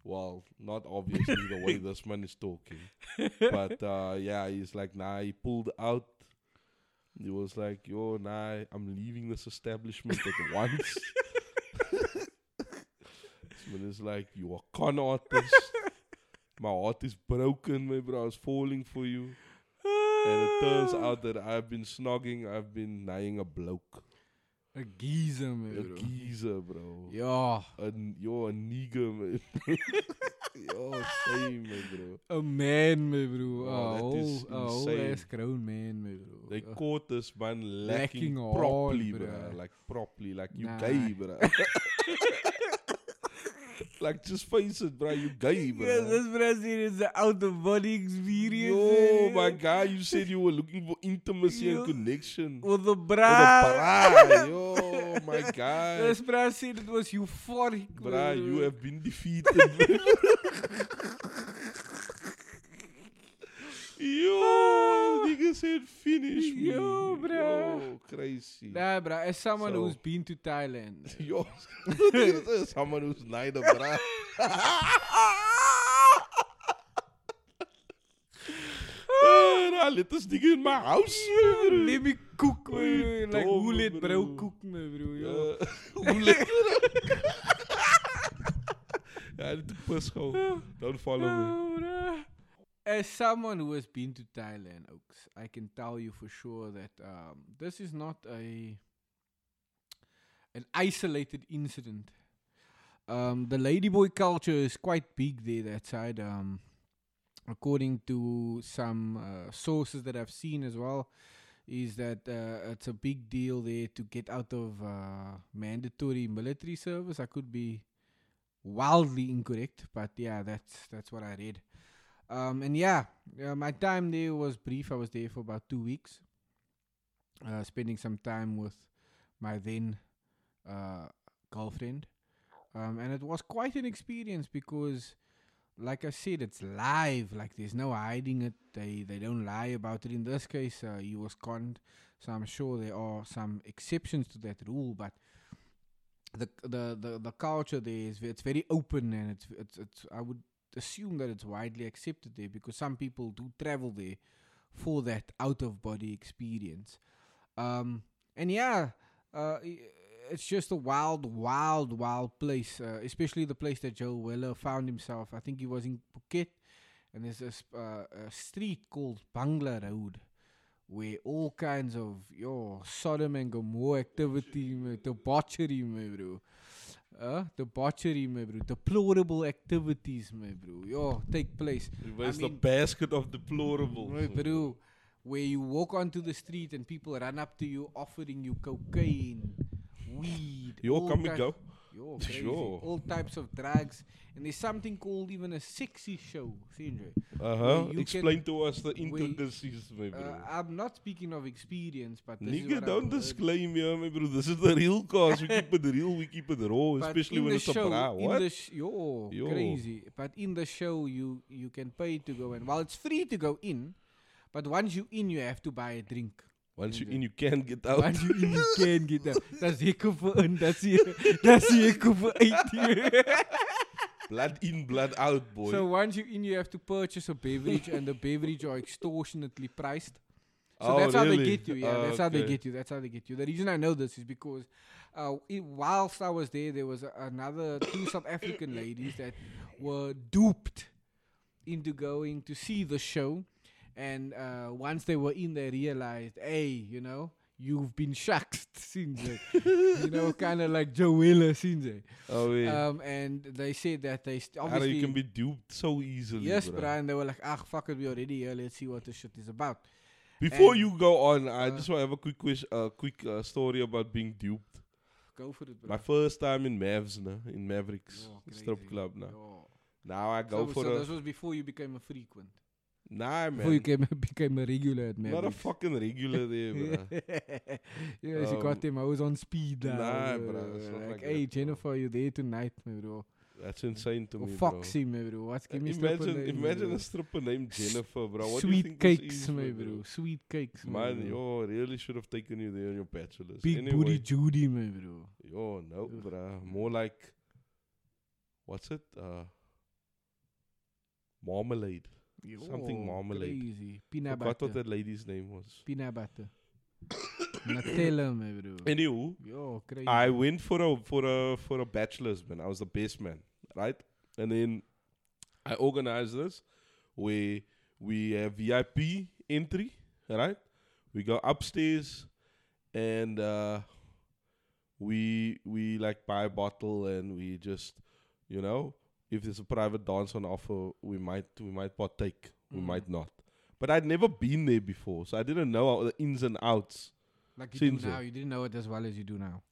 Speaker 2: well, not obviously the way this man is talking, but uh, yeah, he's like, nah, he pulled out. He was like, yo, nah, I'm leaving this establishment at once. this man is like, you are con artist. My heart is broken, my bro. I was falling for you. And it turns out that I've been snogging, I've been nying a bloke.
Speaker 1: 'n Geezer, my
Speaker 2: A
Speaker 1: bro.
Speaker 2: geezer, bro.
Speaker 1: Ja,
Speaker 2: An, yo, a nigger, man. yo, same, man, bro.
Speaker 1: 'n man, my bro.
Speaker 2: Oh,
Speaker 1: Oh,
Speaker 2: that is
Speaker 1: oh,
Speaker 2: insane.
Speaker 1: is grown man, my bro.
Speaker 2: They
Speaker 1: Uh,
Speaker 2: caught this man lacking,
Speaker 1: Lacking hard,
Speaker 2: properly, bro.
Speaker 1: bruh.
Speaker 2: Like, properly. Like, you
Speaker 1: Nah.
Speaker 2: gay, bro. like, just face it, bro. You gay, bro.
Speaker 1: Yes, this Brazil is an out of body experience.
Speaker 2: Yo,
Speaker 1: eh.
Speaker 2: my guy, you said you were looking for intimacy
Speaker 1: Yo.
Speaker 2: and connection. With
Speaker 1: With the
Speaker 2: a
Speaker 1: bra.
Speaker 2: bra. Yo, my guy.
Speaker 1: This bra said it was euphoric. my
Speaker 2: Bra,
Speaker 1: bro.
Speaker 2: you é have been defeated. Yo, nigga said finish me.
Speaker 1: Yo, bra.
Speaker 2: Ah. Yo, crazy.
Speaker 1: Nah, bro, as someone
Speaker 2: So-
Speaker 1: who's been to Thailand.
Speaker 2: Yo, someone who's neither, bra. I letters Ah, nigga in my house.
Speaker 1: Let me cook.
Speaker 2: Oei,
Speaker 1: Like, hoe
Speaker 2: domme
Speaker 1: let bro
Speaker 2: broer.
Speaker 1: cook me, bro? Ja.
Speaker 2: Uh, hoe lekker. ja, dit is gewoon. Don't follow me.
Speaker 1: As someone who has been to Thailand, Oaks, I can tell you for sure that um, this is not a an isolated incident. Um, the ladyboy culture is quite big there that side. Um, according to some uh, sources that I've seen as well, is that uh, it's a big deal there to get out of uh, mandatory military service. I could be wildly incorrect, but yeah, that's that's what I read. Um, and yeah, yeah, my time there was brief. I was there for about two weeks, uh, spending some time with my then uh, girlfriend, um, and it was quite an experience because, like I said, it's live. Like there's no hiding it. They they don't lie about it. In this case, uh, he was conned, so I'm sure there are some exceptions to that rule, but the the the, the culture there is ve- it's very open and it's it's it's I would assume that it's widely accepted there because some people do travel there for that out of body experience. Um and yeah, uh i- it's just a wild wild wild place, uh, especially the place that Joe Weller found himself. I think he was in Phuket and there's a, sp- uh, a street called Bangla Road where all kinds of yo Sodom and Gomorrah activity, my, debauchery, my bro. Uh, debauchery, my bro. Deplorable activities, my bro. Yo, take place.
Speaker 2: It
Speaker 1: I
Speaker 2: was the
Speaker 1: mean-
Speaker 2: basket of deplorables.
Speaker 1: My bro, where you walk onto the street and people run up to you offering you cocaine, weed.
Speaker 2: Yo,
Speaker 1: all
Speaker 2: come and
Speaker 1: types-
Speaker 2: go.
Speaker 1: Yo, crazy.
Speaker 2: Yo.
Speaker 1: All types of drugs. And there's something called even a sexy show, Sindre.
Speaker 2: Uh
Speaker 1: where
Speaker 2: huh.
Speaker 1: you can-
Speaker 2: Explain to us the
Speaker 1: where-
Speaker 2: intricacies, my bro.
Speaker 1: Uh, I'm not speaking of experience, but this is
Speaker 2: Nigga,
Speaker 1: what
Speaker 2: don't
Speaker 1: I've heard.
Speaker 2: disclaim here, my bro. This is the real cause. We keep it real, we keep it raw,
Speaker 1: But
Speaker 2: especially
Speaker 1: in
Speaker 2: when
Speaker 1: the
Speaker 2: it's a
Speaker 1: show,
Speaker 2: bra.
Speaker 1: in
Speaker 2: What?
Speaker 1: the sh- yo,
Speaker 2: Yo.
Speaker 1: crazy. But in the show, you you can pay to go in. Well, it's free to go in, but once you in, you have to buy a drink.
Speaker 2: Once you in, you can't get out.
Speaker 1: Once you in, you can get that. That's hekkel vir in. That's die that's die hekkel vir uit.
Speaker 2: blood in, blood out, boy.
Speaker 1: so once you in, you have to purchase a beverage, and the beverage are extortionately priced. So
Speaker 2: Oh,
Speaker 1: that's how they
Speaker 2: really?
Speaker 1: get you. Yeah,
Speaker 2: Oh,
Speaker 1: that's how they
Speaker 2: okay.
Speaker 1: get you. That's how they get you. The reason I know this is because uh, it, whilst I was there, there was a, another two South African ladies that were duped into going to see the show. And uh, once they were in, they realized, hey, you know, you've been shucked, Sinze. you know, kind of like Joella Sinze.
Speaker 2: oh, yeah.
Speaker 1: Um, and they said that they st-
Speaker 2: How
Speaker 1: uh, obviously
Speaker 2: you can be duped so easily.
Speaker 1: yes,
Speaker 2: bro.
Speaker 1: Brian. They were like, ah, fuck it, we already here. Let's see what the shit is about.
Speaker 2: Before
Speaker 1: And-
Speaker 2: you go on, I just want to have a quick quiz, uh, quick uh, story about being duped.
Speaker 1: Go for it, bro.
Speaker 2: My first time in Mavs, nah, in Mavericks
Speaker 1: Oh,
Speaker 2: strip
Speaker 1: crazy.
Speaker 2: club. Nah.
Speaker 1: Oh.
Speaker 2: Now I go
Speaker 1: so,
Speaker 2: for
Speaker 1: so
Speaker 2: a
Speaker 1: this was before you became a frequent.
Speaker 2: nah,
Speaker 1: Before you
Speaker 2: man.
Speaker 1: came, became a regular at
Speaker 2: Not a
Speaker 1: Mavericks.
Speaker 2: fucking regular there, bro.
Speaker 1: yes, you got
Speaker 2: Um,
Speaker 1: him. I was on speed. dial,
Speaker 2: nah,
Speaker 1: bro.
Speaker 2: bro, it's not
Speaker 1: Like,
Speaker 2: like
Speaker 1: hey,
Speaker 2: that, bro.
Speaker 1: Jennifer, you there tonight, my bro?
Speaker 2: That's insane to
Speaker 1: Or
Speaker 2: me, bro.
Speaker 1: Foxy, my bro. What's give me stripper
Speaker 2: Imagine,
Speaker 1: name,
Speaker 2: imagine
Speaker 1: bro.
Speaker 2: a stripper named
Speaker 1: S-
Speaker 2: Jennifer, bro. What do you
Speaker 1: Sweet
Speaker 2: think
Speaker 1: cakes,
Speaker 2: this is,
Speaker 1: my bro. Sweet cakes, my
Speaker 2: Man,
Speaker 1: bro.
Speaker 2: yo, really should have taken you there on your bachelor's.
Speaker 1: Big
Speaker 2: anyway,
Speaker 1: booty Judy, my bro.
Speaker 2: Yo, no,
Speaker 1: Ugh.
Speaker 2: bro. More like, what's it? Uh, marmalade. Something
Speaker 1: Yo,
Speaker 2: marmalade.
Speaker 1: Crazy. Peanut
Speaker 2: Forgot what
Speaker 1: butter.
Speaker 2: that lady's name was.
Speaker 1: Peanut butter. Nutella, my bro.
Speaker 2: Anywho,
Speaker 1: Yo, crazy.
Speaker 2: I went for a for a for a bachelor's man. I was the best man, right? And then I organized this where we have VIP entry, right? We go upstairs and uh we we like buy a bottle and we just you know, if there's a private dance on offer, we might we might partake. We
Speaker 1: Mm.
Speaker 2: might not. But I'd never been there before, so I didn't know all the ins and outs.
Speaker 1: like you
Speaker 2: Since
Speaker 1: do
Speaker 2: then.
Speaker 1: now. You didn't know it as well as you do now.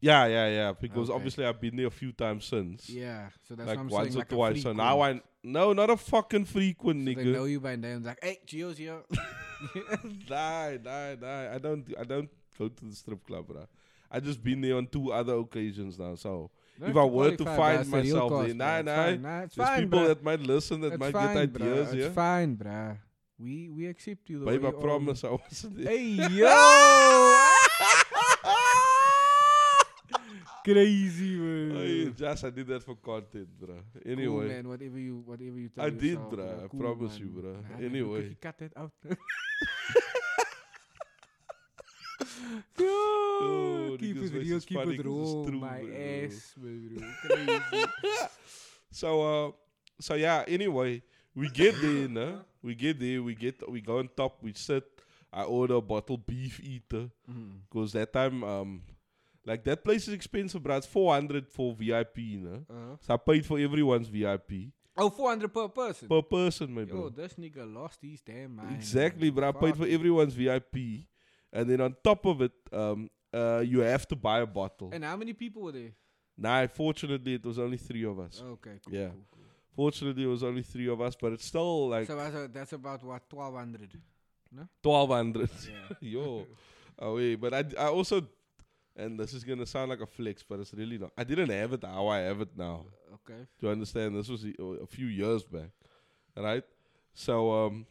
Speaker 2: Yeah, yeah, yeah. Because
Speaker 1: Okay.
Speaker 2: obviously I've been there a few times since.
Speaker 1: Yeah. So that's
Speaker 2: like
Speaker 1: what I'm
Speaker 2: once
Speaker 1: saying.
Speaker 2: or
Speaker 1: like a
Speaker 2: twice. So now I
Speaker 1: frequent.
Speaker 2: no, not a fucking frequent
Speaker 1: So they know
Speaker 2: nigga.
Speaker 1: you by name. Like, hey, Gio's here.
Speaker 2: Die, die, die. I don't, I don't go to the strip club, bro. I just been there on two other occasions now. So
Speaker 1: Don't
Speaker 2: if
Speaker 1: have to
Speaker 2: I were to
Speaker 1: qualify,
Speaker 2: find
Speaker 1: bruh, it's the real
Speaker 2: myself
Speaker 1: cost,
Speaker 2: there,
Speaker 1: bruh.
Speaker 2: nah,
Speaker 1: It's
Speaker 2: nah.
Speaker 1: fine, nah, it's
Speaker 2: There's
Speaker 1: fine,
Speaker 2: people
Speaker 1: bruh.
Speaker 2: that might listen that
Speaker 1: It's
Speaker 2: might
Speaker 1: fine,
Speaker 2: get ideas,
Speaker 1: bruh.
Speaker 2: yeah.
Speaker 1: It's fine, bruh. We we accept you. The
Speaker 2: Babe,
Speaker 1: way
Speaker 2: I
Speaker 1: you are.
Speaker 2: promise I wasn't there.
Speaker 1: Hey yo, crazy
Speaker 2: Hey,
Speaker 1: man.
Speaker 2: Just I did that for content, bro. Anyway.
Speaker 1: Cool, man, whatever you, whatever you tell
Speaker 2: I did,
Speaker 1: yourself,
Speaker 2: bruh, I
Speaker 1: Cool,
Speaker 2: promise
Speaker 1: man.
Speaker 2: you, bruh.
Speaker 1: Nah, man,
Speaker 2: Anyway.
Speaker 1: look, he cut that out. Yo,
Speaker 2: Oh,
Speaker 1: keep
Speaker 2: niggas
Speaker 1: it
Speaker 2: versus
Speaker 1: real, keep
Speaker 2: funny 'cause
Speaker 1: it
Speaker 2: it's
Speaker 1: raw.
Speaker 2: true,
Speaker 1: My
Speaker 2: bro.
Speaker 1: ass, man, bro. Crazy.
Speaker 2: So uh so yeah, anyway, we get there, nah. We get there, we get we go on top, we sit, I order a bottle beef eater. Because that time um like that place is expensive, but it's four hundred for VIP, nah.
Speaker 1: Uh-huh.
Speaker 2: So I paid for everyone's VIP.
Speaker 1: Oh, 400 per person.
Speaker 2: Per person, my
Speaker 1: Yo,
Speaker 2: bro.
Speaker 1: this nigga lost his damn mind.
Speaker 2: Exactly, but I paid for
Speaker 1: Fuck.
Speaker 2: everyone's VIP. And then on top of it, um uh you have to buy a bottle.
Speaker 1: And how many people were there?
Speaker 2: Nah, fortunately it was only three of us.
Speaker 1: Okay, cool.
Speaker 2: Yeah.
Speaker 1: cool, cool.
Speaker 2: Fortunately it was only three of us, but it's still like
Speaker 1: So that's, a, that's about what 1200.
Speaker 2: twelve hundred.
Speaker 1: Yeah.
Speaker 2: Yo, oh wait, but I d- I also, and this is gonna sound like a flex, but it's really not. I didn't have it how I have it now.
Speaker 1: Okay.
Speaker 2: Do you understand? This was a, a few years back, right? So um,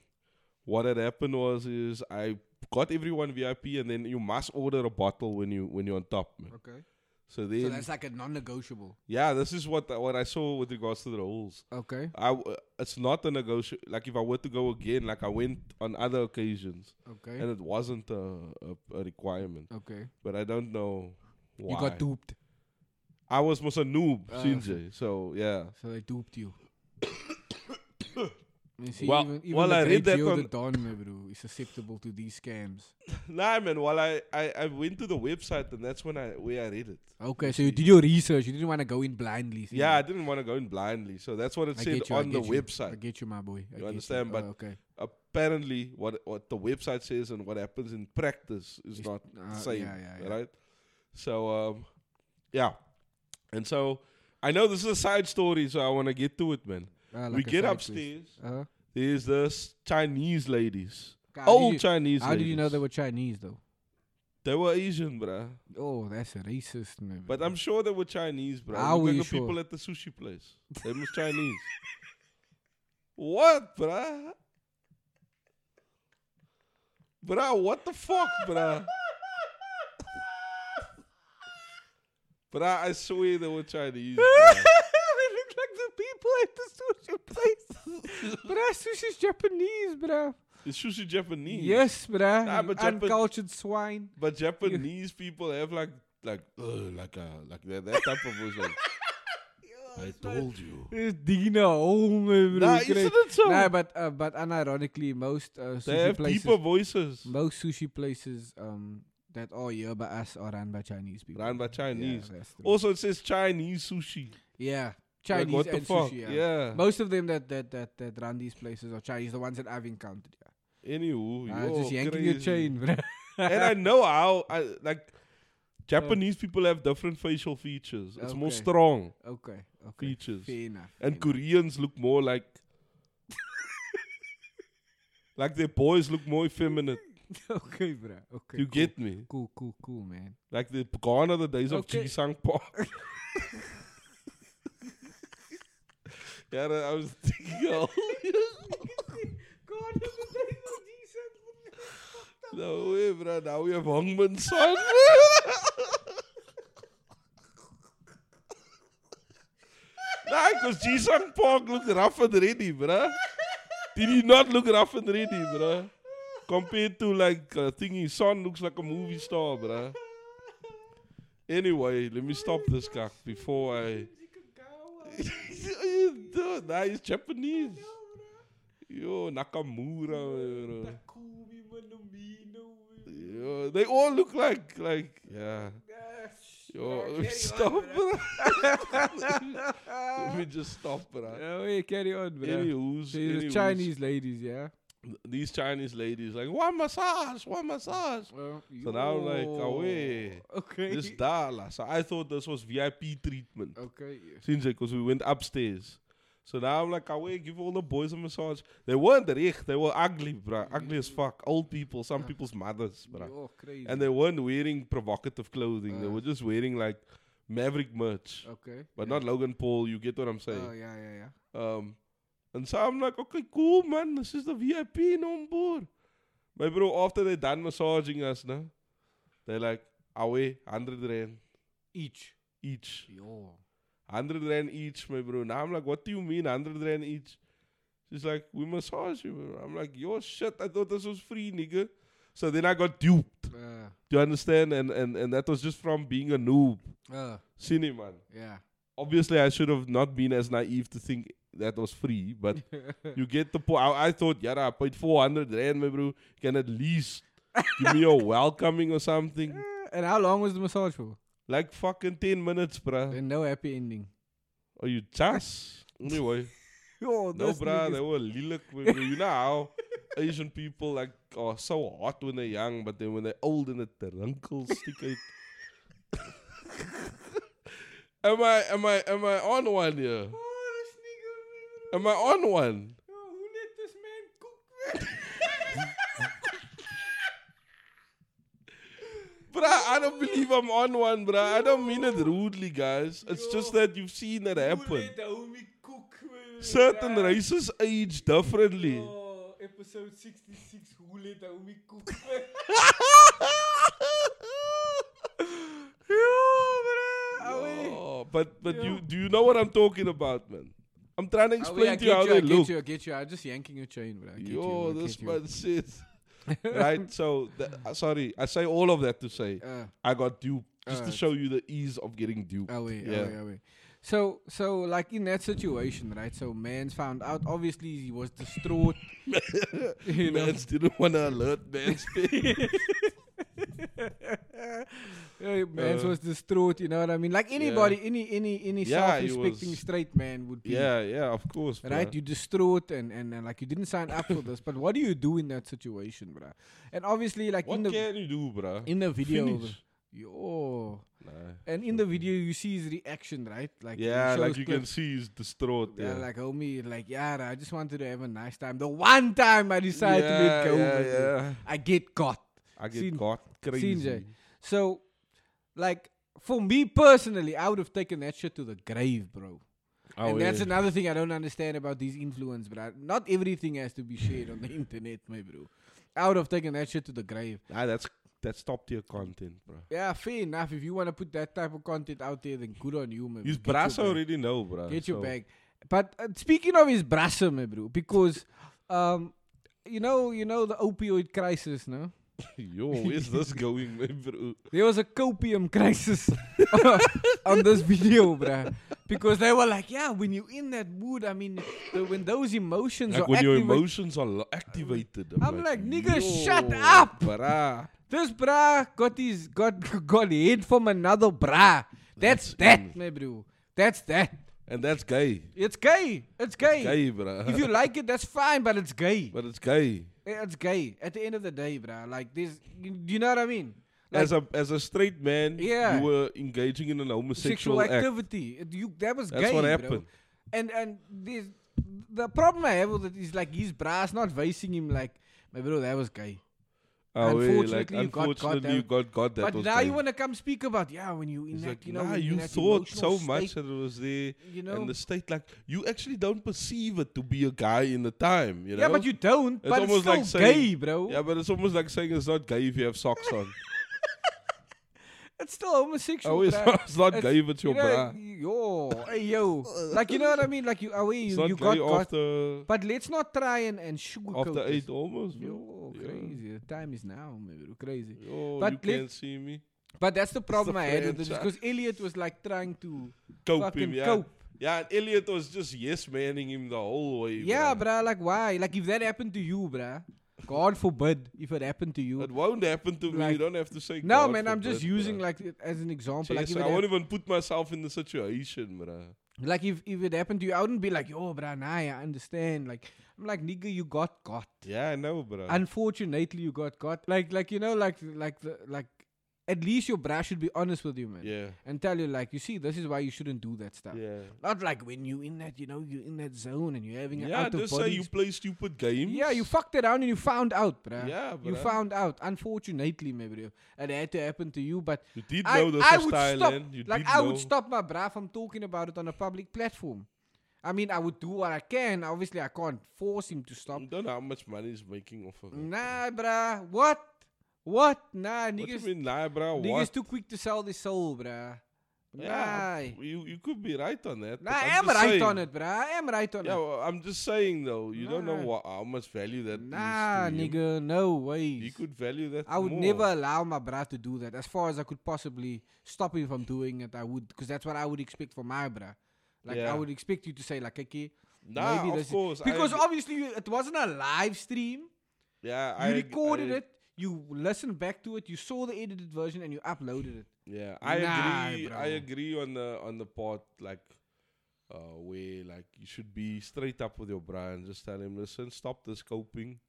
Speaker 2: what had happened was is I got everyone VIP, and then you must order a bottle when you when you're on top. Man.
Speaker 1: Okay.
Speaker 2: So then,
Speaker 1: So that's like a non-negotiable.
Speaker 2: yeah, this is what what I saw with regards to the rules.
Speaker 1: Okay.
Speaker 2: I w- it's not a negotiation. Like if I were to go again, like I went on other occasions,
Speaker 1: Okay.
Speaker 2: and it wasn't a, a, a requirement.
Speaker 1: okay.
Speaker 2: but I don't know why.
Speaker 1: You got duped.
Speaker 2: I was mos a noob,
Speaker 1: Ah.
Speaker 2: CJ. So yeah.
Speaker 1: So they duped you. You see,
Speaker 2: Well-
Speaker 1: even, even
Speaker 2: well,
Speaker 1: the
Speaker 2: I
Speaker 1: great
Speaker 2: read that
Speaker 1: Gio
Speaker 2: on-
Speaker 1: the Don, my bro, is susceptible to these scams.
Speaker 2: Nah, man. While I, I I went to the website and that's when I where I read it.
Speaker 1: Okay, so you did your research. You didn't want to go in blindly. see?
Speaker 2: Yeah, I didn't want to go in blindly, so that's what it
Speaker 1: I
Speaker 2: said
Speaker 1: get you, I
Speaker 2: on the
Speaker 1: get you. I
Speaker 2: website.
Speaker 1: get you, my boy. I get
Speaker 2: understand, but-
Speaker 1: oh, okay.
Speaker 2: Apparently, what what the website says and what happens in practice is
Speaker 1: It's-
Speaker 2: not
Speaker 1: uh,
Speaker 2: the same,
Speaker 1: yeah, yeah, yeah.
Speaker 2: right? So um, yeah, and so I know this is a side story, so I want to get to it, man.
Speaker 1: Ah,
Speaker 2: we
Speaker 1: like a
Speaker 2: get
Speaker 1: side twist.
Speaker 2: upstairs.
Speaker 1: Uh-huh.
Speaker 2: There's this Chinese ladies,
Speaker 1: How did
Speaker 2: old
Speaker 1: you-
Speaker 2: Chinese.
Speaker 1: How did you know
Speaker 2: ladies.
Speaker 1: they were Chinese though?
Speaker 2: They were Asian, bruh.
Speaker 1: Oh, that's racist, man.
Speaker 2: But I'm sure they were Chinese, bruh.
Speaker 1: How
Speaker 2: Look
Speaker 1: are
Speaker 2: at
Speaker 1: you
Speaker 2: the people
Speaker 1: sure?
Speaker 2: at the sushi place. They was Chinese. what, bruh? Bruh, what the fuck, bruh? bruh, I swear they were Chinese, bruh.
Speaker 1: they look like the people at the sushi place. bruh, sushi's Japanese, bruh.
Speaker 2: It's sushi Japanese.
Speaker 1: Yes, bruh.
Speaker 2: Nah,
Speaker 1: you
Speaker 2: but Japan-
Speaker 1: uncultured swine.
Speaker 2: But Japanese people have like like ugh, like a like that, that type of voice like I told you.
Speaker 1: It's Dina home, bro.
Speaker 2: Nah, isn't it so?
Speaker 1: Nah, but uh, but unironically, most uh,
Speaker 2: They
Speaker 1: sushi
Speaker 2: have
Speaker 1: places,
Speaker 2: deeper voices.
Speaker 1: most sushi places um that are here by us are run by Chinese people.
Speaker 2: Run by Chinese.
Speaker 1: Yeah, that's true.
Speaker 2: also, it says Chinese sushi.
Speaker 1: yeah. Chinese
Speaker 2: what the
Speaker 1: and
Speaker 2: fuck?
Speaker 1: sushi. Yeah.
Speaker 2: Yeah.
Speaker 1: Most of them that that that that run these places are Chinese. The ones that I've encountered. Yeah.
Speaker 2: Anywho,
Speaker 1: Ah,
Speaker 2: Oh, yo,
Speaker 1: just yanking your
Speaker 2: crazy.
Speaker 1: chain, bro.
Speaker 2: and I know how I like Japanese people have different facial features. It's more
Speaker 1: Okay.
Speaker 2: strong
Speaker 1: Okay. Okay.
Speaker 2: features,
Speaker 1: Fair enough.
Speaker 2: and
Speaker 1: fair enough.
Speaker 2: Koreans look more like like their boys look more effeminate.
Speaker 1: okay, bro. Okay.
Speaker 2: you
Speaker 1: cool.
Speaker 2: get me?
Speaker 1: cool, cool, cool, man.
Speaker 2: Like the gone are the days of
Speaker 1: Okay.
Speaker 2: Jisung Park. yeah, I was thinking. of-
Speaker 1: God,
Speaker 2: no way, bro. Now we have Hongman Son. nah, because Jisung Park looked rough and ready, bro. Did he not look rough and ready, bro? Compared to like uh, thingy, Son looks like a movie star, bro. Anyway, let me stop this cock before I. What you doing? Nah, he's Japanese. Yo, Nakamura. bro. Yo, they all look like like yeah. Yo, let me stop, bro. let me just stop, bro.
Speaker 1: Oh, yeah, carry on, bro.
Speaker 2: Anywho's,
Speaker 1: so you're the
Speaker 2: anywho's,
Speaker 1: Chinese ladies, yeah.
Speaker 2: These Chinese ladies like one massage, one massage.
Speaker 1: Well,
Speaker 2: So now I'm like,
Speaker 1: yo.
Speaker 2: away.
Speaker 1: Okay.
Speaker 2: This dala. So I thought this was VIP treatment.
Speaker 1: okay. yes.
Speaker 2: Since because we went upstairs. So now I'm like, away, give all the boys a massage. They weren't rich. They were ugly, bro. Ugly as fuck. Old people, some people's mothers, bro.
Speaker 1: You're crazy.
Speaker 2: And they weren't wearing provocative clothing. they
Speaker 1: Uh.
Speaker 2: were just wearing like Maverick merch.
Speaker 1: okay.
Speaker 2: But not Logan Paul, you get what I'm
Speaker 1: Oh
Speaker 2: saying.
Speaker 1: yeah, yeah, yeah.
Speaker 2: Um and so I'm like, okay, cool man, this is the VIP no on board. My bro, after they done massaging us, now they're like, away, hundred rand
Speaker 1: Each.
Speaker 2: each.
Speaker 1: Yo.
Speaker 2: 100 rand each, my bro. Now I'm like, what do you mean 100 rand each? She's like, we massage you, bro. I'm like, yo, shit, I thought this was free, nigga. So then I got duped.
Speaker 1: Uh,
Speaker 2: Do you understand? And, and, and that was just from being a noob.
Speaker 1: uh,
Speaker 2: Seen it, man.
Speaker 1: yeah.
Speaker 2: Obviously, I should have not been as naive to think that was free, but you get the point. I, I thought, yeah, I paid 400 rand, my bro. Can at least give me a welcoming or something.
Speaker 1: and how long was the massage for?
Speaker 2: Like fucking 10 minutes, bruh.
Speaker 1: And Uh, no happy ending.
Speaker 2: Are you chas? Anyway,
Speaker 1: Oh,
Speaker 2: no,
Speaker 1: this
Speaker 2: bruh,
Speaker 1: nigga's-
Speaker 2: they were lilac. my bro. You know how Asian people like are so hot when they're young, but then when they're old and the wrinkles stick out. am I am I am I on one here?
Speaker 1: Oh, this nigga,
Speaker 2: Am I on one?
Speaker 1: bro. Yo, who let this man cook?
Speaker 2: Bruh, I don't believe I'm on one, bruh. I don't mean it rudely, guys. It's just that you've seen it
Speaker 1: man?
Speaker 2: happen.
Speaker 1: the homie cook? eh, man?
Speaker 2: Certain
Speaker 1: eh, Bruh.
Speaker 2: races age differently.
Speaker 1: Oh, episode 66. Who let the homie cook?
Speaker 2: Oh, but but you do you know what I'm talking about, man? I'm trying to explain
Speaker 1: I
Speaker 2: to you how
Speaker 1: get you,
Speaker 2: they
Speaker 1: I get
Speaker 2: look.
Speaker 1: you, I get you. I'm just yanking your chain, bro. I get
Speaker 2: Yo,
Speaker 1: you, I
Speaker 2: this
Speaker 1: get
Speaker 2: man shit. right, so the, uh, sorry, I say all of that to say
Speaker 1: You. Uh,
Speaker 2: I got duped just
Speaker 1: uh,
Speaker 2: to show you the ease of getting duped.
Speaker 1: Away,
Speaker 2: Yeah.
Speaker 1: away, away. So, so like in that situation, right? So, man's found out. Obviously, he was distraught. you know,
Speaker 2: Mans didn't want to alert man's
Speaker 1: Yeah, man's
Speaker 2: Uh,
Speaker 1: was distraught. You know what I mean? Like anybody, any, any, any
Speaker 2: Yeah, he
Speaker 1: self-respecting
Speaker 2: was-
Speaker 1: straight man would be.
Speaker 2: Yeah, yeah, of course.
Speaker 1: Right,
Speaker 2: bruh.
Speaker 1: you distraught and, and and like you didn't sign up for this, but what do you do in that situation, bruh? And obviously, like in
Speaker 2: What
Speaker 1: the
Speaker 2: can you do, bruh?
Speaker 1: in the video,
Speaker 2: Finish.
Speaker 1: yo,
Speaker 2: Nah.
Speaker 1: and in the video you see his reaction, right? Like he
Speaker 2: Yeah, like
Speaker 1: shows
Speaker 2: you can
Speaker 1: clips.
Speaker 2: see he's distraught.
Speaker 1: Yeah,
Speaker 2: Yeah,
Speaker 1: like homie, like yeah, I just wanted to have a nice time. The one time I decided to
Speaker 2: Yeah,
Speaker 1: let go,
Speaker 2: yeah,
Speaker 1: with it,
Speaker 2: yeah.
Speaker 1: I get caught.
Speaker 2: I get
Speaker 1: Seen-
Speaker 2: caught crazy.
Speaker 1: Seen, Jay. So, like for me personally, I would have taken that shit to the grave, bro.
Speaker 2: Oh,
Speaker 1: and that's
Speaker 2: yeah.
Speaker 1: another thing I don't understand about these influence, but not everything has to be shared on the internet, my bro. I would have taken that shit to the grave.
Speaker 2: Nah, that's that's top tier content, bro.
Speaker 1: Yeah, fair enough. If you want to put that type of content out there, then good on you, my bro.
Speaker 2: His
Speaker 1: Get your
Speaker 2: brass
Speaker 1: bag.
Speaker 2: already know, bro.
Speaker 1: Get your
Speaker 2: so-
Speaker 1: bag. But uh, speaking of his brasse, my bro, because um, you know, you know the opioid crisis, no?
Speaker 2: Yo, where's this going, man, bro?
Speaker 1: There was a copium crisis on this video, bruh. Because they were like, yeah, when you're in that mood, I mean, the, when those emotions
Speaker 2: Like
Speaker 1: are
Speaker 2: when your
Speaker 1: activated-
Speaker 2: emotions are lo- activated.
Speaker 1: I'm like, nigga,
Speaker 2: yo,
Speaker 1: shut up.
Speaker 2: Bruh.
Speaker 1: This bra got his got got hit from another bra. That's
Speaker 2: That's mm.
Speaker 1: that, my bro. That's that.
Speaker 2: And that's gay.
Speaker 1: It's gay. It's gay.
Speaker 2: Gay, bruh.
Speaker 1: If you like it, that's fine, but it's gay. Eh,
Speaker 2: but it's gay.
Speaker 1: it's gay. At the end of the day, bra. Like this, you, you know what I mean? Like
Speaker 2: As a as a straight man,
Speaker 1: Yeah.
Speaker 2: you were engaging in an homosexual
Speaker 1: sexual
Speaker 2: act.
Speaker 1: activity. It- you, that was
Speaker 2: That's
Speaker 1: gay,
Speaker 2: what
Speaker 1: bro.
Speaker 2: happened.
Speaker 1: And and this, the problem I have with it is like his bra's not facing him like, my bro, that was gay.
Speaker 2: Ah, wait,
Speaker 1: Unfortunately, you
Speaker 2: like,
Speaker 1: got caught
Speaker 2: unfortunately, you
Speaker 1: that-
Speaker 2: got God that
Speaker 1: But
Speaker 2: was
Speaker 1: now
Speaker 2: gay.
Speaker 1: you want to come speak about yeah when you in
Speaker 2: It's
Speaker 1: that
Speaker 2: like,
Speaker 1: you know
Speaker 2: nah,
Speaker 1: when you're
Speaker 2: you
Speaker 1: in that
Speaker 2: thought
Speaker 1: emotional
Speaker 2: so much
Speaker 1: state,
Speaker 2: that it was there,
Speaker 1: you know?
Speaker 2: and the state like you actually don't perceive it to be a guy in the time, you know.
Speaker 1: Yeah, but you don't.
Speaker 2: It's
Speaker 1: but it's
Speaker 2: almost
Speaker 1: still
Speaker 2: like saying-
Speaker 1: gay, bro.
Speaker 2: Yeah, but it's almost like saying it's not gay if you have socks on.
Speaker 1: It's still homosexual.
Speaker 2: Oh, it's
Speaker 1: bro.
Speaker 2: not- it's not gay if it's
Speaker 1: you
Speaker 2: your
Speaker 1: know,
Speaker 2: bra.
Speaker 1: Yo, hey, yo, like you know what I mean? Like you, are we,
Speaker 2: It's
Speaker 1: you,
Speaker 2: not
Speaker 1: you got
Speaker 2: gay
Speaker 1: got.
Speaker 2: after
Speaker 1: But let's not try and and sugarcoat
Speaker 2: after
Speaker 1: this.
Speaker 2: eight almost.
Speaker 1: Yo,
Speaker 2: bro. Yeah.
Speaker 1: crazy. The time is now, man, bro. Crazy.
Speaker 2: Yo,
Speaker 1: But
Speaker 2: you
Speaker 1: let-
Speaker 2: can't see me.
Speaker 1: But that's the problem I had with this
Speaker 2: franchise.
Speaker 1: because Elliot was like trying to
Speaker 2: Cope
Speaker 1: fucking
Speaker 2: him, yeah.
Speaker 1: cope.
Speaker 2: Yeah, and Elliot was just yes manning him the whole way.
Speaker 1: Yeah,
Speaker 2: bro.
Speaker 1: bruh, like why? Like if that happened to you, bruh, God forbid if it happened to you.
Speaker 2: It won't happen to me.
Speaker 1: Like-
Speaker 2: You don't have to say.
Speaker 1: No,
Speaker 2: God
Speaker 1: man, I'm just
Speaker 2: forbid,
Speaker 1: using
Speaker 2: bruh.
Speaker 1: like it as an example. Like
Speaker 2: Yes,
Speaker 1: if,
Speaker 2: I
Speaker 1: it
Speaker 2: won't
Speaker 1: hap-
Speaker 2: even put myself in the situation, bruh.
Speaker 1: like if if it happened to you, I wouldn't be like, yo, bruh, nah, I understand. Like I'm like, nigga, you got caught.
Speaker 2: Yeah, I know, bruh.
Speaker 1: Unfortunately, you got caught. Like like you know, like like the, like at least your bruh should be honest with you, man,
Speaker 2: yeah,
Speaker 1: and tell you like, you see, this is why you shouldn't do that stuff.
Speaker 2: yeah.
Speaker 1: Not like when you in that, you know, you're in that zone and you're having an
Speaker 2: Yeah,
Speaker 1: out of
Speaker 2: just say
Speaker 1: body.
Speaker 2: you play stupid games.
Speaker 1: Yeah, you fucked around and you found out, bruh.
Speaker 2: Yeah,
Speaker 1: You
Speaker 2: bruh.
Speaker 1: found out. Unfortunately, my bro. It had to happen to you, but
Speaker 2: You did
Speaker 1: I,
Speaker 2: know this
Speaker 1: I
Speaker 2: was
Speaker 1: would
Speaker 2: Thailand.
Speaker 1: stop.
Speaker 2: You
Speaker 1: like,
Speaker 2: did
Speaker 1: I
Speaker 2: know.
Speaker 1: would stop my bra from talking about it on a public platform. I mean, I would do what I can. Obviously, I can't force him to stop.
Speaker 2: I don't know how much money he's making off of it.
Speaker 1: Nah, bruh. What? What? Nah,
Speaker 2: What do you
Speaker 1: niggas.
Speaker 2: mean, nah, bro?
Speaker 1: Niggas
Speaker 2: What?
Speaker 1: too quick to sell their soul, bruh.
Speaker 2: Yeah,
Speaker 1: Aye.
Speaker 2: you you could be right on that.
Speaker 1: Nah,
Speaker 2: but
Speaker 1: I
Speaker 2: I'm
Speaker 1: am
Speaker 2: just
Speaker 1: right
Speaker 2: saying-
Speaker 1: on it, bro. I am right on
Speaker 2: Yeah,
Speaker 1: it.
Speaker 2: well, I'm just saying though, you don't know
Speaker 1: Nah.
Speaker 2: what, how much value that is to
Speaker 1: Nah,
Speaker 2: him.
Speaker 1: nigga, no way.
Speaker 2: He could value that.
Speaker 1: I would
Speaker 2: more.
Speaker 1: never allow my bra to do that. As far as I could possibly stop him from doing it, I would, because that's what I would expect from my bra. Like
Speaker 2: Yeah.
Speaker 1: I would expect you to say, like, okay,
Speaker 2: Nah,
Speaker 1: maybe
Speaker 2: of
Speaker 1: this is-
Speaker 2: course, I
Speaker 1: because
Speaker 2: agree.
Speaker 1: obviously you, it wasn't a live stream.
Speaker 2: Yeah, I
Speaker 1: You
Speaker 2: ag-
Speaker 1: recorded
Speaker 2: I-
Speaker 1: it, you listened back to it, you saw the edited version, and you uploaded it.
Speaker 2: Yeah, I
Speaker 1: Nah,
Speaker 2: agree. I
Speaker 1: bro.
Speaker 2: agree on the on the part like uh, where like you should be straight up with your bra and just tell him, listen, stop this coping.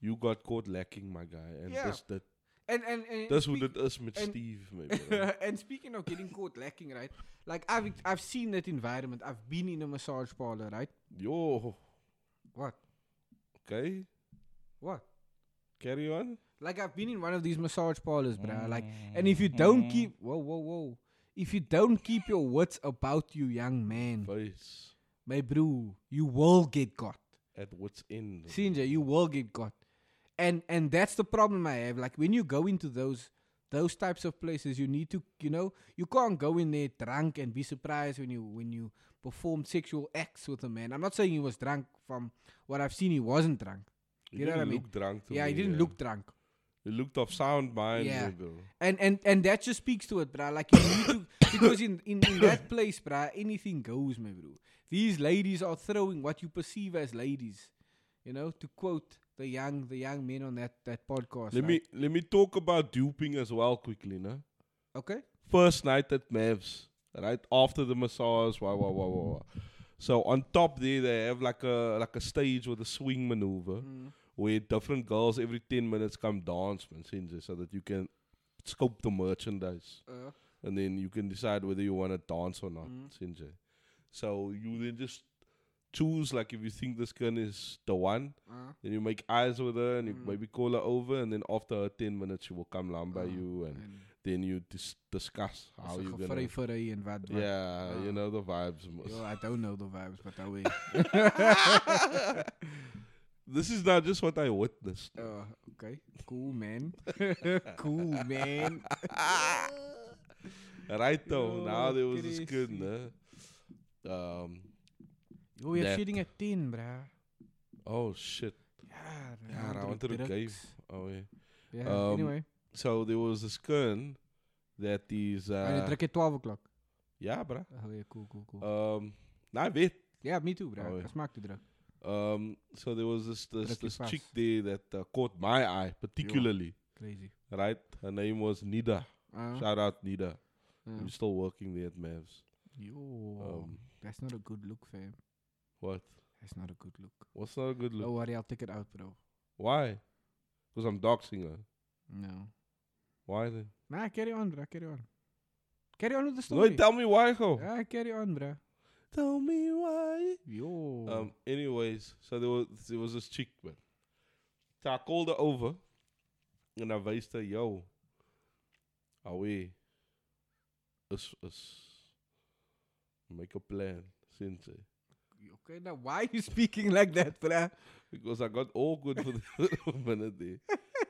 Speaker 2: You got caught lacking, my guy, and
Speaker 1: Yeah.
Speaker 2: this that
Speaker 1: And and and
Speaker 2: this
Speaker 1: speak-
Speaker 2: would it is with
Speaker 1: and-
Speaker 2: Steve, maybe. right?
Speaker 1: and speaking of getting caught lacking, right? Like I've ex- I've seen that environment. I've been in a massage parlor, right?
Speaker 2: Yo,
Speaker 1: What?
Speaker 2: okay,
Speaker 1: What?
Speaker 2: carry on.
Speaker 1: Like I've been in one of these massage parlors, bruh. Like, and if you don't keep whoa whoa whoa, if you don't keep your wits about you, young man,
Speaker 2: Face
Speaker 1: my bro, you will get caught.
Speaker 2: at what's in.
Speaker 1: Sinja, you will get caught. And and that's the problem I have. Like when you go into those those types of places, you need to you know, you can't go in there drunk and be surprised when you when you perform sexual acts with a man. I'm not saying he was drunk from what I've seen he wasn't drunk.
Speaker 2: He
Speaker 1: you know what I
Speaker 2: didn't
Speaker 1: mean?
Speaker 2: look drunk to
Speaker 1: yeah, he
Speaker 2: me,
Speaker 1: didn't look drunk.
Speaker 2: He looked of sound mind,
Speaker 1: Yeah.
Speaker 2: bro.
Speaker 1: And and and that just speaks to it, bruh. Like you need to because in, in, in that place, bruh, anything goes, my bro. These ladies are throwing what you perceive as ladies. You know, to quote the young the young men on that, that podcast. right?
Speaker 2: Let me let me talk about duping as well quickly, no?
Speaker 1: Okay.
Speaker 2: first night at Mavs, right after the massage, wow, wow, wow, wow, wow. So on top there, they have like a like a stage with a swing maneuver
Speaker 1: Mm,
Speaker 2: where different girls every ten minutes come dance, man, Sinja, so that you can scope the merchandise
Speaker 1: Uh,
Speaker 2: and then you can decide whether you want to dance or not, Sinja. So you then just choose like if you think this girl is the one,
Speaker 1: uh,
Speaker 2: then you make eyes with her and you maybe call her over, and then after her ten minutes, she will come lamb by you and
Speaker 1: en
Speaker 2: then you dis- discuss how
Speaker 1: so
Speaker 2: you're
Speaker 1: gevry
Speaker 2: gonna.
Speaker 1: vir hy en wat wat.
Speaker 2: Yeah,
Speaker 1: Ah.
Speaker 2: you know the vibes. mos.
Speaker 1: Yo, I don't know the vibes, but I will.
Speaker 2: This is not just what I witnessed.
Speaker 1: Uh, okay. Cool, man. cool, man.
Speaker 2: right though,
Speaker 1: Yo,
Speaker 2: now there was this
Speaker 1: crazy.
Speaker 2: kid, né? Um,
Speaker 1: Yo, we are
Speaker 2: That.
Speaker 1: shooting at 10, bruh.
Speaker 2: oh shit.
Speaker 1: Ja,
Speaker 2: Yeah, I
Speaker 1: druk, Ehm,
Speaker 2: wanted to
Speaker 1: druk.
Speaker 2: game. Oh yeah.
Speaker 1: Yeah,
Speaker 2: Um,
Speaker 1: anyway.
Speaker 2: So there was this kid that is.
Speaker 1: En het
Speaker 2: Uh,
Speaker 1: druk je 12 o'clock.
Speaker 2: yeah, bro.
Speaker 1: Oh ja, cool, cool, cool.
Speaker 2: Um, I weet.
Speaker 1: ja, me too, bro.
Speaker 2: oh,
Speaker 1: Oh,
Speaker 2: ja.
Speaker 1: Dat smaakt te druk.
Speaker 2: Um, so there was this this,
Speaker 1: Druk je
Speaker 2: this
Speaker 1: vast.
Speaker 2: chick there that uh, caught my eye particularly.
Speaker 1: Crazy.
Speaker 2: Right, her name was Nida.
Speaker 1: Uh,
Speaker 2: Shout out Nida.
Speaker 1: uh,
Speaker 2: You're still working there at Mavs.
Speaker 1: yo,
Speaker 2: Um,
Speaker 1: that's not a good look, fam.
Speaker 2: What?
Speaker 1: That's not a good look.
Speaker 2: What's not a good look?
Speaker 1: Don't worry, I'll take it out, bro.
Speaker 2: Why? Because I'm doxing her.
Speaker 1: No.
Speaker 2: Why then?
Speaker 1: Nah, carry on, bro. Carry on. Carry on with the
Speaker 2: No,
Speaker 1: story.
Speaker 2: tell me why, ho.
Speaker 1: Ah, carry on, bro.
Speaker 2: Tell me why.
Speaker 1: Yo.
Speaker 2: Um. Anyways, so there was there was this chick, man. So I called her over, and I wijst her, yo, away. Us us. Make a plan, since eh?
Speaker 1: okay, now why you speaking like that, bro?
Speaker 2: because I got awkward for the minute there.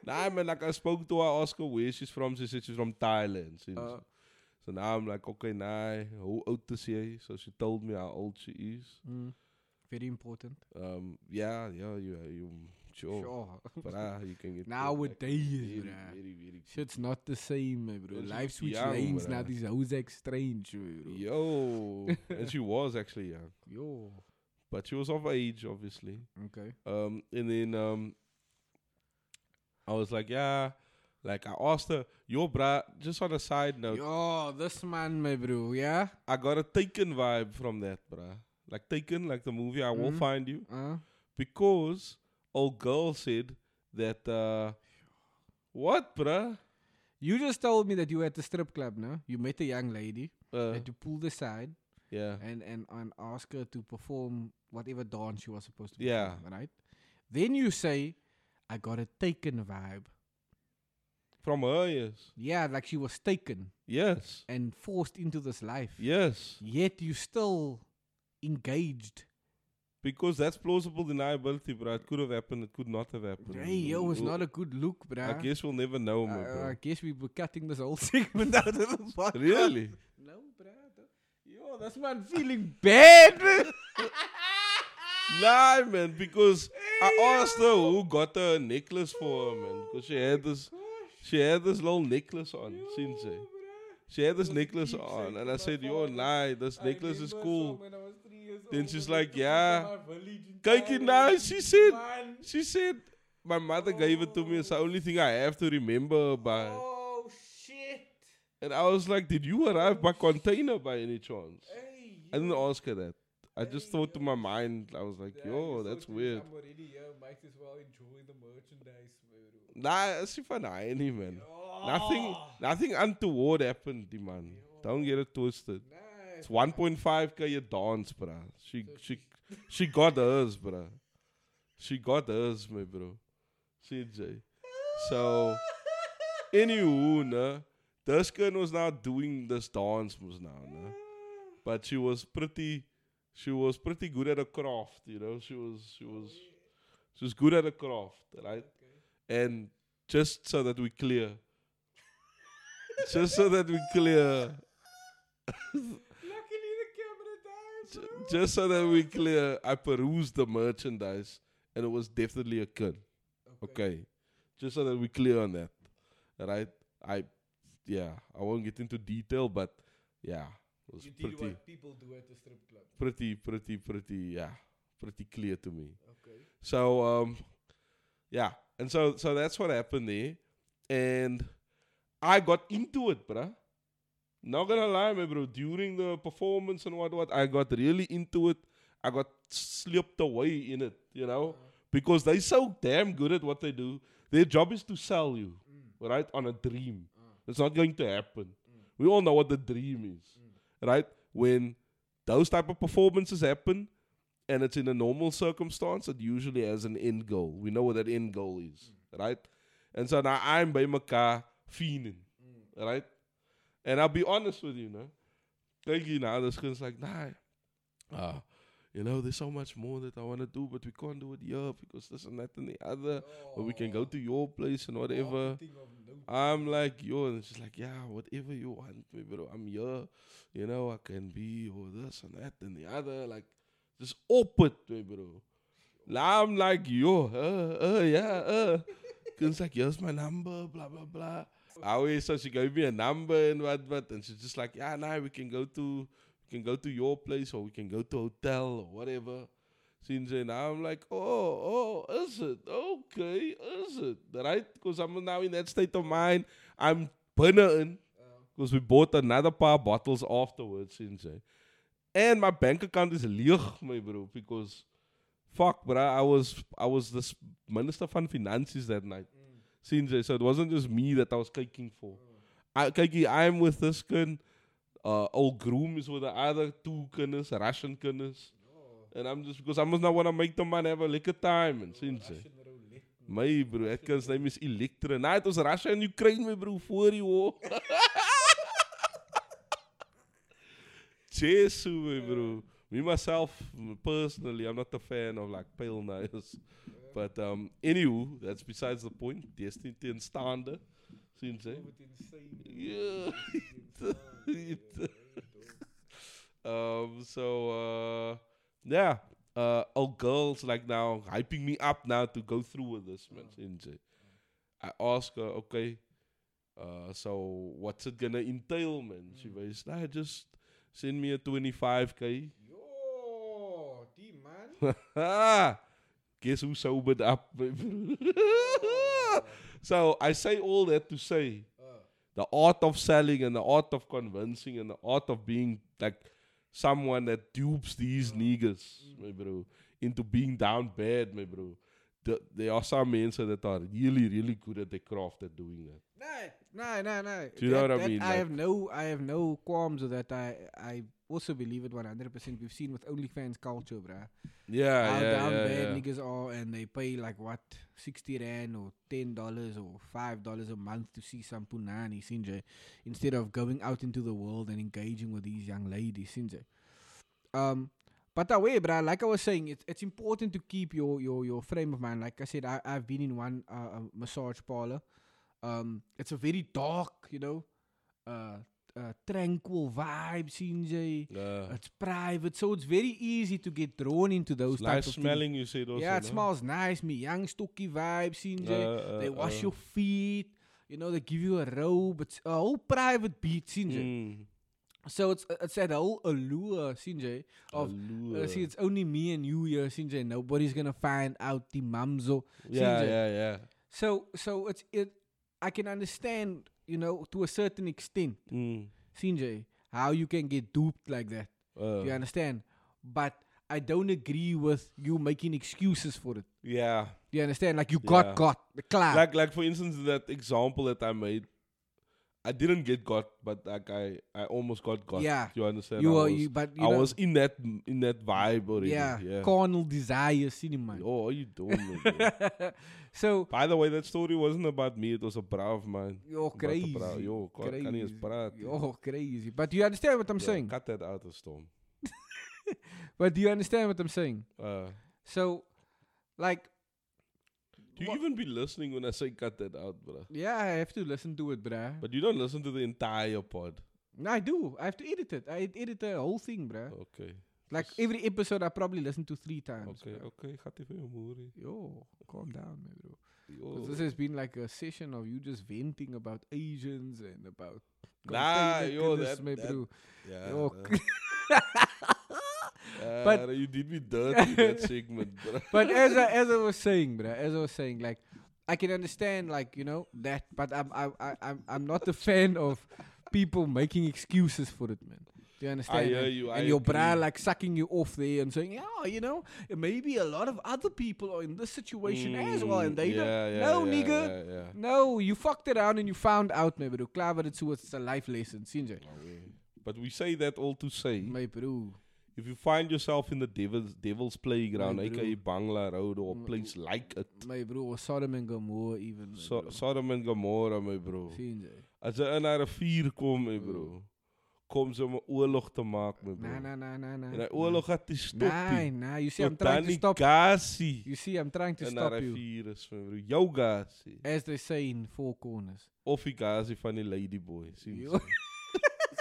Speaker 2: nah, man, like I spoke to her, asked her where she's from. She said she's from Thailand. Since.
Speaker 1: Uh.
Speaker 2: so now I'm like, okay, nah, how old is she? So she told me how old she is.
Speaker 1: Mm. Very important.
Speaker 2: Um, yeah, yeah, you, you, sure.
Speaker 1: Sure.
Speaker 2: But ah, you can get
Speaker 1: Nowadays,
Speaker 2: very,
Speaker 1: bro.
Speaker 2: very, very.
Speaker 1: Shit's not the same, my bro.
Speaker 2: Ons is
Speaker 1: Life switch
Speaker 2: young,
Speaker 1: lanes,
Speaker 2: bro.
Speaker 1: now these hoes act strange, eh, bro.
Speaker 2: Yo, and she was actually young,
Speaker 1: Yo.
Speaker 2: but she was of age, obviously.
Speaker 1: Okay.
Speaker 2: Um, and then um, I was like, yeah, like I asked her, yo, bruh, just on a side note,
Speaker 1: Yo, this man, my bro, yeah?
Speaker 2: I got a Taken vibe from that, bruh. Like Taken, like the movie, I will
Speaker 1: Mhm.
Speaker 2: find you,
Speaker 1: Uh,
Speaker 2: because old girl said that. uh What, bruh?
Speaker 1: you just told me that you were at the strip club, no? You met a young lady
Speaker 2: Uh,
Speaker 1: that you pulled aside
Speaker 2: yeah,
Speaker 1: and, and, and asked her to perform whatever dance she was supposed to perform,
Speaker 2: Yeah.
Speaker 1: right? Then you say, I got a taken vibe.
Speaker 2: from her, yes,
Speaker 1: Yeah, like she was taken
Speaker 2: yes,
Speaker 1: and forced into this life.
Speaker 2: yes.
Speaker 1: Yet you still engaged
Speaker 2: Because that's plausible deniability, bro. It could have happened. It could not have happened.
Speaker 1: Hey, yo, it's
Speaker 2: We'll-
Speaker 1: not a Uh, good look, bruh.
Speaker 2: I guess we'll never know,
Speaker 1: I-
Speaker 2: man,
Speaker 1: I,
Speaker 2: bro.
Speaker 1: guess we were cutting this whole segment out of the podcast.
Speaker 2: Really?
Speaker 1: No, bruh. Yo, that's man feeling bad.
Speaker 2: Nah, man, because I asked her who got her a necklace for her, man. Because she had this, she had this little necklace on, Sensei. She had this necklace on, and I said, yo, nah, this necklace is cool. Then she's like, yeah. Kijk it now, she said, she said, my mother gave it to me. It's the only thing I have to remember by.
Speaker 1: Oh, shit.
Speaker 2: And I was like, did you arrive by container by any chance?
Speaker 1: Hey,
Speaker 2: I didn't ask her that. I just thought to my mind, I was like, yo, that's weird.
Speaker 1: I'm already here. Might as well enjoy the merchandise, bro. Oh,
Speaker 2: Nah, she van any man. Nothing nothing untoward happened, die man. Don't get it twisted. It's 1.5k your dance, bruh. She she she got hers, bruh. She got hers, my bro. CJ. So anywho, nah. Duskin was now doing this dance was now, nah. But she was pretty she was pretty good at a craft, you know. She was she was she was good at a craft, right? And just so that we clear. just so that we clear.
Speaker 1: Luckily, the camera died.
Speaker 2: J- just so that we clear, I perused the merchandise and it was definitely a gun. Okay. Just so that we clear on that. Right? I yeah, I won't get into detail, but yeah. It was
Speaker 1: You did
Speaker 2: pretty
Speaker 1: what people do at the strip club.
Speaker 2: pretty pretty pretty yeah. Pretty clear to me.
Speaker 1: Okay.
Speaker 2: So um yeah. And so so that's what happened there. And I got into it, bruh. Not gonna lie, man, bro. During the performance and what what, I got really into it. I got slipped away in it, you know? Because they so damn good at what they do. Their job is to sell you, right? On a dream. It's not going to happen. We all know what the dream is. Right? When those type of performances happen, and it's in a normal circumstance, it usually has an end goal. We know what that end goal is, right? And so now I'm by mekaar fiending, right? And I'll be honest with you, no? Thinking now, this kid's like, nah, uh, you know, there's so much more that I want to do, but we can't do it here because this and that and the other. Or we can go to your place and whatever.
Speaker 1: Thing of note.
Speaker 2: I'm like, yo, and she's like, yeah, whatever you want, me, bro. I'm here, you know, I can be or this and that and the other, like, just open, me, bro. Now I'm like, yo, uh, uh, yeah, uh. Cause like, here's my number, blah blah blah. I always so she gave me a number and what what, and she's just like, yeah, nah, we can go to, we can go to your place or we can go to hotel or whatever. Since and I'm like, oh, oh, is it? Okay, is it? Right? Because I'm now in that state of mind. I'm burning. Because we bought another paar bottles afterwards, since And my bank account is leeg, my bro, because fuck, bro, I was I was this minister van finances that night. Since so it wasn't just me that I was kicking for. I kijk, I'm with this kin. Uh, old groom is with the other two kinders, Russian kinders. And I'm just because I must not want to make the man have a liquor time and since. My bro, Atkins name is Electra. Nah, it was Russia and Ukraine, my bro, voor die war. Jesus, my bro. Me myself m- personally, I'm not a fan of like pale knives. But um anywho, that's besides the point. Destiny ten staande. Sinds hè. Yeah. um, so uh, yeah, uh, all girls like now hyping me up now to go through with this man. Since, uh, I ask her, okay, uh, so what's it gonna entail, man? She was, nah, just send me a twenty five k.
Speaker 1: Yo, die man.
Speaker 2: Guess who sobered up? my bro? so I say all that to say the art of selling and the art of convincing and the art of being like someone that dupes these niggas,
Speaker 1: Mm.
Speaker 2: my bro, into being down bad, my bro. The, there are some mensen that are really, really good at their craft at doing that.
Speaker 1: Nee, nee, nee, nee.
Speaker 2: Do you know
Speaker 1: That-
Speaker 2: what I
Speaker 1: that
Speaker 2: mean?
Speaker 1: I
Speaker 2: Like-
Speaker 1: have no, I have no qualms with that. I, I also believe it 100%. We've seen with OnlyFans culture, bruh.
Speaker 2: Yeah,
Speaker 1: How
Speaker 2: yeah,
Speaker 1: down
Speaker 2: yeah,
Speaker 1: bad
Speaker 2: yeah.
Speaker 1: niggas are, and they pay like what, 60 rand or $10 or $5 a month to see some punani, sinje, instead of going out into the world and engaging with these young ladies, sinje. Um, But away, bruh, like I was saying, it's it's important to keep your your your frame of mind. Like I said, I I've been in one uh, uh, massage parlor. Um, it's a very dark, you know, uh, uh tranquil vibe. Sinjay.
Speaker 2: Yeah.
Speaker 1: It's private, so it's very easy to get drawn into Uh, those
Speaker 2: It's nice
Speaker 1: types of things.
Speaker 2: smelling, you said also.
Speaker 1: Yeah, it
Speaker 2: no?
Speaker 1: smells nice. Me young stocky vibe, sinjay.
Speaker 2: Uh, uh,
Speaker 1: they wash
Speaker 2: uh.
Speaker 1: your feet. You know, they give you a robe. It's a whole private beat, sinjay.
Speaker 2: Mm.
Speaker 1: So it's it's that whole allure, sinjay, of uh,
Speaker 2: Allure.
Speaker 1: see, it's only me and you here, Sinjay. Nobody's gonna find out the mamzo.
Speaker 2: yeah,
Speaker 1: Sinjay.
Speaker 2: yeah, yeah.
Speaker 1: So, so it's it. I can understand, you know, to a certain extent,
Speaker 2: Mm.
Speaker 1: Sinjay, how you can get duped like that.
Speaker 2: Uh,
Speaker 1: You understand? But I don't agree with you making excuses for it.
Speaker 2: yeah.
Speaker 1: You understand? Like you got
Speaker 2: Yeah.
Speaker 1: got the cloud.
Speaker 2: Like, like for instance, that example that I made, I didn't get got, but like I, I almost got got.
Speaker 1: Yeah.
Speaker 2: you understand?
Speaker 1: you
Speaker 2: I
Speaker 1: are,
Speaker 2: was,
Speaker 1: you, but you
Speaker 2: I
Speaker 1: know,
Speaker 2: was in that, in that vibe already.
Speaker 1: yeah,
Speaker 2: Yeah, yeah.
Speaker 1: carnal desire cinema.
Speaker 2: Oh, what are you doing? man? Yeah.
Speaker 1: So
Speaker 2: By the way, that story wasn't about me. It was a brav man.
Speaker 1: you're
Speaker 2: About the
Speaker 1: crazy.
Speaker 2: brav- Yo, God, can he
Speaker 1: crazy.
Speaker 2: praat?
Speaker 1: You're crazy. But you understand what I'm
Speaker 2: Yeah,
Speaker 1: saying?
Speaker 2: Cut that out of storm.
Speaker 1: But do you understand what I'm saying?
Speaker 2: Uh,
Speaker 1: So, like,
Speaker 2: do you
Speaker 1: Wha-
Speaker 2: even be listening when I say cut that out, bruh?
Speaker 1: yeah, I have to listen to it, bruh.
Speaker 2: But you don't listen to the entire pod.
Speaker 1: No, I do. I have to edit it. I ed- edit the whole thing, bruh.
Speaker 2: Okay.
Speaker 1: Like
Speaker 2: s-
Speaker 1: every episode, I probably listen to three times.
Speaker 2: Okay,
Speaker 1: bruh.
Speaker 2: okay. Gaat even je moeder.
Speaker 1: Yo, calm down, man, bro. 'Cause This
Speaker 2: Yo.
Speaker 1: has been like a session of you just venting about Asians and about.
Speaker 2: Nah,
Speaker 1: container
Speaker 2: yo,
Speaker 1: goodness,
Speaker 2: that- uh,
Speaker 1: my
Speaker 2: that-
Speaker 1: bro.
Speaker 2: Yeah.
Speaker 1: Yo,
Speaker 2: nah. Ah,
Speaker 1: But-
Speaker 2: you did me dirty that segment, bruh.
Speaker 1: But as I, as I was saying, bruh, as I was saying, like I can understand, like you know that, but I'm I, I, I'm I'm not a fan of people making excuses for it, man. Do you understand?
Speaker 2: hear
Speaker 1: and
Speaker 2: you, I
Speaker 1: and your bra
Speaker 2: agree.
Speaker 1: like sucking you off there and saying, yeah, you know, maybe a lot of other people are in this situation as well, and they
Speaker 2: Mm, yeah,
Speaker 1: don't.
Speaker 2: yeah,
Speaker 1: no,
Speaker 2: yeah,
Speaker 1: nigga.
Speaker 2: Yeah, yeah.
Speaker 1: No, you fucked around and you found out, my bro. Klaar wat het zo, it's a life lesson, sinjay.
Speaker 2: But we say that all to say,
Speaker 1: My bro.
Speaker 2: if you find yourself in the devil's devil's playground,
Speaker 1: My
Speaker 2: aka Bangla Road or a
Speaker 1: My
Speaker 2: place like it,
Speaker 1: My bro, or Sodom and Gomorrah even. my
Speaker 2: so,
Speaker 1: bro.
Speaker 2: Sodom en Gomorra, my bro.
Speaker 1: Sinjay.
Speaker 2: As jy in haar vuur kom, my bro, kom ze om 'n oorlog te maak, my bro.
Speaker 1: Nah, nah, nah, nah, nah.
Speaker 2: En die oorlog gaat die stop.
Speaker 1: Nah,
Speaker 2: nie.
Speaker 1: nah, you see, I'm
Speaker 2: Tot
Speaker 1: trying
Speaker 2: dan
Speaker 1: to
Speaker 2: die
Speaker 1: stop.
Speaker 2: gasie
Speaker 1: You see, I'm trying to
Speaker 2: in
Speaker 1: stop
Speaker 2: haar
Speaker 1: you.
Speaker 2: vuur is, my bro. Jou gasie.
Speaker 1: As they say in Four Corners.
Speaker 2: Of die gasie van die ladyboy. sien
Speaker 1: Yo,
Speaker 2: jy?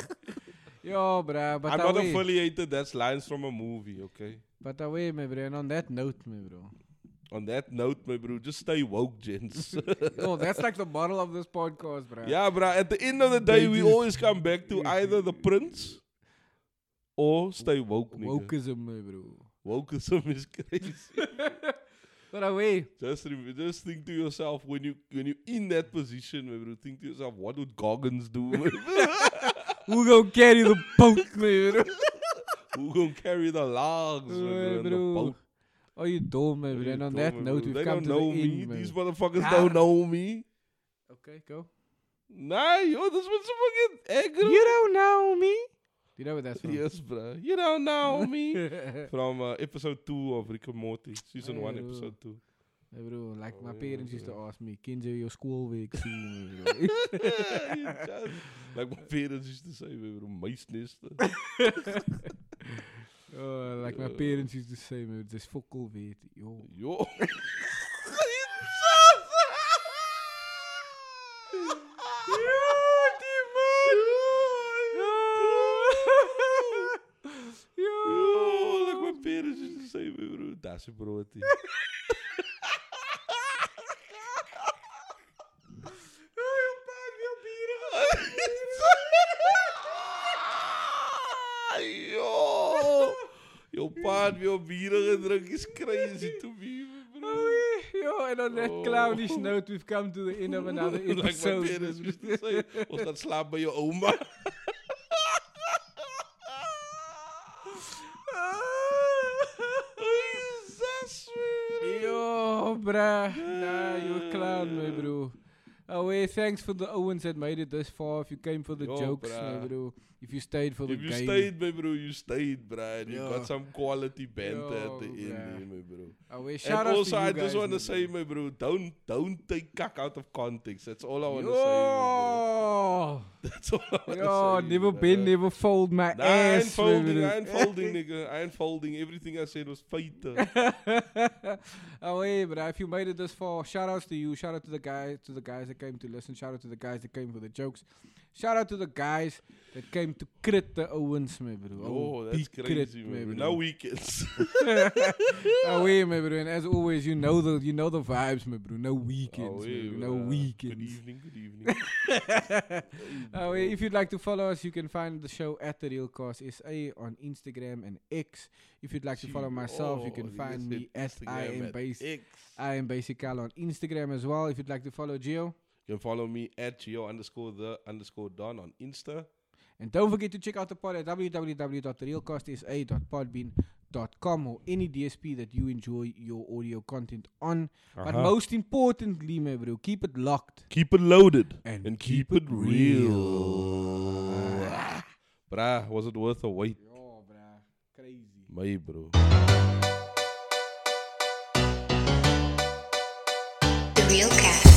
Speaker 1: Yo, bruh, but
Speaker 2: I'm not
Speaker 1: away.
Speaker 2: affiliated, that's lines from a movie, okay?
Speaker 1: but away, my bro. And on that note, my bro.
Speaker 2: On that note, my bro, just stay woke, gents.
Speaker 1: Yo, that's like the model of this podcast, bruh.
Speaker 2: yeah, bro. At the end of the day,
Speaker 1: They
Speaker 2: we
Speaker 1: just-
Speaker 2: always come back to either the prince or stay woke, nigga.
Speaker 1: Wokeism, my bro.
Speaker 2: Wokeism is crazy.
Speaker 1: But away.
Speaker 2: just rem- just think to yourself when you when you in that position, my bro. Think to yourself, what would Goggins do? my bro?
Speaker 1: Who gonna carry the boat, my bro?
Speaker 2: Who gonna carry the logs, my bro,
Speaker 1: Hey,
Speaker 2: in the boat?
Speaker 1: bro. Oh, you dumb, man. bro.
Speaker 2: What are you
Speaker 1: And on
Speaker 2: doing,
Speaker 1: that
Speaker 2: my
Speaker 1: note,
Speaker 2: bro?
Speaker 1: we've
Speaker 2: they
Speaker 1: come
Speaker 2: don't
Speaker 1: to
Speaker 2: know
Speaker 1: the
Speaker 2: me.
Speaker 1: end, man.
Speaker 2: These motherfuckers
Speaker 1: Ah.
Speaker 2: don't know me.
Speaker 1: Okay, go.
Speaker 2: Nah, yo, this was fucking aggro.
Speaker 1: You don't know me. Do you know what that's from?
Speaker 2: Yes, bro. You don't know me. From uh, episode 2 of Rick and Morty, season 1,
Speaker 1: Ayo.
Speaker 2: episode 2.
Speaker 1: Hey, bro, like my
Speaker 2: Oh, yeah,
Speaker 1: parents
Speaker 2: yeah.
Speaker 1: used to ask me, Kinjo, your schoolwerk soon. bro."
Speaker 2: You just- like my parents used to say, we were muisnester.
Speaker 1: oh, like my
Speaker 2: Yeah.
Speaker 1: parents used to say, man, dis fokkelweet. Yo.
Speaker 2: Yo. Yo, like my parents used to say, we were that's a broodie. Yo, jou pa het weer op bier gedrink is crazy to me, bro.
Speaker 1: Yo, and on that
Speaker 2: Oh.
Speaker 1: clownish note, we've come to the end of another
Speaker 2: like my
Speaker 1: episode.
Speaker 2: parents used to say, ons gaan slaap by jou ouma.
Speaker 1: Yo, bruh. Nah, you a clown, my bro. Oh, hey, thanks for the Owens that made it this far. If you came for the
Speaker 2: Yo,
Speaker 1: jokes,
Speaker 2: bruh.
Speaker 1: no, bro. If you stayed for the
Speaker 2: If you
Speaker 1: game,
Speaker 2: stayed, my bro, you stayed, bruh. And you
Speaker 1: Yeah.
Speaker 2: got some quality banter at the
Speaker 1: Yo,
Speaker 2: end,
Speaker 1: bruh.
Speaker 2: there, my bro.
Speaker 1: oh, hey, shout out
Speaker 2: and also,
Speaker 1: to you
Speaker 2: I just
Speaker 1: guys,
Speaker 2: want
Speaker 1: my
Speaker 2: to say,
Speaker 1: bro.
Speaker 2: my bro, don't don't take cuck out of context. That's all I want to say. My bro.
Speaker 1: yo,
Speaker 2: That's all I want to say.
Speaker 1: yo, never
Speaker 2: bruh.
Speaker 1: bend, never fold my
Speaker 2: Nah, I ain't
Speaker 1: ass. my
Speaker 2: folding,
Speaker 1: bro.
Speaker 2: I ain't folding, nigga. I ain't folding. Everything I said was fighter.
Speaker 1: oh hey, but if you made it this far, shout outs to you. Shout out to the guys to the guys that came to listen. Shout out to the guys that came for the jokes. Shout out to the guys that came to crit the Owens, my bro.
Speaker 2: Oh, that's
Speaker 1: big crit,
Speaker 2: crazy, man. No weekends.
Speaker 1: Oh hey, my bro. And as always, you know the you know the vibes, my bro. No weekends,
Speaker 2: Oh,
Speaker 1: my
Speaker 2: yeah,
Speaker 1: bro. No
Speaker 2: bruh. Good
Speaker 1: weekends.
Speaker 2: evening, good evening.
Speaker 1: Oh, hey, if you'd like to follow us, you can find the show at the Real Cause SA on Instagram and X. If you'd like to follow myself,
Speaker 2: Oh,
Speaker 1: Oh, you can find me at I am Base.
Speaker 2: You
Speaker 1: I am Basical on Instagram as well. If you'd like to follow Geo,
Speaker 2: can follow me at geo underscore the underscore don on Insta.
Speaker 1: And don't forget to check out the pod at www.realcastsa.podbean.com or any DSP that you enjoy your audio content on. But
Speaker 2: Uh-huh.
Speaker 1: most importantly, my bro, keep it locked.
Speaker 2: Keep it loaded
Speaker 1: And
Speaker 2: keep it real. Ah. Bruh, was it worth a wait?
Speaker 1: Oh, bruh. Crazy.
Speaker 2: My bro.
Speaker 3: The Real Cast.